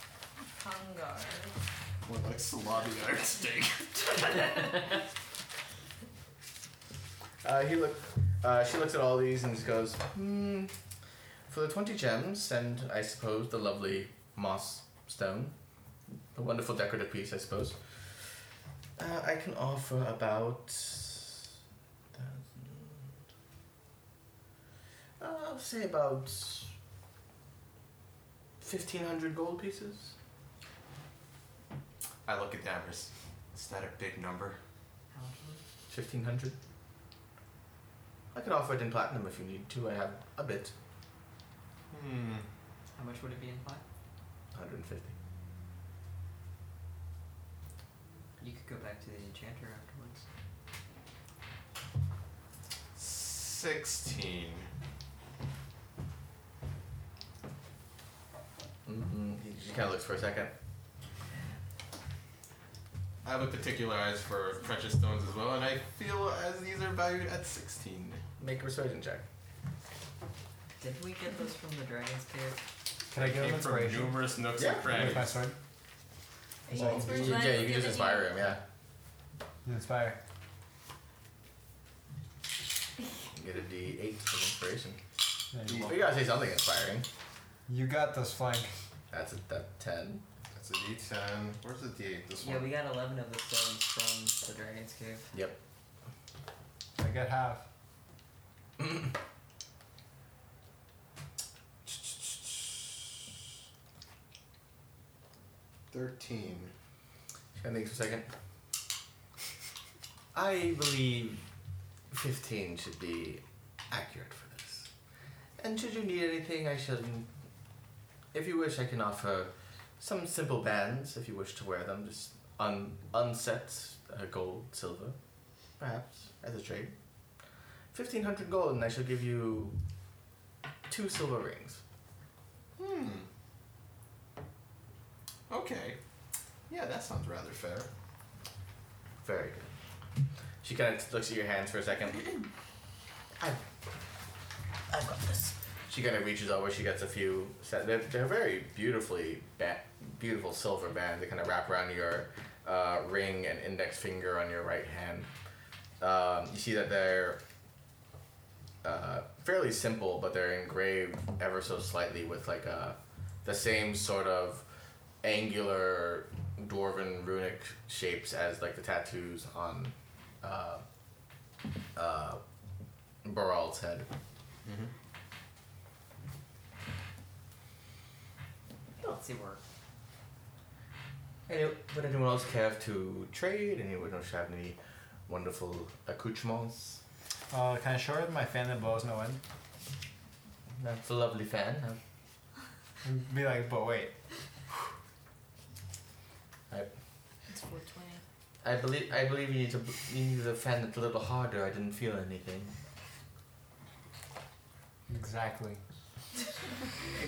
Hungar. More like salami iron steak. Uh, he look. Uh, she looks at all these and just goes, hmm. For the twenty gems and I suppose the lovely moss stone, the wonderful decorative piece, I suppose. Uh, I can offer about. Uh, I'll say about fifteen hundred gold pieces. I look at Davers. Is that a big number? Fifteen hundred. I could offer it in platinum if you need to. I have a bit. Hmm. How much would it be in five? One hundred and fifty. go back to the enchanter afterwards. 16. Mm-mm. He just kind of looks for a second. I have a particular eyes for precious stones as well, and I feel as these are valued at 16. Make a persuasion check. Did we get those from the dragon's cave? Can I get Came from numerous nooks and crannies. With my sword. Well, you- yeah, you can just inspire him, yeah. You inspire. Get a D8 of inspiration. Yeah, you You, will. you gotta say something inspiring. You got this flank. That's a that 10. That's a D10. Where's the D8? This Yeah, one. we got 11 of the stones from the dragon's cave. Yep. I got half. Thirteen. Can I think for a second? I believe 15 should be accurate for this. And should you need anything, I should. If you wish, I can offer some simple bands if you wish to wear them, just un, unset uh, gold, silver, perhaps, as a trade. 1500 gold, and I shall give you two silver rings. Hmm. Okay. Yeah, that sounds rather fair. Very good. She kind of looks at your hands for a second. I, I got this. She kind of reaches over. She gets a few. Set, they're, they're very beautifully, ba- beautiful silver bands. They kind of wrap around your uh, ring and index finger on your right hand. Um, you see that they're uh, fairly simple, but they're engraved ever so slightly with like a the same sort of angular dwarven runic shapes as like the tattoos on uh, uh, Baral's head. Let's see work. Any, would anyone else care to trade? Anyone else have any wonderful accoutrements? Uh, can I show her my fan that blows no wind? That's a lovely fan. Huh? And Be like, but wait. I, It's 420. I believe I believe you need to you need to fan it a little harder. I didn't feel anything. Exactly.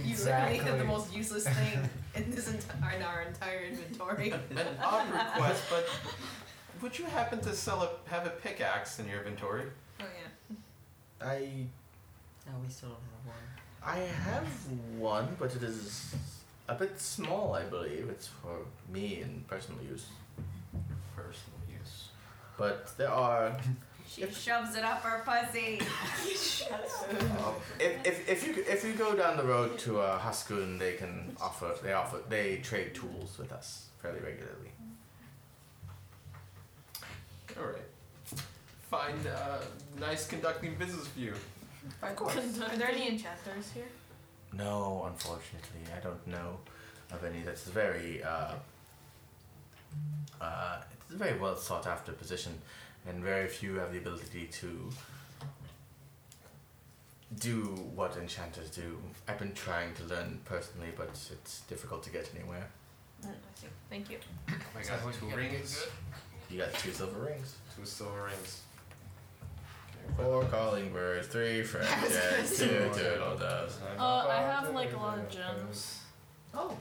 You literally have the most useless thing in this entire in our entire inventory. An odd request, but would you happen to sell a have a pickaxe in your inventory? Oh yeah. I No, Oh, we still don't have one. I have one, but it is a bit small. I believe it's for me and personal use. Personal use. But there are. She shoves it up her pussy. if, if, if you if you go down the road to uh, Haskun, they can offer they offer they trade tools with us fairly regularly. All right. Find uh, nice conducting business for you. Of course. Are there any enchanters here? No, unfortunately, I don't know of any. That's very uh, uh, it's a very well sought after position, and very few have the ability to do what enchanters do. I've been trying to learn personally, but it's difficult to get anywhere. Mm, I see. Thank you. Oh I got two rings. You got two silver rings. Two silver rings. Four calling birds, three friends, I was gonna and say- two turtle doves. Uh, I have like a lot of gems. Oh.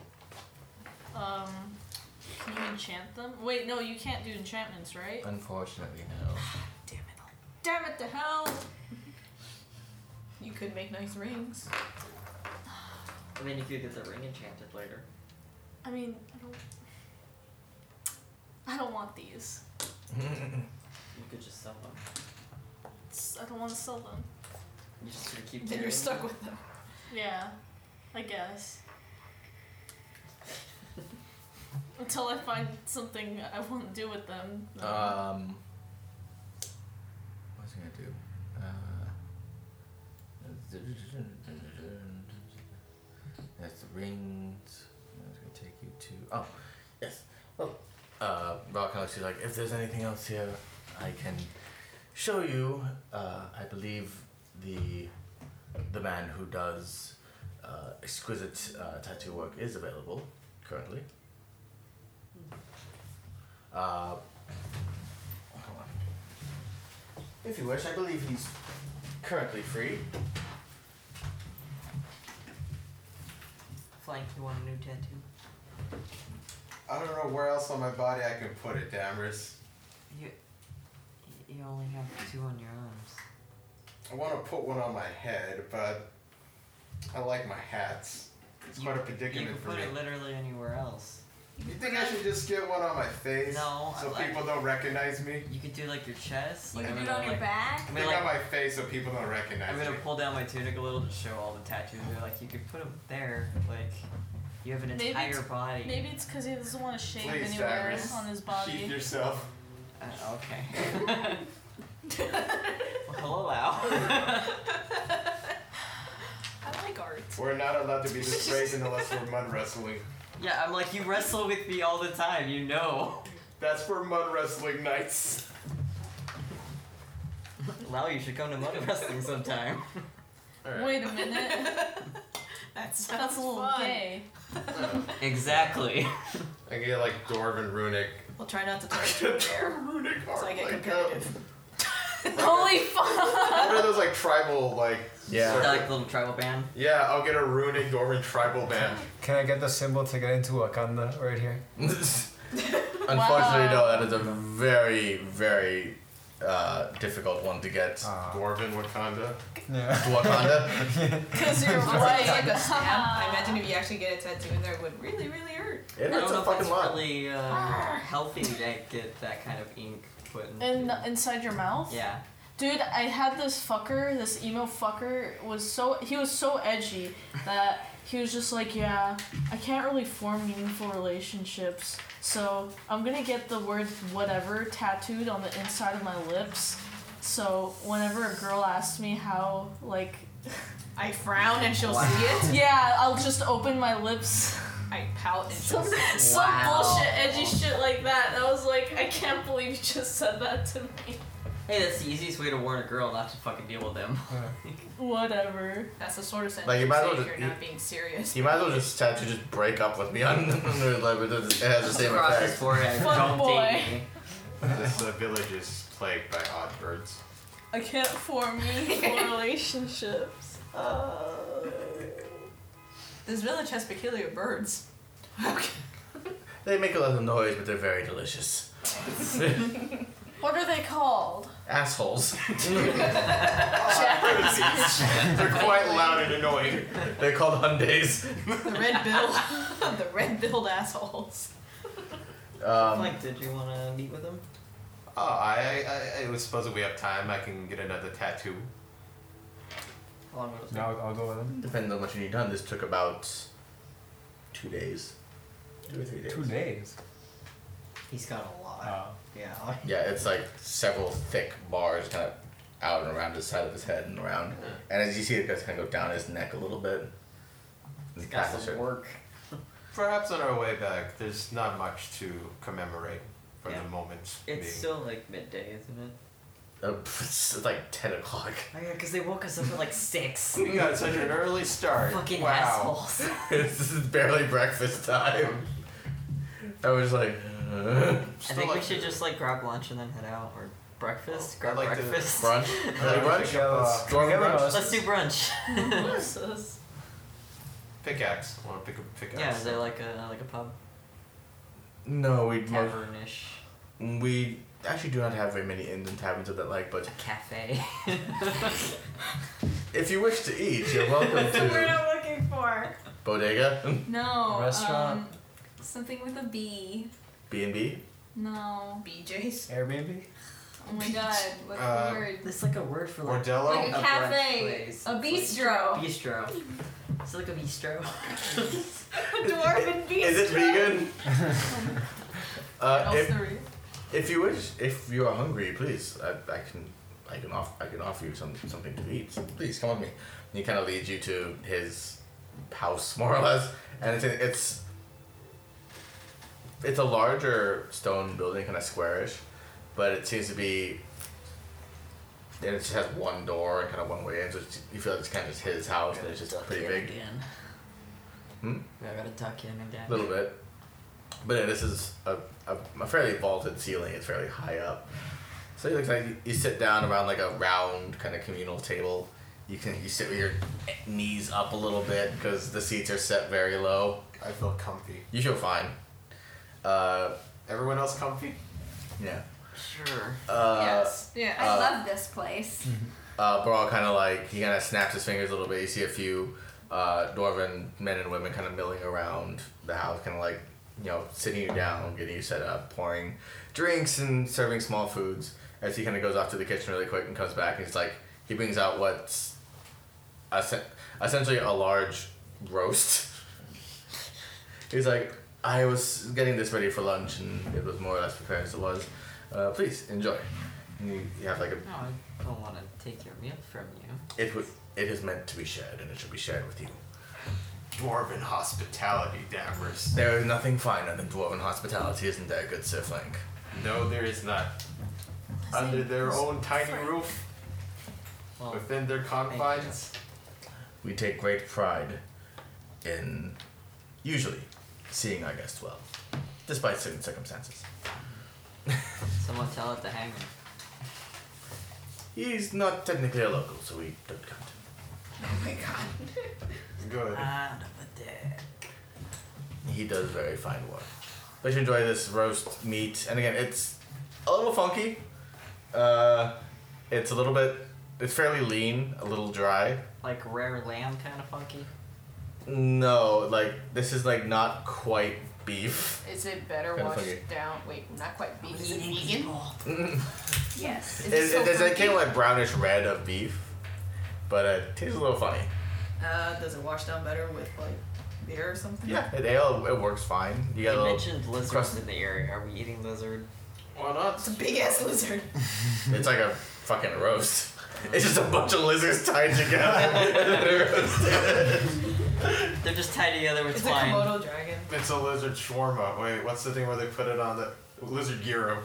Um, can you enchant them? Wait, no, you can't do enchantments, right? Unfortunately, no. Damn it to hell! You could make nice rings. I mean, you could get the ring enchanted later. I mean, I don't. I don't want these. You could just sell them. It's- I don't want to sell them. You just sort of keep Then you're carrying stuck them. with them. Yeah, I guess. Until I find something I want to do with them. Um. What was I gonna do? Uh, that's the rings. I was gonna take you to. Oh, yes. Well, uh, Rock Alex is like, if there's anything else here, I can show you. Uh, I believe the the man who does uh, exquisite uh, tattoo work is available currently. Uh, If you wish, I believe he's currently free. Flank, you want a new tattoo? I don't know where else on my body I can put it, Damaris. You, you only have two on your arms. I want to put one on my head, but I like my hats. It's quite a predicament you can for put me. it literally anywhere else. You think I should just get one on my face? No, I So like- people don't recognize me? You could do like your chest. You Like, I'm could do it gonna, on your like- back. I'm Think gonna, on like- my face so people don't recognize I'm gonna me. pull down my tunic a little to show all the tattoos. They're like, you could put them there. Like, you have an Maybe entire it's- body. Maybe it's because he doesn't want to shave Please, anywhere Cyrus, on his body. sheath yourself. Uh, okay. well, allow. I like art. We're not allowed to be this brazen unless we're mud wrestling. yeah, I'm like, you wrestle with me all the time, you know. That's for mud wrestling nights. Lau, you should come to mud wrestling sometime. Wait a minute. that sounds a little fun. gay. Exactly. I get like Dwarven runic. We'll try not to touch your hair. so I get competitive. Holy What are those like tribal like? Yeah. Like little tribal band. Yeah, I'll get a runic Dwarven tribal band. Can I get the symbol to get into Wakanda right here? Unfortunately, no, that is a very, very uh, difficult one to get. Dwarven Wakanda. Yeah. Wakanda. Because you're That's right. Like like a stamp. I imagine if you actually get a tattoo in there, it would really, really hurt. I don't know if it's really uh, healthy to get that kind of ink put in. In, inside your mouth? yeah. Dude, I had this fucker, this emo fucker, was so he was so edgy that he was just like, yeah, I can't really form meaningful relationships, so I'm gonna get the word whatever tattooed on the inside of my lips. So whenever a girl asks me how, like, I frown and she'll see it. yeah, I'll just open my lips. I pout and she'll Some, see it. some bullshit edgy shit like that. And I was like, I can't believe you just said that to me. Hey, that's the easiest way to warn a girl not to fucking deal with them. Whatever. That's the sort of sentence Like, you you might say as well if just- you're not being serious. You might as well just tattoo just break up with me on the like, it doesn't- it has the same Across effect. his forehead, Fuck don't boy. date this uh, village is plagued by odd birds. I can't form meaningful relationships. Uh, This village has peculiar birds. They make a lot of noise, but they're very delicious. what are they called? Assholes. They're quite loud and annoying. They're called Hyundais. the red bill, the red billed assholes. Um, like, did you want to meet with them? Oh, I, I, I, it was supposed we have time. I can get another tattoo. How long would it take? I'll, I'll go with him. Depends on what you need done. This took about two days. Two or three days. Two days. He's got a lot. Uh, Yeah. Yeah, it's like several thick bars kind of out and around the side of his head and around. And as you see, it goes kind of go down his neck a little bit. It's got some work. Perhaps on our way back, there's not much to commemorate for Yeah. the moment. It's being. still like midday, isn't it? Uh, it's like 10 o'clock. Oh yeah, because they woke us up at like six. We got such an early start. Fucking Wow. assholes. this is barely breakfast time. I was like, uh, I think we should just like grab lunch and then head out or breakfast. grab like to- breakfast. Brunch? Early brunch? Yeah, let's- Uh, Dwarven let's- brunch? Let's do brunch. what is this? Pickaxe. Want to pick a pickaxe? yeah, is there like a like a pub? no, we Tavernish. We actually do not have very many inns and taverns of that like, but cafe. if you wish to eat, you're welcome We're to not looking for. bodega, Mm. No. Restaurant. um, something with a B. B and B. No. BJ's. Airbnb? Oh my god. What's Uh, the word? That's like a word for like Bordello? Like a brunch cafe. place. A bistro. Bistro. It's like a bistro. Dwarven bistro. Is it vegan? uh, Else if, there is. if you wish, if you are hungry, please, I, I can, I can off, I can offer you some something to eat. Please come with me. And he kind of leads you to his house, more or less, and it's it's it's a larger stone building, kind of squarish, but it seems to be. And it just has one door and kind of one way in, so it's, you feel like it's kind of just his house, and it's just pretty big. Again. Hmm? I gotta tuck in again. A little bit. But yeah, this is a, a, a fairly vaulted ceiling. It's fairly high up. So you look like you sit down around like a round kind of communal table. You can you sit with your knees up a little bit because the seats are set very low. I feel comfy. You feel fine. Uh, Everyone else comfy? yeah. Sure. Uh, yes. Yeah. I uh, love this place. Uh, Baral kind of like he kind of snaps his fingers a little bit. You see a few uh, dwarven men and women kind of milling around the house, kind of like you know sitting you down, getting you set up, pouring drinks and serving small foods. As he kind of goes off to the kitchen really quick and comes back, and he's like he brings out what's essen- essentially a large roast. he's like, I was getting this ready for lunch, and it was more or less prepared as it was. Uh, please enjoy. And you, you have like a No, I don't want to take your meal from you. It was. It is meant to be shared, and it should be shared with you. Dwarven hospitality, Davros. There is nothing finer than dwarven hospitality, isn't there, good Sir Frank? No, there is not. Under their own tiny roof, Oh. within their confines. We take great pride in usually seeing our guests well, despite certain circumstances. Someone tell it to hang him. He's not technically a local, so we don't count. Oh my god. Good. Out of Ah, the dead. He does very fine work. But you enjoy this roast meat, and again, it's a little funky. Uh, it's a little bit. It's fairly lean, a little dry. Like rare lamb kind of funky. No, like this is like not quite beef. Is it better Kinda washed funky. down? Wait, not quite beef. Is it vegan? yes. It, it, it's like kind of like brownish red of beef, but uh, it tastes a little funny. Uh, does it wash down better with like beer or something? Yeah, it, it, all- it works fine. You got a You little mentioned lizards crust- in the area. Are we eating lizard? Why not? It's a big ass lizard. It's like a fucking roast. It's just a bunch of lizards tied together. They're just tied together with It's a twine. Komodo dragon. It's a lizard shawarma. Wait, what's the thing where they put it on the lizard gyro?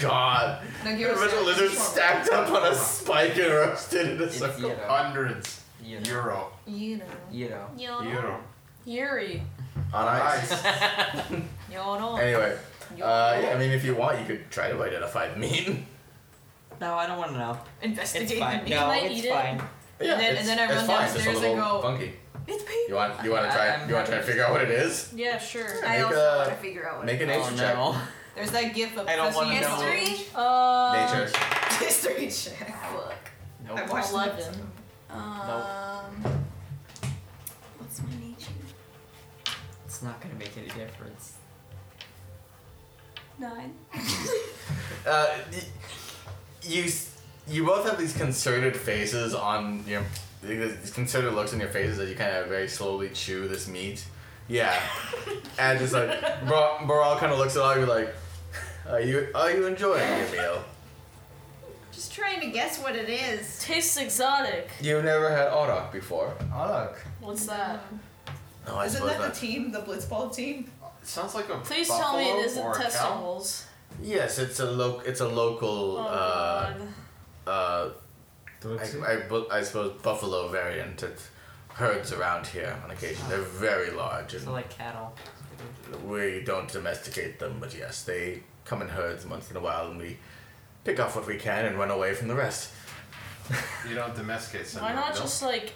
God. No, A gyro's bunch of not- lizards stacked up on a spike and roasted in a It's circle. gyro. Hundreds. Euro. You know. You know. You Euro. Yuri. On ice. You know. Anyway, uh, yeah, I mean, if you want, you could try to identify the meat. No, I don't want to know. Investigate It's fine. the meat. No, Can I it's eat it? fine. And then- and then I run downstairs and go, funky. It's beef. You want you want to try I'm you want to try to figure out what it is? Yeah, sure. I Make also a- wanna figure out what make it an is. oh, nature check. no. There's that gif of I don't Professor wanna know. History. Uh, Nature. History check. Nope. I watched that. Eleven. Um, what's my nature? It's not gonna make any difference. Nine. Uh, y- you s- you both have these concerted faces on your these concerted looks on your faces as you kind of very slowly chew this meat. Yeah, and just like Bar- Baral kind of looks at all of you like, are you are you enjoying your meal? Just trying to guess what it is. Tastes exotic. You've never had aurak before. Aurak. What's Mm-hmm. that? No, I Isn't suppose that the not. team, the Blitzball team? It sounds like a Please buffalo tell me it isn't or a cow. testicles. Yes, it's a lo- it's a local Oh, uh, uh, God. I, I, bu- I suppose buffalo variant. It herds around here on occasion. They're very large, and So like cattle. we don't domesticate them. But yes, they come in herds once in a while, and we pick off what we can and run away from the rest. You don't domesticate some. Why not no? just like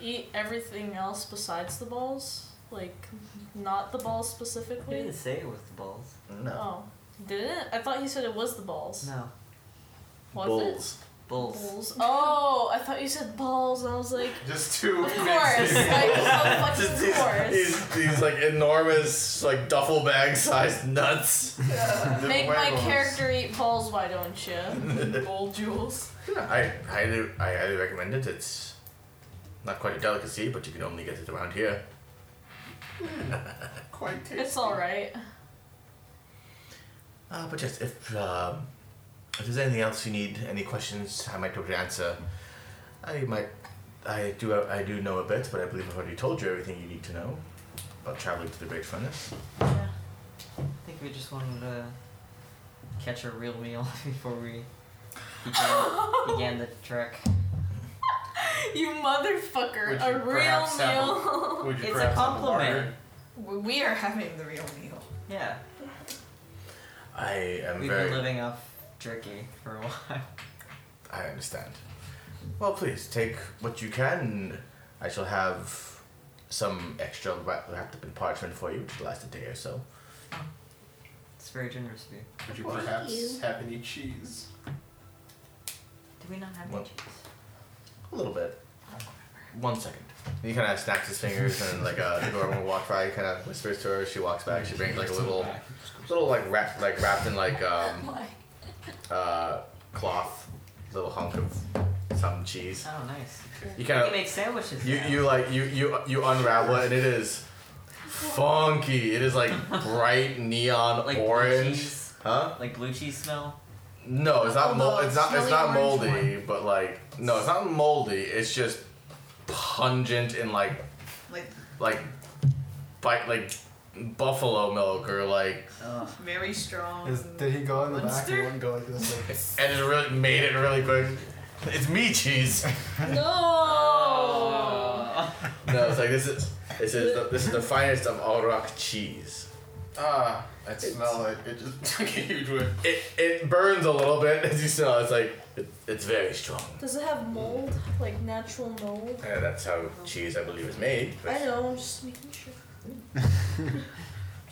eat everything else besides the balls? Like, not the balls I specifically? didn't say it was the balls. Oh. Did it? I thought you said it was the balls. No. Oh, Was bulls. Bulls. it? Balls. Oh, I thought you said balls, and I was like, Just two. Of course, like, of fucking Just these, course. these, these like enormous like duffel bag sized nuts. The make my huevos. character eat balls, why don't you? Bull jewels. I highly, I highly recommend it. It's not quite a delicacy, but you can only get it around here. Quite tasty. It's alright. Uh, but yes, if um, if there's anything else you need, any questions I might be able to answer, I might, I do, I do know a bit, but I believe I've already told you everything you need to know about traveling to the Great Furnace. I think we just wanted to catch a real meal before we began, began the trek. You motherfucker. Would a you real perhaps have a- meal. Would you It's a perhaps have compliment. larger- We are having the real meal. Yeah. I am We've very. been living off jerky for a while. I understand. Well, please take what you can. I shall have some extra wra- wrapped up in parchment for you to last a day or so. It's very generous of you. Would you Well, thank perhaps you. have any cheese? Do we not have Well, any cheese? A little bit. One second. He kind of snaps his fingers and like uh, the door will walk by. He kind of whispers to her. She walks back. She brings like a little, little like wrapped like wrapped in like um, uh, cloth, little hunk of some cheese. Oh, nice. You kind of can make sandwiches. Uh, You now. you like you you you unravel it and it is funky. It is like bright neon Like blue orange. cheese? Huh? Like blue cheese smell? No, it's Oh, not. no, Mo- it's not. It's smelly not orange moldy, but like no, it's not moldy. It's just pungent and like Like like bite like buffalo milk or like very strong. Is, did he go in the back? He Monster? wouldn't go like this. Like, and it really made it really quick. It's me cheese. No. Oh. no, it's like this is this is the, this is the finest of all rock cheese. Ah, I smell it. It just took a huge whiff. It it burns a little bit as you smell. it. It's like it, it's very strong. Does it have mold? Like natural mold? Yeah, that's how cheese, I believe, is made. I know. I'm just making sure.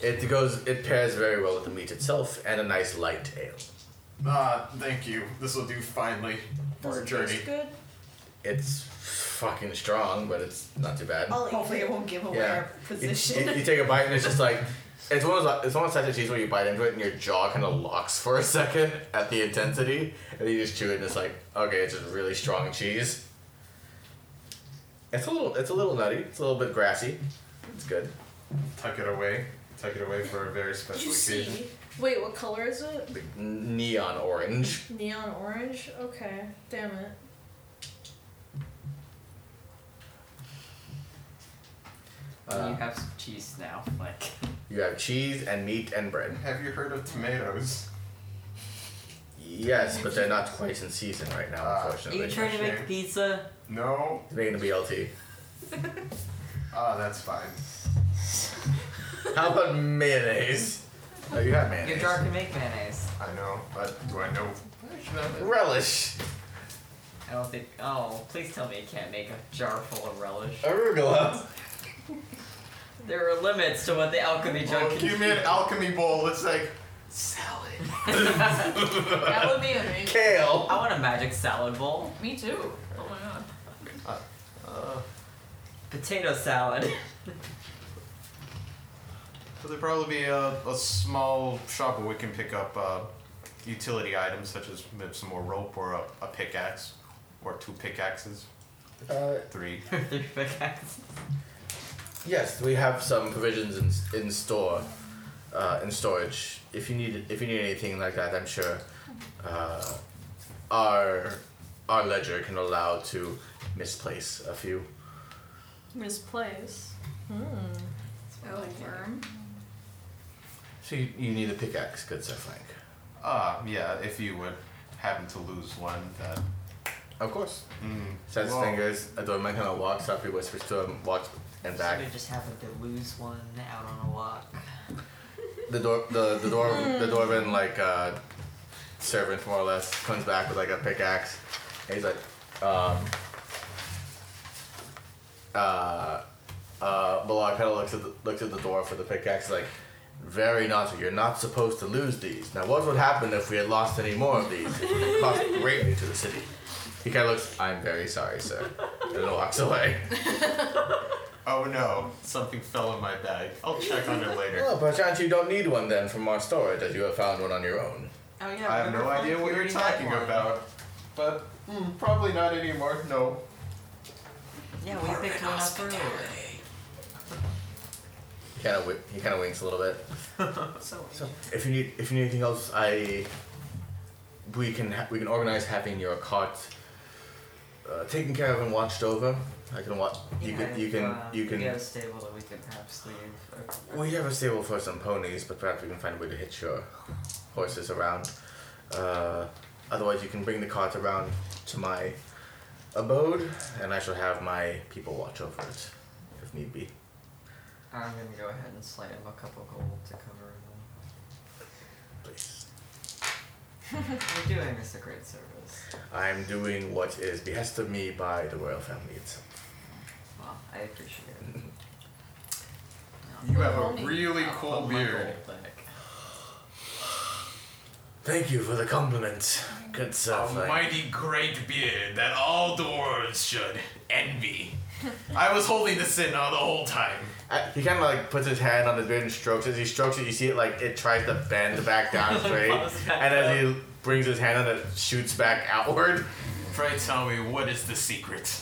It goes. It pairs very well with the meat itself and a nice light ale. Ah, thank you. This will do finely for our journey. It's good. It's fucking strong, but it's not too bad. I'll eat Hopefully, it won't give away yeah. our You- position. You, you take a bite and it's just like it's one of those. It's one of those types of cheese where you bite into it and your jaw kind of locks for a second at the intensity, and you just chew it and it's like okay, it's just really strong cheese. It's a little. It's a little nutty. It's a little bit grassy. It's good. Tuck it away. Tuck it away for a very special You occasion. see? Wait, what color is it? N- Neon orange. Neon orange? Okay, damn it. you have some cheese now. Like, You have cheese and meat and bread. Have you heard of tomatoes? Yes, but they're not quite in season right now, Ah. are unfortunately. you trying to make pizza? No. He's making a BLT. Oh, Ah, that's fine. How about mayonnaise? Oh, you have Your mayonnaise. jar can make mayonnaise. I know, but do I know? Relish. I don't think. Oh, please tell me you can't make a jar full of relish. Arugula. There are limits to what the alchemy jug Oh, can give me an alchemy bowl. It's like salad. that would be amazing. Kale. I want a magic salad bowl. Me too. Oh my god. Potato salad. So there'd probably be a, a small shop where we can pick up uh, utility items such as maybe some more rope or a, a pickaxe or two pickaxes. uh, Three. Three pickaxes. Yes, we have some provisions in, in store, uh, in storage. If you need if you need anything like that, I'm sure uh, our our ledger can allow to misplace a few. Misplace. Hmm. Oh, worm. So you, you need a pickaxe, good Sir Frank. Ah, yeah, if you would happen to lose one, that. Of course. Mm. Sets Well, fingers. A doorman kind of walks up. He whispers to him, walks and back. Should've just happened to lose one out on a walk. The door, the, the door, the doorman like uh, servant more or less comes back with like a pickaxe. And he's like, um, uh, uh, Balak kind of looks at the, looks at the door for the pickaxe. Like, very naughty. You're not supposed to lose these. Now, what would happen if we had lost any more of these? It would cost greatly to the city. He kind of looks. I'm very sorry, sir. And then walks away. Oh no, something fell in my bag. I'll check on it later. Well, perchance you don't need one then from our storage, as you have found one on your own. Oh yeah. I have no idea what you're talking about, but mm, probably not anymore. No. Yeah, we picked one up earlier. He kind of he kind of winks a little bit. So, If you need if you need anything else, I we can ha- we can organize having your cart uh, taken care of and watched over. I can watch. You yeah, can you if, can uh, you We got can. a stable that we could perhaps leave. a- We have a stable for some ponies, but perhaps we can find a way to hitch your horses around. Uh, otherwise, you can bring the cart around to my abode, and I shall have my people watch over it if need be. I'm gonna go ahead and slide him a couple gold to cover him. You're doing us a great service. I am doing what is behested me by the royal family itself. Well, I appreciate it. You have a really cool Put my beard. gold back. Thank you for the compliment. Good A stuff. I- mighty great beard that all dwarves should envy. I was holding this in uh, all the whole time. I- Uh, he kind of like puts his hand on his beard and strokes it. As he strokes it, you see it like it tries to bend back down straight, Falls back and as he brings his hand on it, shoots back outward. Pray tell me, what is the secret?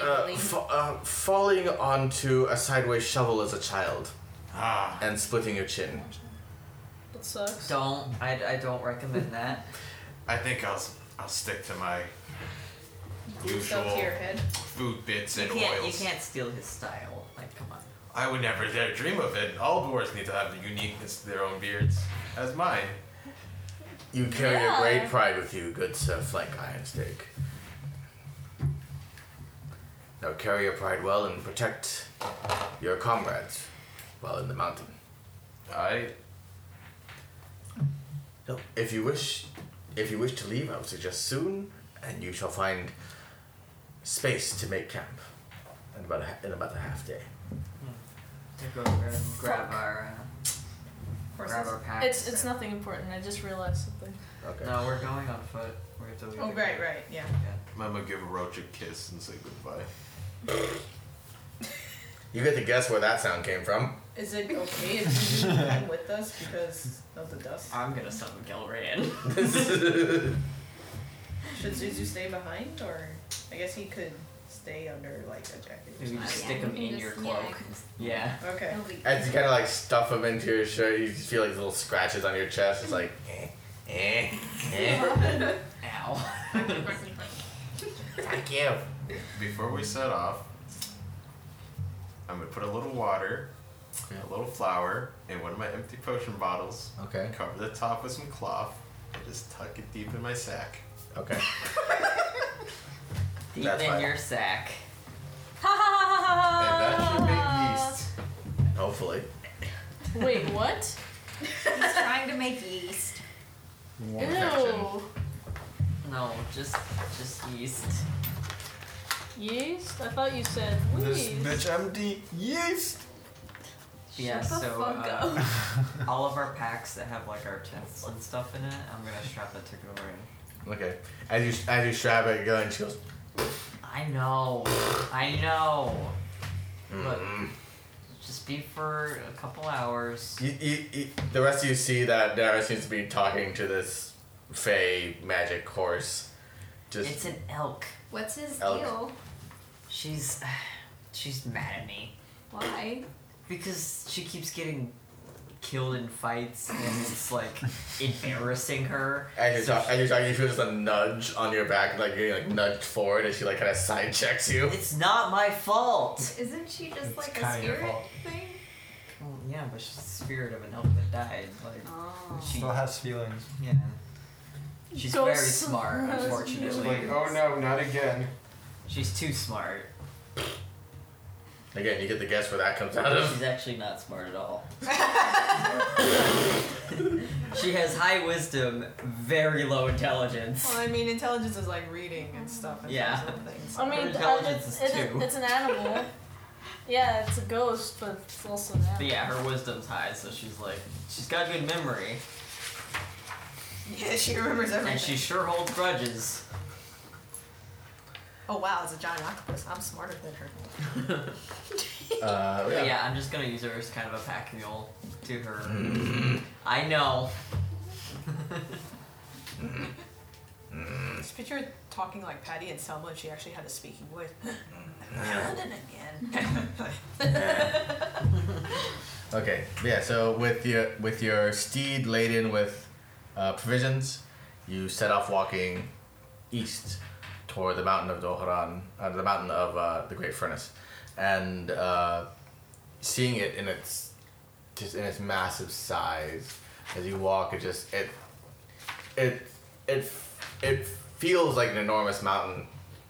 Uh, fa- uh, falling onto a sideways shovel as a child, ah. and splitting your chin. That sucks. Don't. I, I don't recommend that. I think I'll s- I'll stick to my Stuff usual to your head. food bits You and can't, you oils. can't steal his style. Like, come on. I would never dare dream of it. All dwarves need to have the uniqueness of their own beards, as mine. You carry Yeah. a great pride with you, good stuff like Iron Stake. Now carry your pride well and protect your comrades while in the mountain. I. If you wish, if you wish to leave, I would suggest soon, and you shall find space to make camp in about a, ha- in about a half day. To go over and grab our. Uh, grab our packs. It's it's nothing important. I just realized something. Okay. No, we're going on foot. We have to leave. Oh the right, camp. right, yeah. I'm gonna give Roach a kiss and say goodbye. You get to guess where that sound came from. Is it okay if you come with us because of the dust? I'm gonna summon Gelran. Should Zuzu stay behind, or I guess he could stay under like a jacket. Maybe you Oh, just stick him in your cloak. Yeah. Okay. As you kind of like stuff them into your shirt, you feel like little scratches on your chest. It's like, eh, eh, eh. Ow. Thank you. Before we set off, I'm gonna put a little water, a little flour in one of my empty potion bottles. Okay. Cover the top with some cloth and just tuck it deep in my sack. Okay. Deep That's in fine. your sack. Hopefully. Wait, what? He's trying to make yeast. Ew. Yeast? No, just just yeast. I thought you said This yeast. bitch empty yeast. yeah, the so fuck uh, all of our packs that have like our tents and stuff in it, I'm gonna strap it to Gilran. Okay. As you as you strap it, you're going. She goes. I know, I know. Look, Mm. just be for a couple hours. You, you, you, the rest of you see that Dara seems to be talking to this fey magic horse. Just It's an elk. What's his Elk. deal? She's she's mad at me Why? because she keeps getting killed in fights and it's like embarrassing her. as you're, So talk, as you're talking, you feel just a nudge on your back, like you're like nudged forward, and she like kind of side checks you. It's not my fault. Isn't she just like a kinda your spirit fault. thing? Well, yeah, but she's the spirit of an elf that died. Like Oh. she Still has feelings. Yeah. She's Go very s- smart, has unfortunately. feelings. Oh no, not again. She's too smart. Again, you get the guess where that comes out She's of. actually not smart at all. she has high wisdom, very low intelligence. Well, I mean, intelligence is like reading and stuff. And Yeah. those other things. I mean, Her th- intelligence it's, is it two. it's an animal. yeah, it's a ghost, but it's also an But animal. yeah, her wisdom's high, so she's like, she's got good memory, Yeah, she remembers everything. and she sure holds grudges. Oh wow, it's a giant octopus. I'm smarter than her. Uh, But yeah. yeah. I'm just gonna use her as kind of a pack mule to her. I know. Just picture her talking like Patty and Selma, and she actually had a speaking voice. Yeah. again. Okay, yeah. So with your with your steed laden with uh, provisions, you set off walking east toward the mountain of Dohran, uh, the mountain of uh, the Great Furnace, and uh, seeing it in its just in its massive size as you walk, it just it it it it feels like an enormous mountain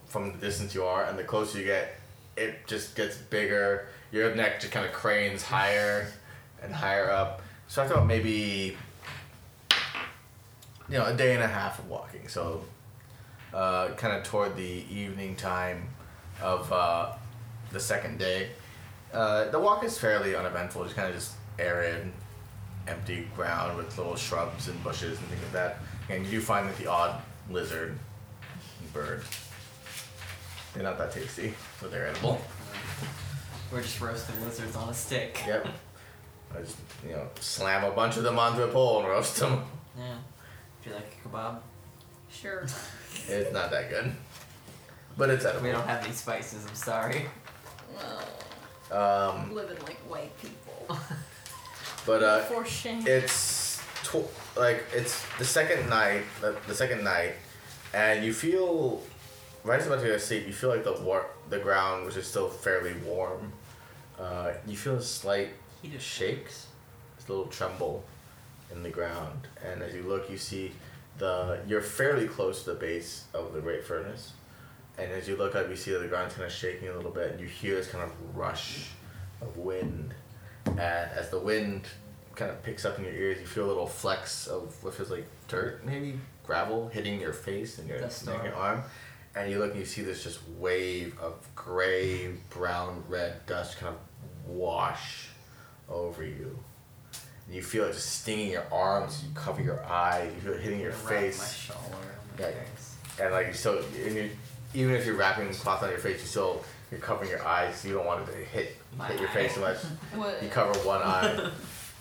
from the distance you are, and the closer you get, it just gets bigger. Your neck just kind of cranes higher and higher up. So I thought maybe you know a day and a half of walking. So, uh, kind of toward the evening time of uh, the second day, uh, the walk is fairly uneventful. Just kind of just arid, empty ground with little shrubs and bushes and things like that. And you do find like the odd lizard, and bird. They're not that tasty, but they're edible. We're just roasting lizards on a stick. Yep. I just, you know, slam a bunch of them onto a pole and roast them. Yeah. If you like a kebab. Sure. It's not that good. But it's edible. We don't have any spices, I'm sorry. Um, living like white people. but uh, For shame. it's tw- like it's the second night, the, the second night, and you feel right as you're about to go to sleep, you feel like the war- the ground, which is still fairly warm, uh, you feel a slight he just shakes, a little tremble in the ground, and as you look, you see the you're fairly close to the base of the great furnace, and as you look up, you see that the ground's kind of shaking a little bit, and you hear this kind of rush of wind, and as the wind kind of picks up in your ears, you feel a little flex of what feels like dirt, maybe gravel, hitting your face and your Dust neck and storm. arm. And you look and you see this just wave of gray, brown, red dust kind of wash over you. And you feel it just stinging your arms, you cover your eyes, you feel it hitting your Wrap face. My shawl around my Yeah. face. And like you still, and you, even if you're wrapping cloth on your face, you still you're covering your eyes. so You don't want it to hit My hit your eye. face so much. What- You cover one eye.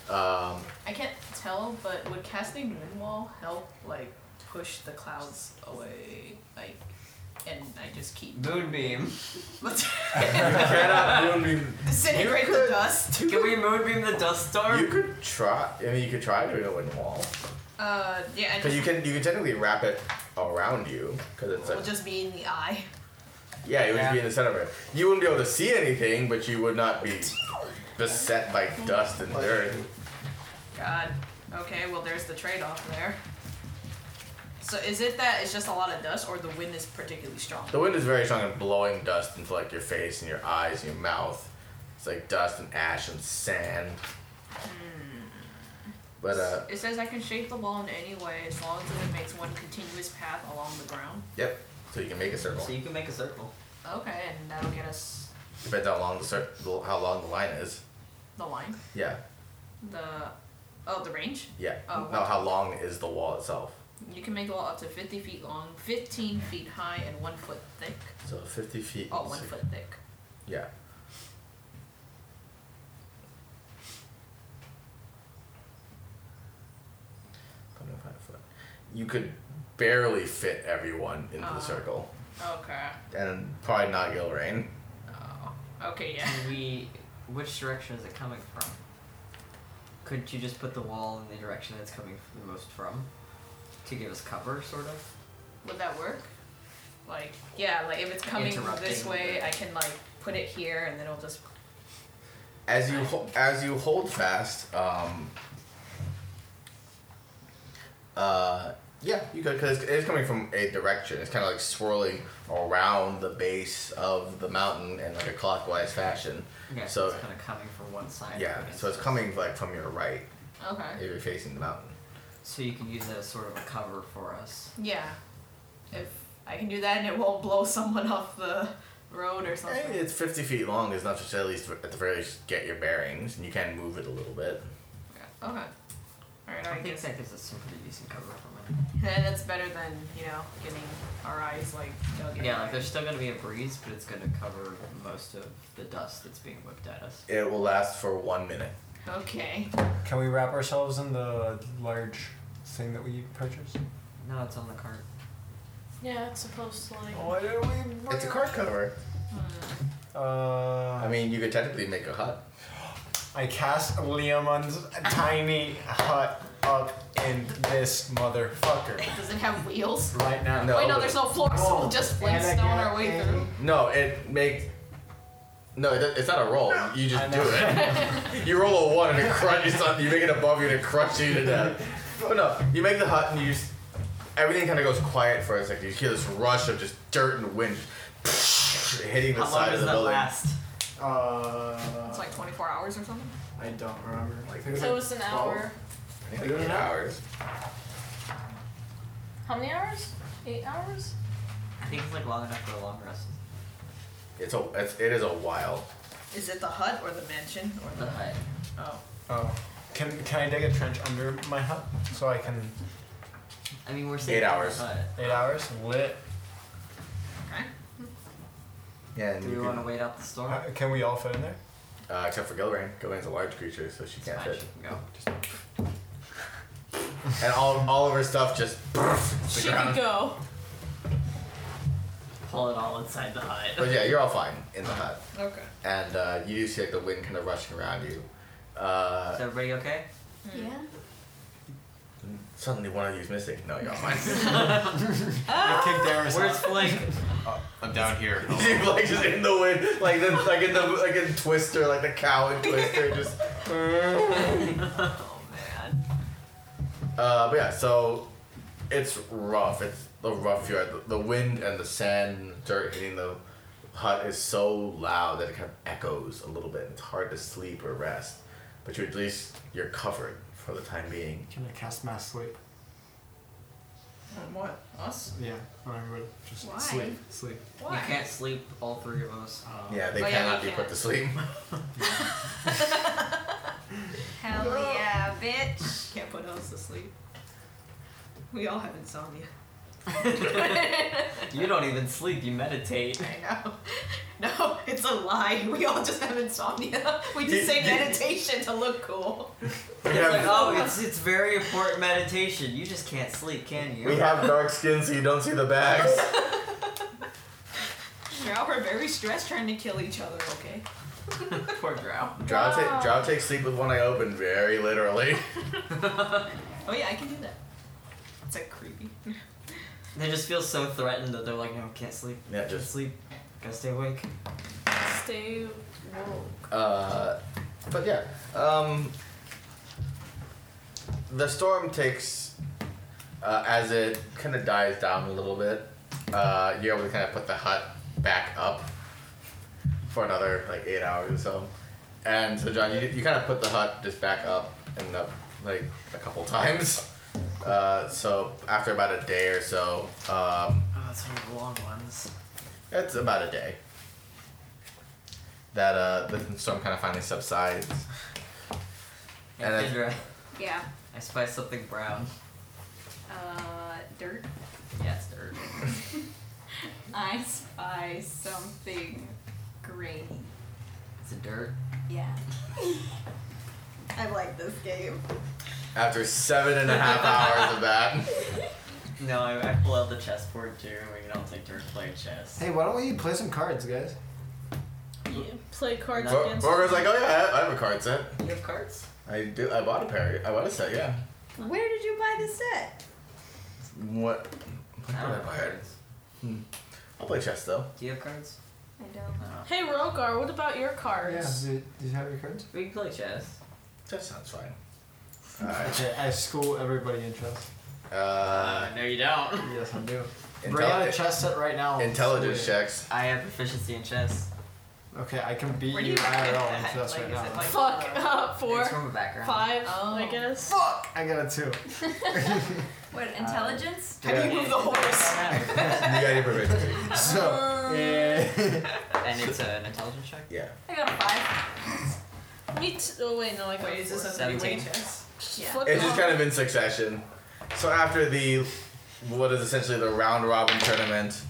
Um, I can't tell, but would casting Moonwall help, like, push the clouds away? Like, and I just keep. Moonbeam. cannot moonbeam. Disintegrate the dust. Can we moonbeam the dust storm? You could try. I mean, you could try doing it with a wall Uh, yeah, I because just. you can you can technically wrap it around you because it's We'll a, just be in the eye. yeah it would just be in the center of it. You wouldn't be able to see anything, but you would not be beset by dust and dirt. God. Okay, well, there's the trade off there. So is it that it's just a lot of dust, or the wind is particularly strong? The wind is very strong and blowing dust into like your face and your eyes and your mouth. It's like dust and ash and sand. Hmm. But uh, It says I can shape the wall in any way as long as it makes one continuous path along the ground. yep. So you can make a circle. So you can make a circle. Okay, and that'll get us Depends how long the cir- how long the line is. the line. Yeah, The oh, the range. yeah. Oh, no, wow. how long is the wall itself? You can make a wall up to 50 feet long, 15 feet high, and one foot thick. So fifty feet. Oh, one foot thick. Yeah. Put in five foot. You could barely fit everyone into Uh. the circle, Okay. Oh, and probably not Gilrain. Okay, yeah. Can we. Which direction is it coming from? Couldn't you just put the wall in the direction that it's coming f- the most from? To give us cover, sort of? Would that work? Like, yeah, like if it's coming this Interrupting way, the- I can like put it here, and then it'll just. as you ho- as you hold fast, um, uh, yeah, you could because it's, it's coming from a direction. It's kind of like swirling around the base of the mountain in like a clockwise fashion. Yeah, so it's kind of coming from one side. yeah, I guess. so it's coming like from your right if Okay. you're facing the mountain. So you can use that as sort of a cover for us. Yeah. If I can do that, and it won't blow someone off the road or I think something. it's fifty feet long. It's enough to at least at the very least get your bearings, and you can move it a little bit. Okay. Alright, I I think guess. that gives us some pretty decent cover from Then that's better than, you know, getting our eyes like dug in. it. Yeah, like there's still gonna be a breeze, but it's gonna cover most of the dust that's being whipped at us. It will last for one minute. Okay. Can we wrap ourselves in the large thing that we purchased? No, it's on the cart. Yeah, it's supposed to like. Why don't we? Bring It's a card cover. Uh, I mean, you could technically make a hut. I cast Liamon's tiny hut up in this motherfucker Does it have wheels? right now. No, Wait, no, but- there's no floor, so we'll just and I Flintstone our got way a- through. No, it makes. No, it, it's not a roll. You I just do know. it. you roll a one and it crunches something. You make it above you and it crushes you to death. But no, you make the hut and you just. Everything kind of goes quiet for a second. You hear this rush of just dirt and wind hitting the How long side of does the that building. last? Uh, It's like 24 hours or something. I don't remember. Like, I think it was So like it's an 12. hour. I think like eight hours. How many hours? Eight hours? I think it's like long enough for a long rest. It's a it's, it is a while. Is it the hut or the mansion or the hut? Oh. Oh. Can, can I dig a trench under my hut so I can. I mean, we're saving Eight hours. the hut. Eight hours? Lit. Yeah. Do we want to wait out the storm? Uh, Can we all fit in there? Uh, except for Gilrain. Gilrain's a large creature, so she can't fit. Go. And all, all of her stuff just. She could go. Pull it all inside the hut. But yeah, you're all fine in the hut. Okay. And uh, you do see like the wind kind of rushing around you. Uh, Is everybody okay? Yeah. Suddenly one of you's missing. No, you're all fine. Where's Blake? I'm down here. See Blake just in the wind, like the, like in the like in Twister, like the cow in Twister, just. Oh, Uh, but yeah, so it's rough. It's the rough yard. The, the wind and the sand, and dirt hitting the hut is so loud that it kind of echoes a little bit. It's hard to sleep or rest, but you at least you're covered for the time being. Can I cast mass sleep? On what? Us? Yeah, on everybody. Just Why? sleep. Sleep. Uh, Why? You can't sleep, all three of us. Yeah, they Oh, yeah, cannot we be put can't. to sleep. Hell yeah, bitch. Can't put us to sleep. We all have insomnia. You don't even sleep, you meditate. I know. No, it's a lie. We all just have insomnia. We just say meditation to look cool. It's like, oh, it's, it's very important meditation. You just can't sleep, can you? We have dark skin, so you don't see the bags. Drow are very stressed trying to kill each other, okay? Poor Drow. Drow, ta- Drow takes sleep with one eye open, very literally. Oh, yeah, I can do that. It's like creepy. They just feel so threatened that they're like, no, can't sleep. Yeah, can't just- sleep. Gotta stay awake. Stay woke. Uh, but yeah, um, the storm takes uh, as it kind of dies down a little bit. Uh, you're able to kind of put the hut back up for another like eight hours or so. And so John, you, you kind of put the hut just back up and up like a couple times. Uh, so after about a day or so, um, Oh, that's one of the long ones. it's about a day. That uh, the storm kind of finally subsides. Hey, And it's- Kendra, Yeah. I spy something brown. Uh, dirt. Yeah, it's dirt. I spy something grainy. Is it dirt? Yeah. I like this game. After seven and a half hours of that, No, I, I pull out the chessboard too, and we can all take turns playing chess. Hey, why don't we play some cards, guys? Play cards Bor- against. Borger's like, "Oh yeah, I have, I have a card set. You have cards? I do. I bought a pair. I bought a set. Yeah. Where did you buy the set? What? What did I don't I have buy? cards. Hmm. I'll play chess though. Do you have cards? I don't. No. Hey Rogar, what about your Yeah, cards? do, do you have your cards? We can play chess. That sounds fine. Alright. Okay, I school everybody in chess. Uh, no, you don't. Yes, I do. Intelli- Bring out a chess set right now. and intelligence school you. checks. I have proficiency in chess. Okay, I can beat Where do you you get IRL in that? chess Like, right is now. it like- Fuck uh, four, It's from a background. five, Oh. I guess. Fuck! I got a two. What, intelligence? How do you move the horse? You got your proficiency. So, yeah. and it's an intelligence check. Yeah. I got a five. Me too. Oh wait, no, I got Wait, is four. this a Seventeen. three-way chess? Yeah. Fuck It's just off. kind of in succession. So after the, what is essentially the round robin tournament,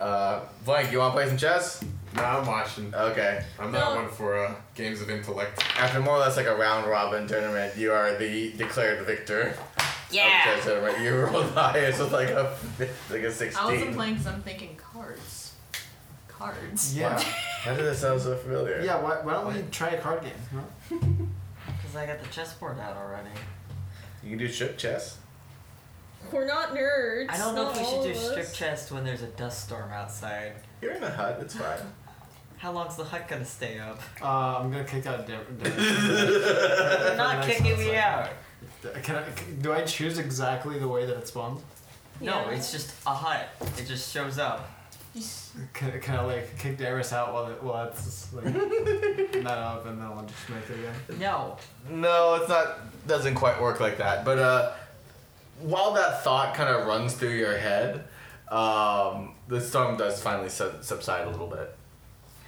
uh, Blank, you want to play some chess? No, I'm watching. Okay. I'm not not No. one for uh, games of intellect. After more or less like a round robin tournament, you are the declared victor. Yeah. Of the tournament. You rolled the highest with like a like a sixteen. I wasn't playing because I'm thinking cards. Cards. Yeah. How did that sound so familiar? Yeah, why, why don't we try a card game? Huh? Because I got the chessboard out already. You can do strip chess. We're not nerds. I don't know if not we should all do of strip us. chest when there's a dust storm outside. You're in a hut. It's fine. How long's the hut gonna stay up? Uh, I'm gonna kick out Dar- Darren. They're not Nice kicking me outside. out. Can I, c- do I choose exactly the way that it spawns? No, Yeah. it's just a hut. It just shows up. Can, can I like kick Darius out while it, while it's just, like not up and then I'll just make it again? No. No, it's not. Doesn't quite work like that. But uh, while that thought kind of runs through your head, um, the storm does finally sub- subside a little bit,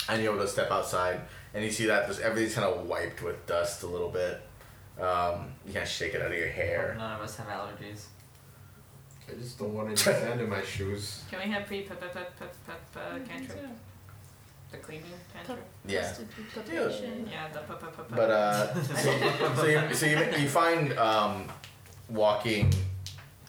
and you're able to step outside, and you see that there's everything's kind of wiped with dust a little bit. Um, you kind of shake it out of your hair. None of us have allergies. I just don't want any sand in my shoes. Can we have pre pep pep pep pep pep cantrip? The cleaning cantrip. Yeah. Yeah, the pep pep pep. But uh, so, so you so you, you find um, walking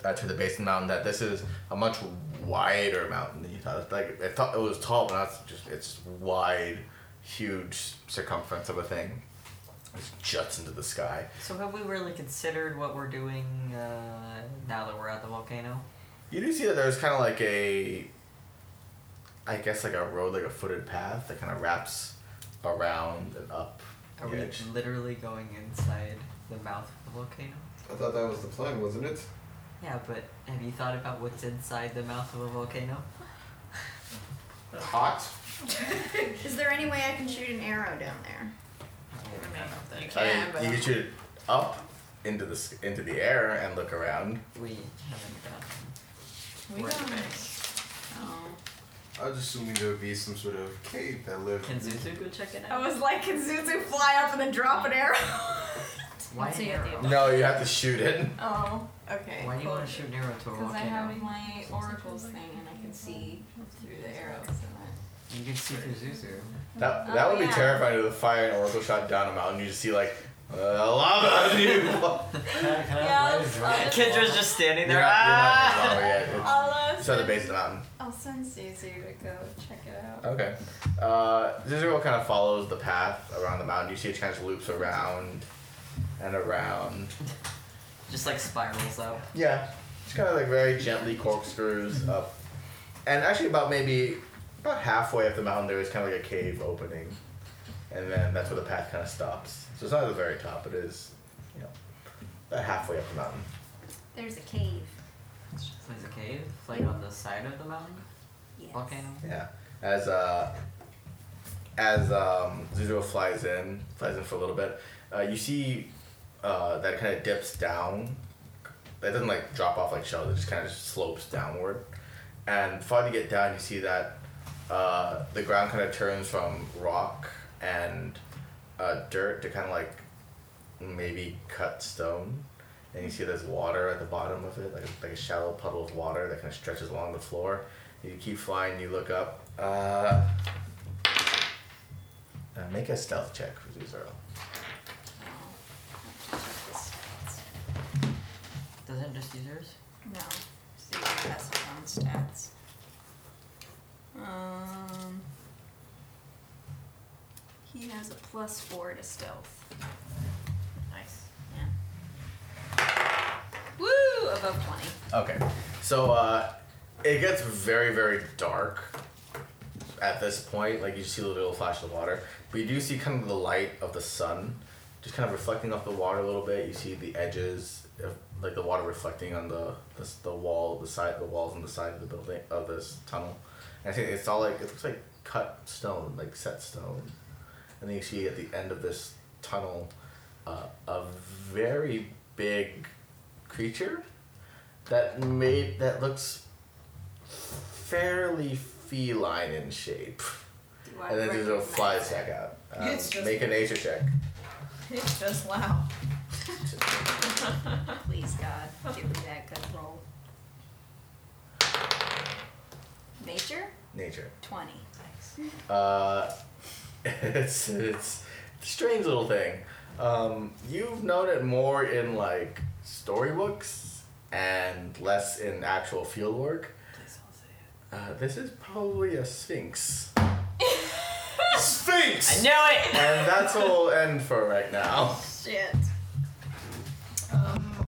uh, to the base of the mountain that this is a much wider mountain than you thought. It's Like I thought it was tall, but now it's just it's wide, huge circumference of a thing. It juts into the sky. So have we really considered what we're doing uh, now that we're at the volcano? You do see that there's kind of like a, I guess like a road, like a footed path that kind of wraps around and up. Are the we edge. literally going inside the mouth of the volcano? I thought that was the plan, wasn't it? Yeah, but have you thought about what's inside the mouth of a volcano? Hot? Is there any way I can shoot an arrow down there? You I mean, can, but you can shoot it up into the s- into the air and look around. We uh, We don't. oh, I was assuming there would be some sort of cave that lived. Can Zuzu go check it I was like, can Zuzu fly up and then drop an arrow? Why So you an have arrow? the- No, you have to shoot it. Oh, okay. Why do you want to shoot an arrow to a Because I volcano? have my oracles thing and I can see through the arrows and that. You can see through Zuzu. That, Oh, that would be yeah. terrifying if the fire and oracle shot down a mountain. You just see like uh, lava. and you- Kendra's just standing there. You're not- you're not "Ah!" near lava yet. It's- I'll, uh, It's at the base of the mountain. I'll send Zuzu to go check it out. Okay. Uh, Zizero kind of follows the path around the mountain. You see it kind of loops around and around. Just like spirals out. Yeah. Just kind of like very gently corkscrews up. And actually, about maybe about halfway up the mountain, there is kind of like a cave opening. And then that's where the path kind of stops. So it's not at the very top, it is, you know, about halfway up the mountain. There's a cave. There's a cave, like on the side of the mountain. Volcano. Yeah. As uh, as um, Zuzo flies in, flies in for a little bit, uh, you see uh, that kind of dips down. It doesn't like drop off like shells. It just kind of slopes downward. And before you get down, you see that uh, the ground kind of turns from rock and uh, dirt to kind of like maybe cut stone. And you see there's water at the bottom of it, like, like a shallow puddle of water that kind of stretches along the floor. You keep flying, you look up. Uh, uh, make a stealth check for Zero. Doesn't it just use yours? No. See, that's my own stats. Um, he has a plus four to stealth. Nice. Yeah. Woo! Above 20. Okay. So uh, it gets very, very dark at this point. Like you see the little flash of water, but you do see kind of the light of the sun, just kind of reflecting off the water a little bit. You see the edges, of, like the water reflecting on the the, s- the wall, the side, the walls on the side of the building of this tunnel. And I think it's all like it looks like cut stone, like set stone. And then you see at the end of this tunnel, uh, a very big creature that made that looks fairly feline in shape. Do I and then there's a recognize fly it? check out. Um, It's just- make a nature check. It's just loud. Please, God, give me that good roll. Nature? Nature. 20. Nice. Uh, it's it's a strange little thing. Um, you've known it more in like storybooks and less in actual field work. Uh, this is probably a sphinx. sphinx. I knew it! and that's all we'll end for right now. Shit. Um,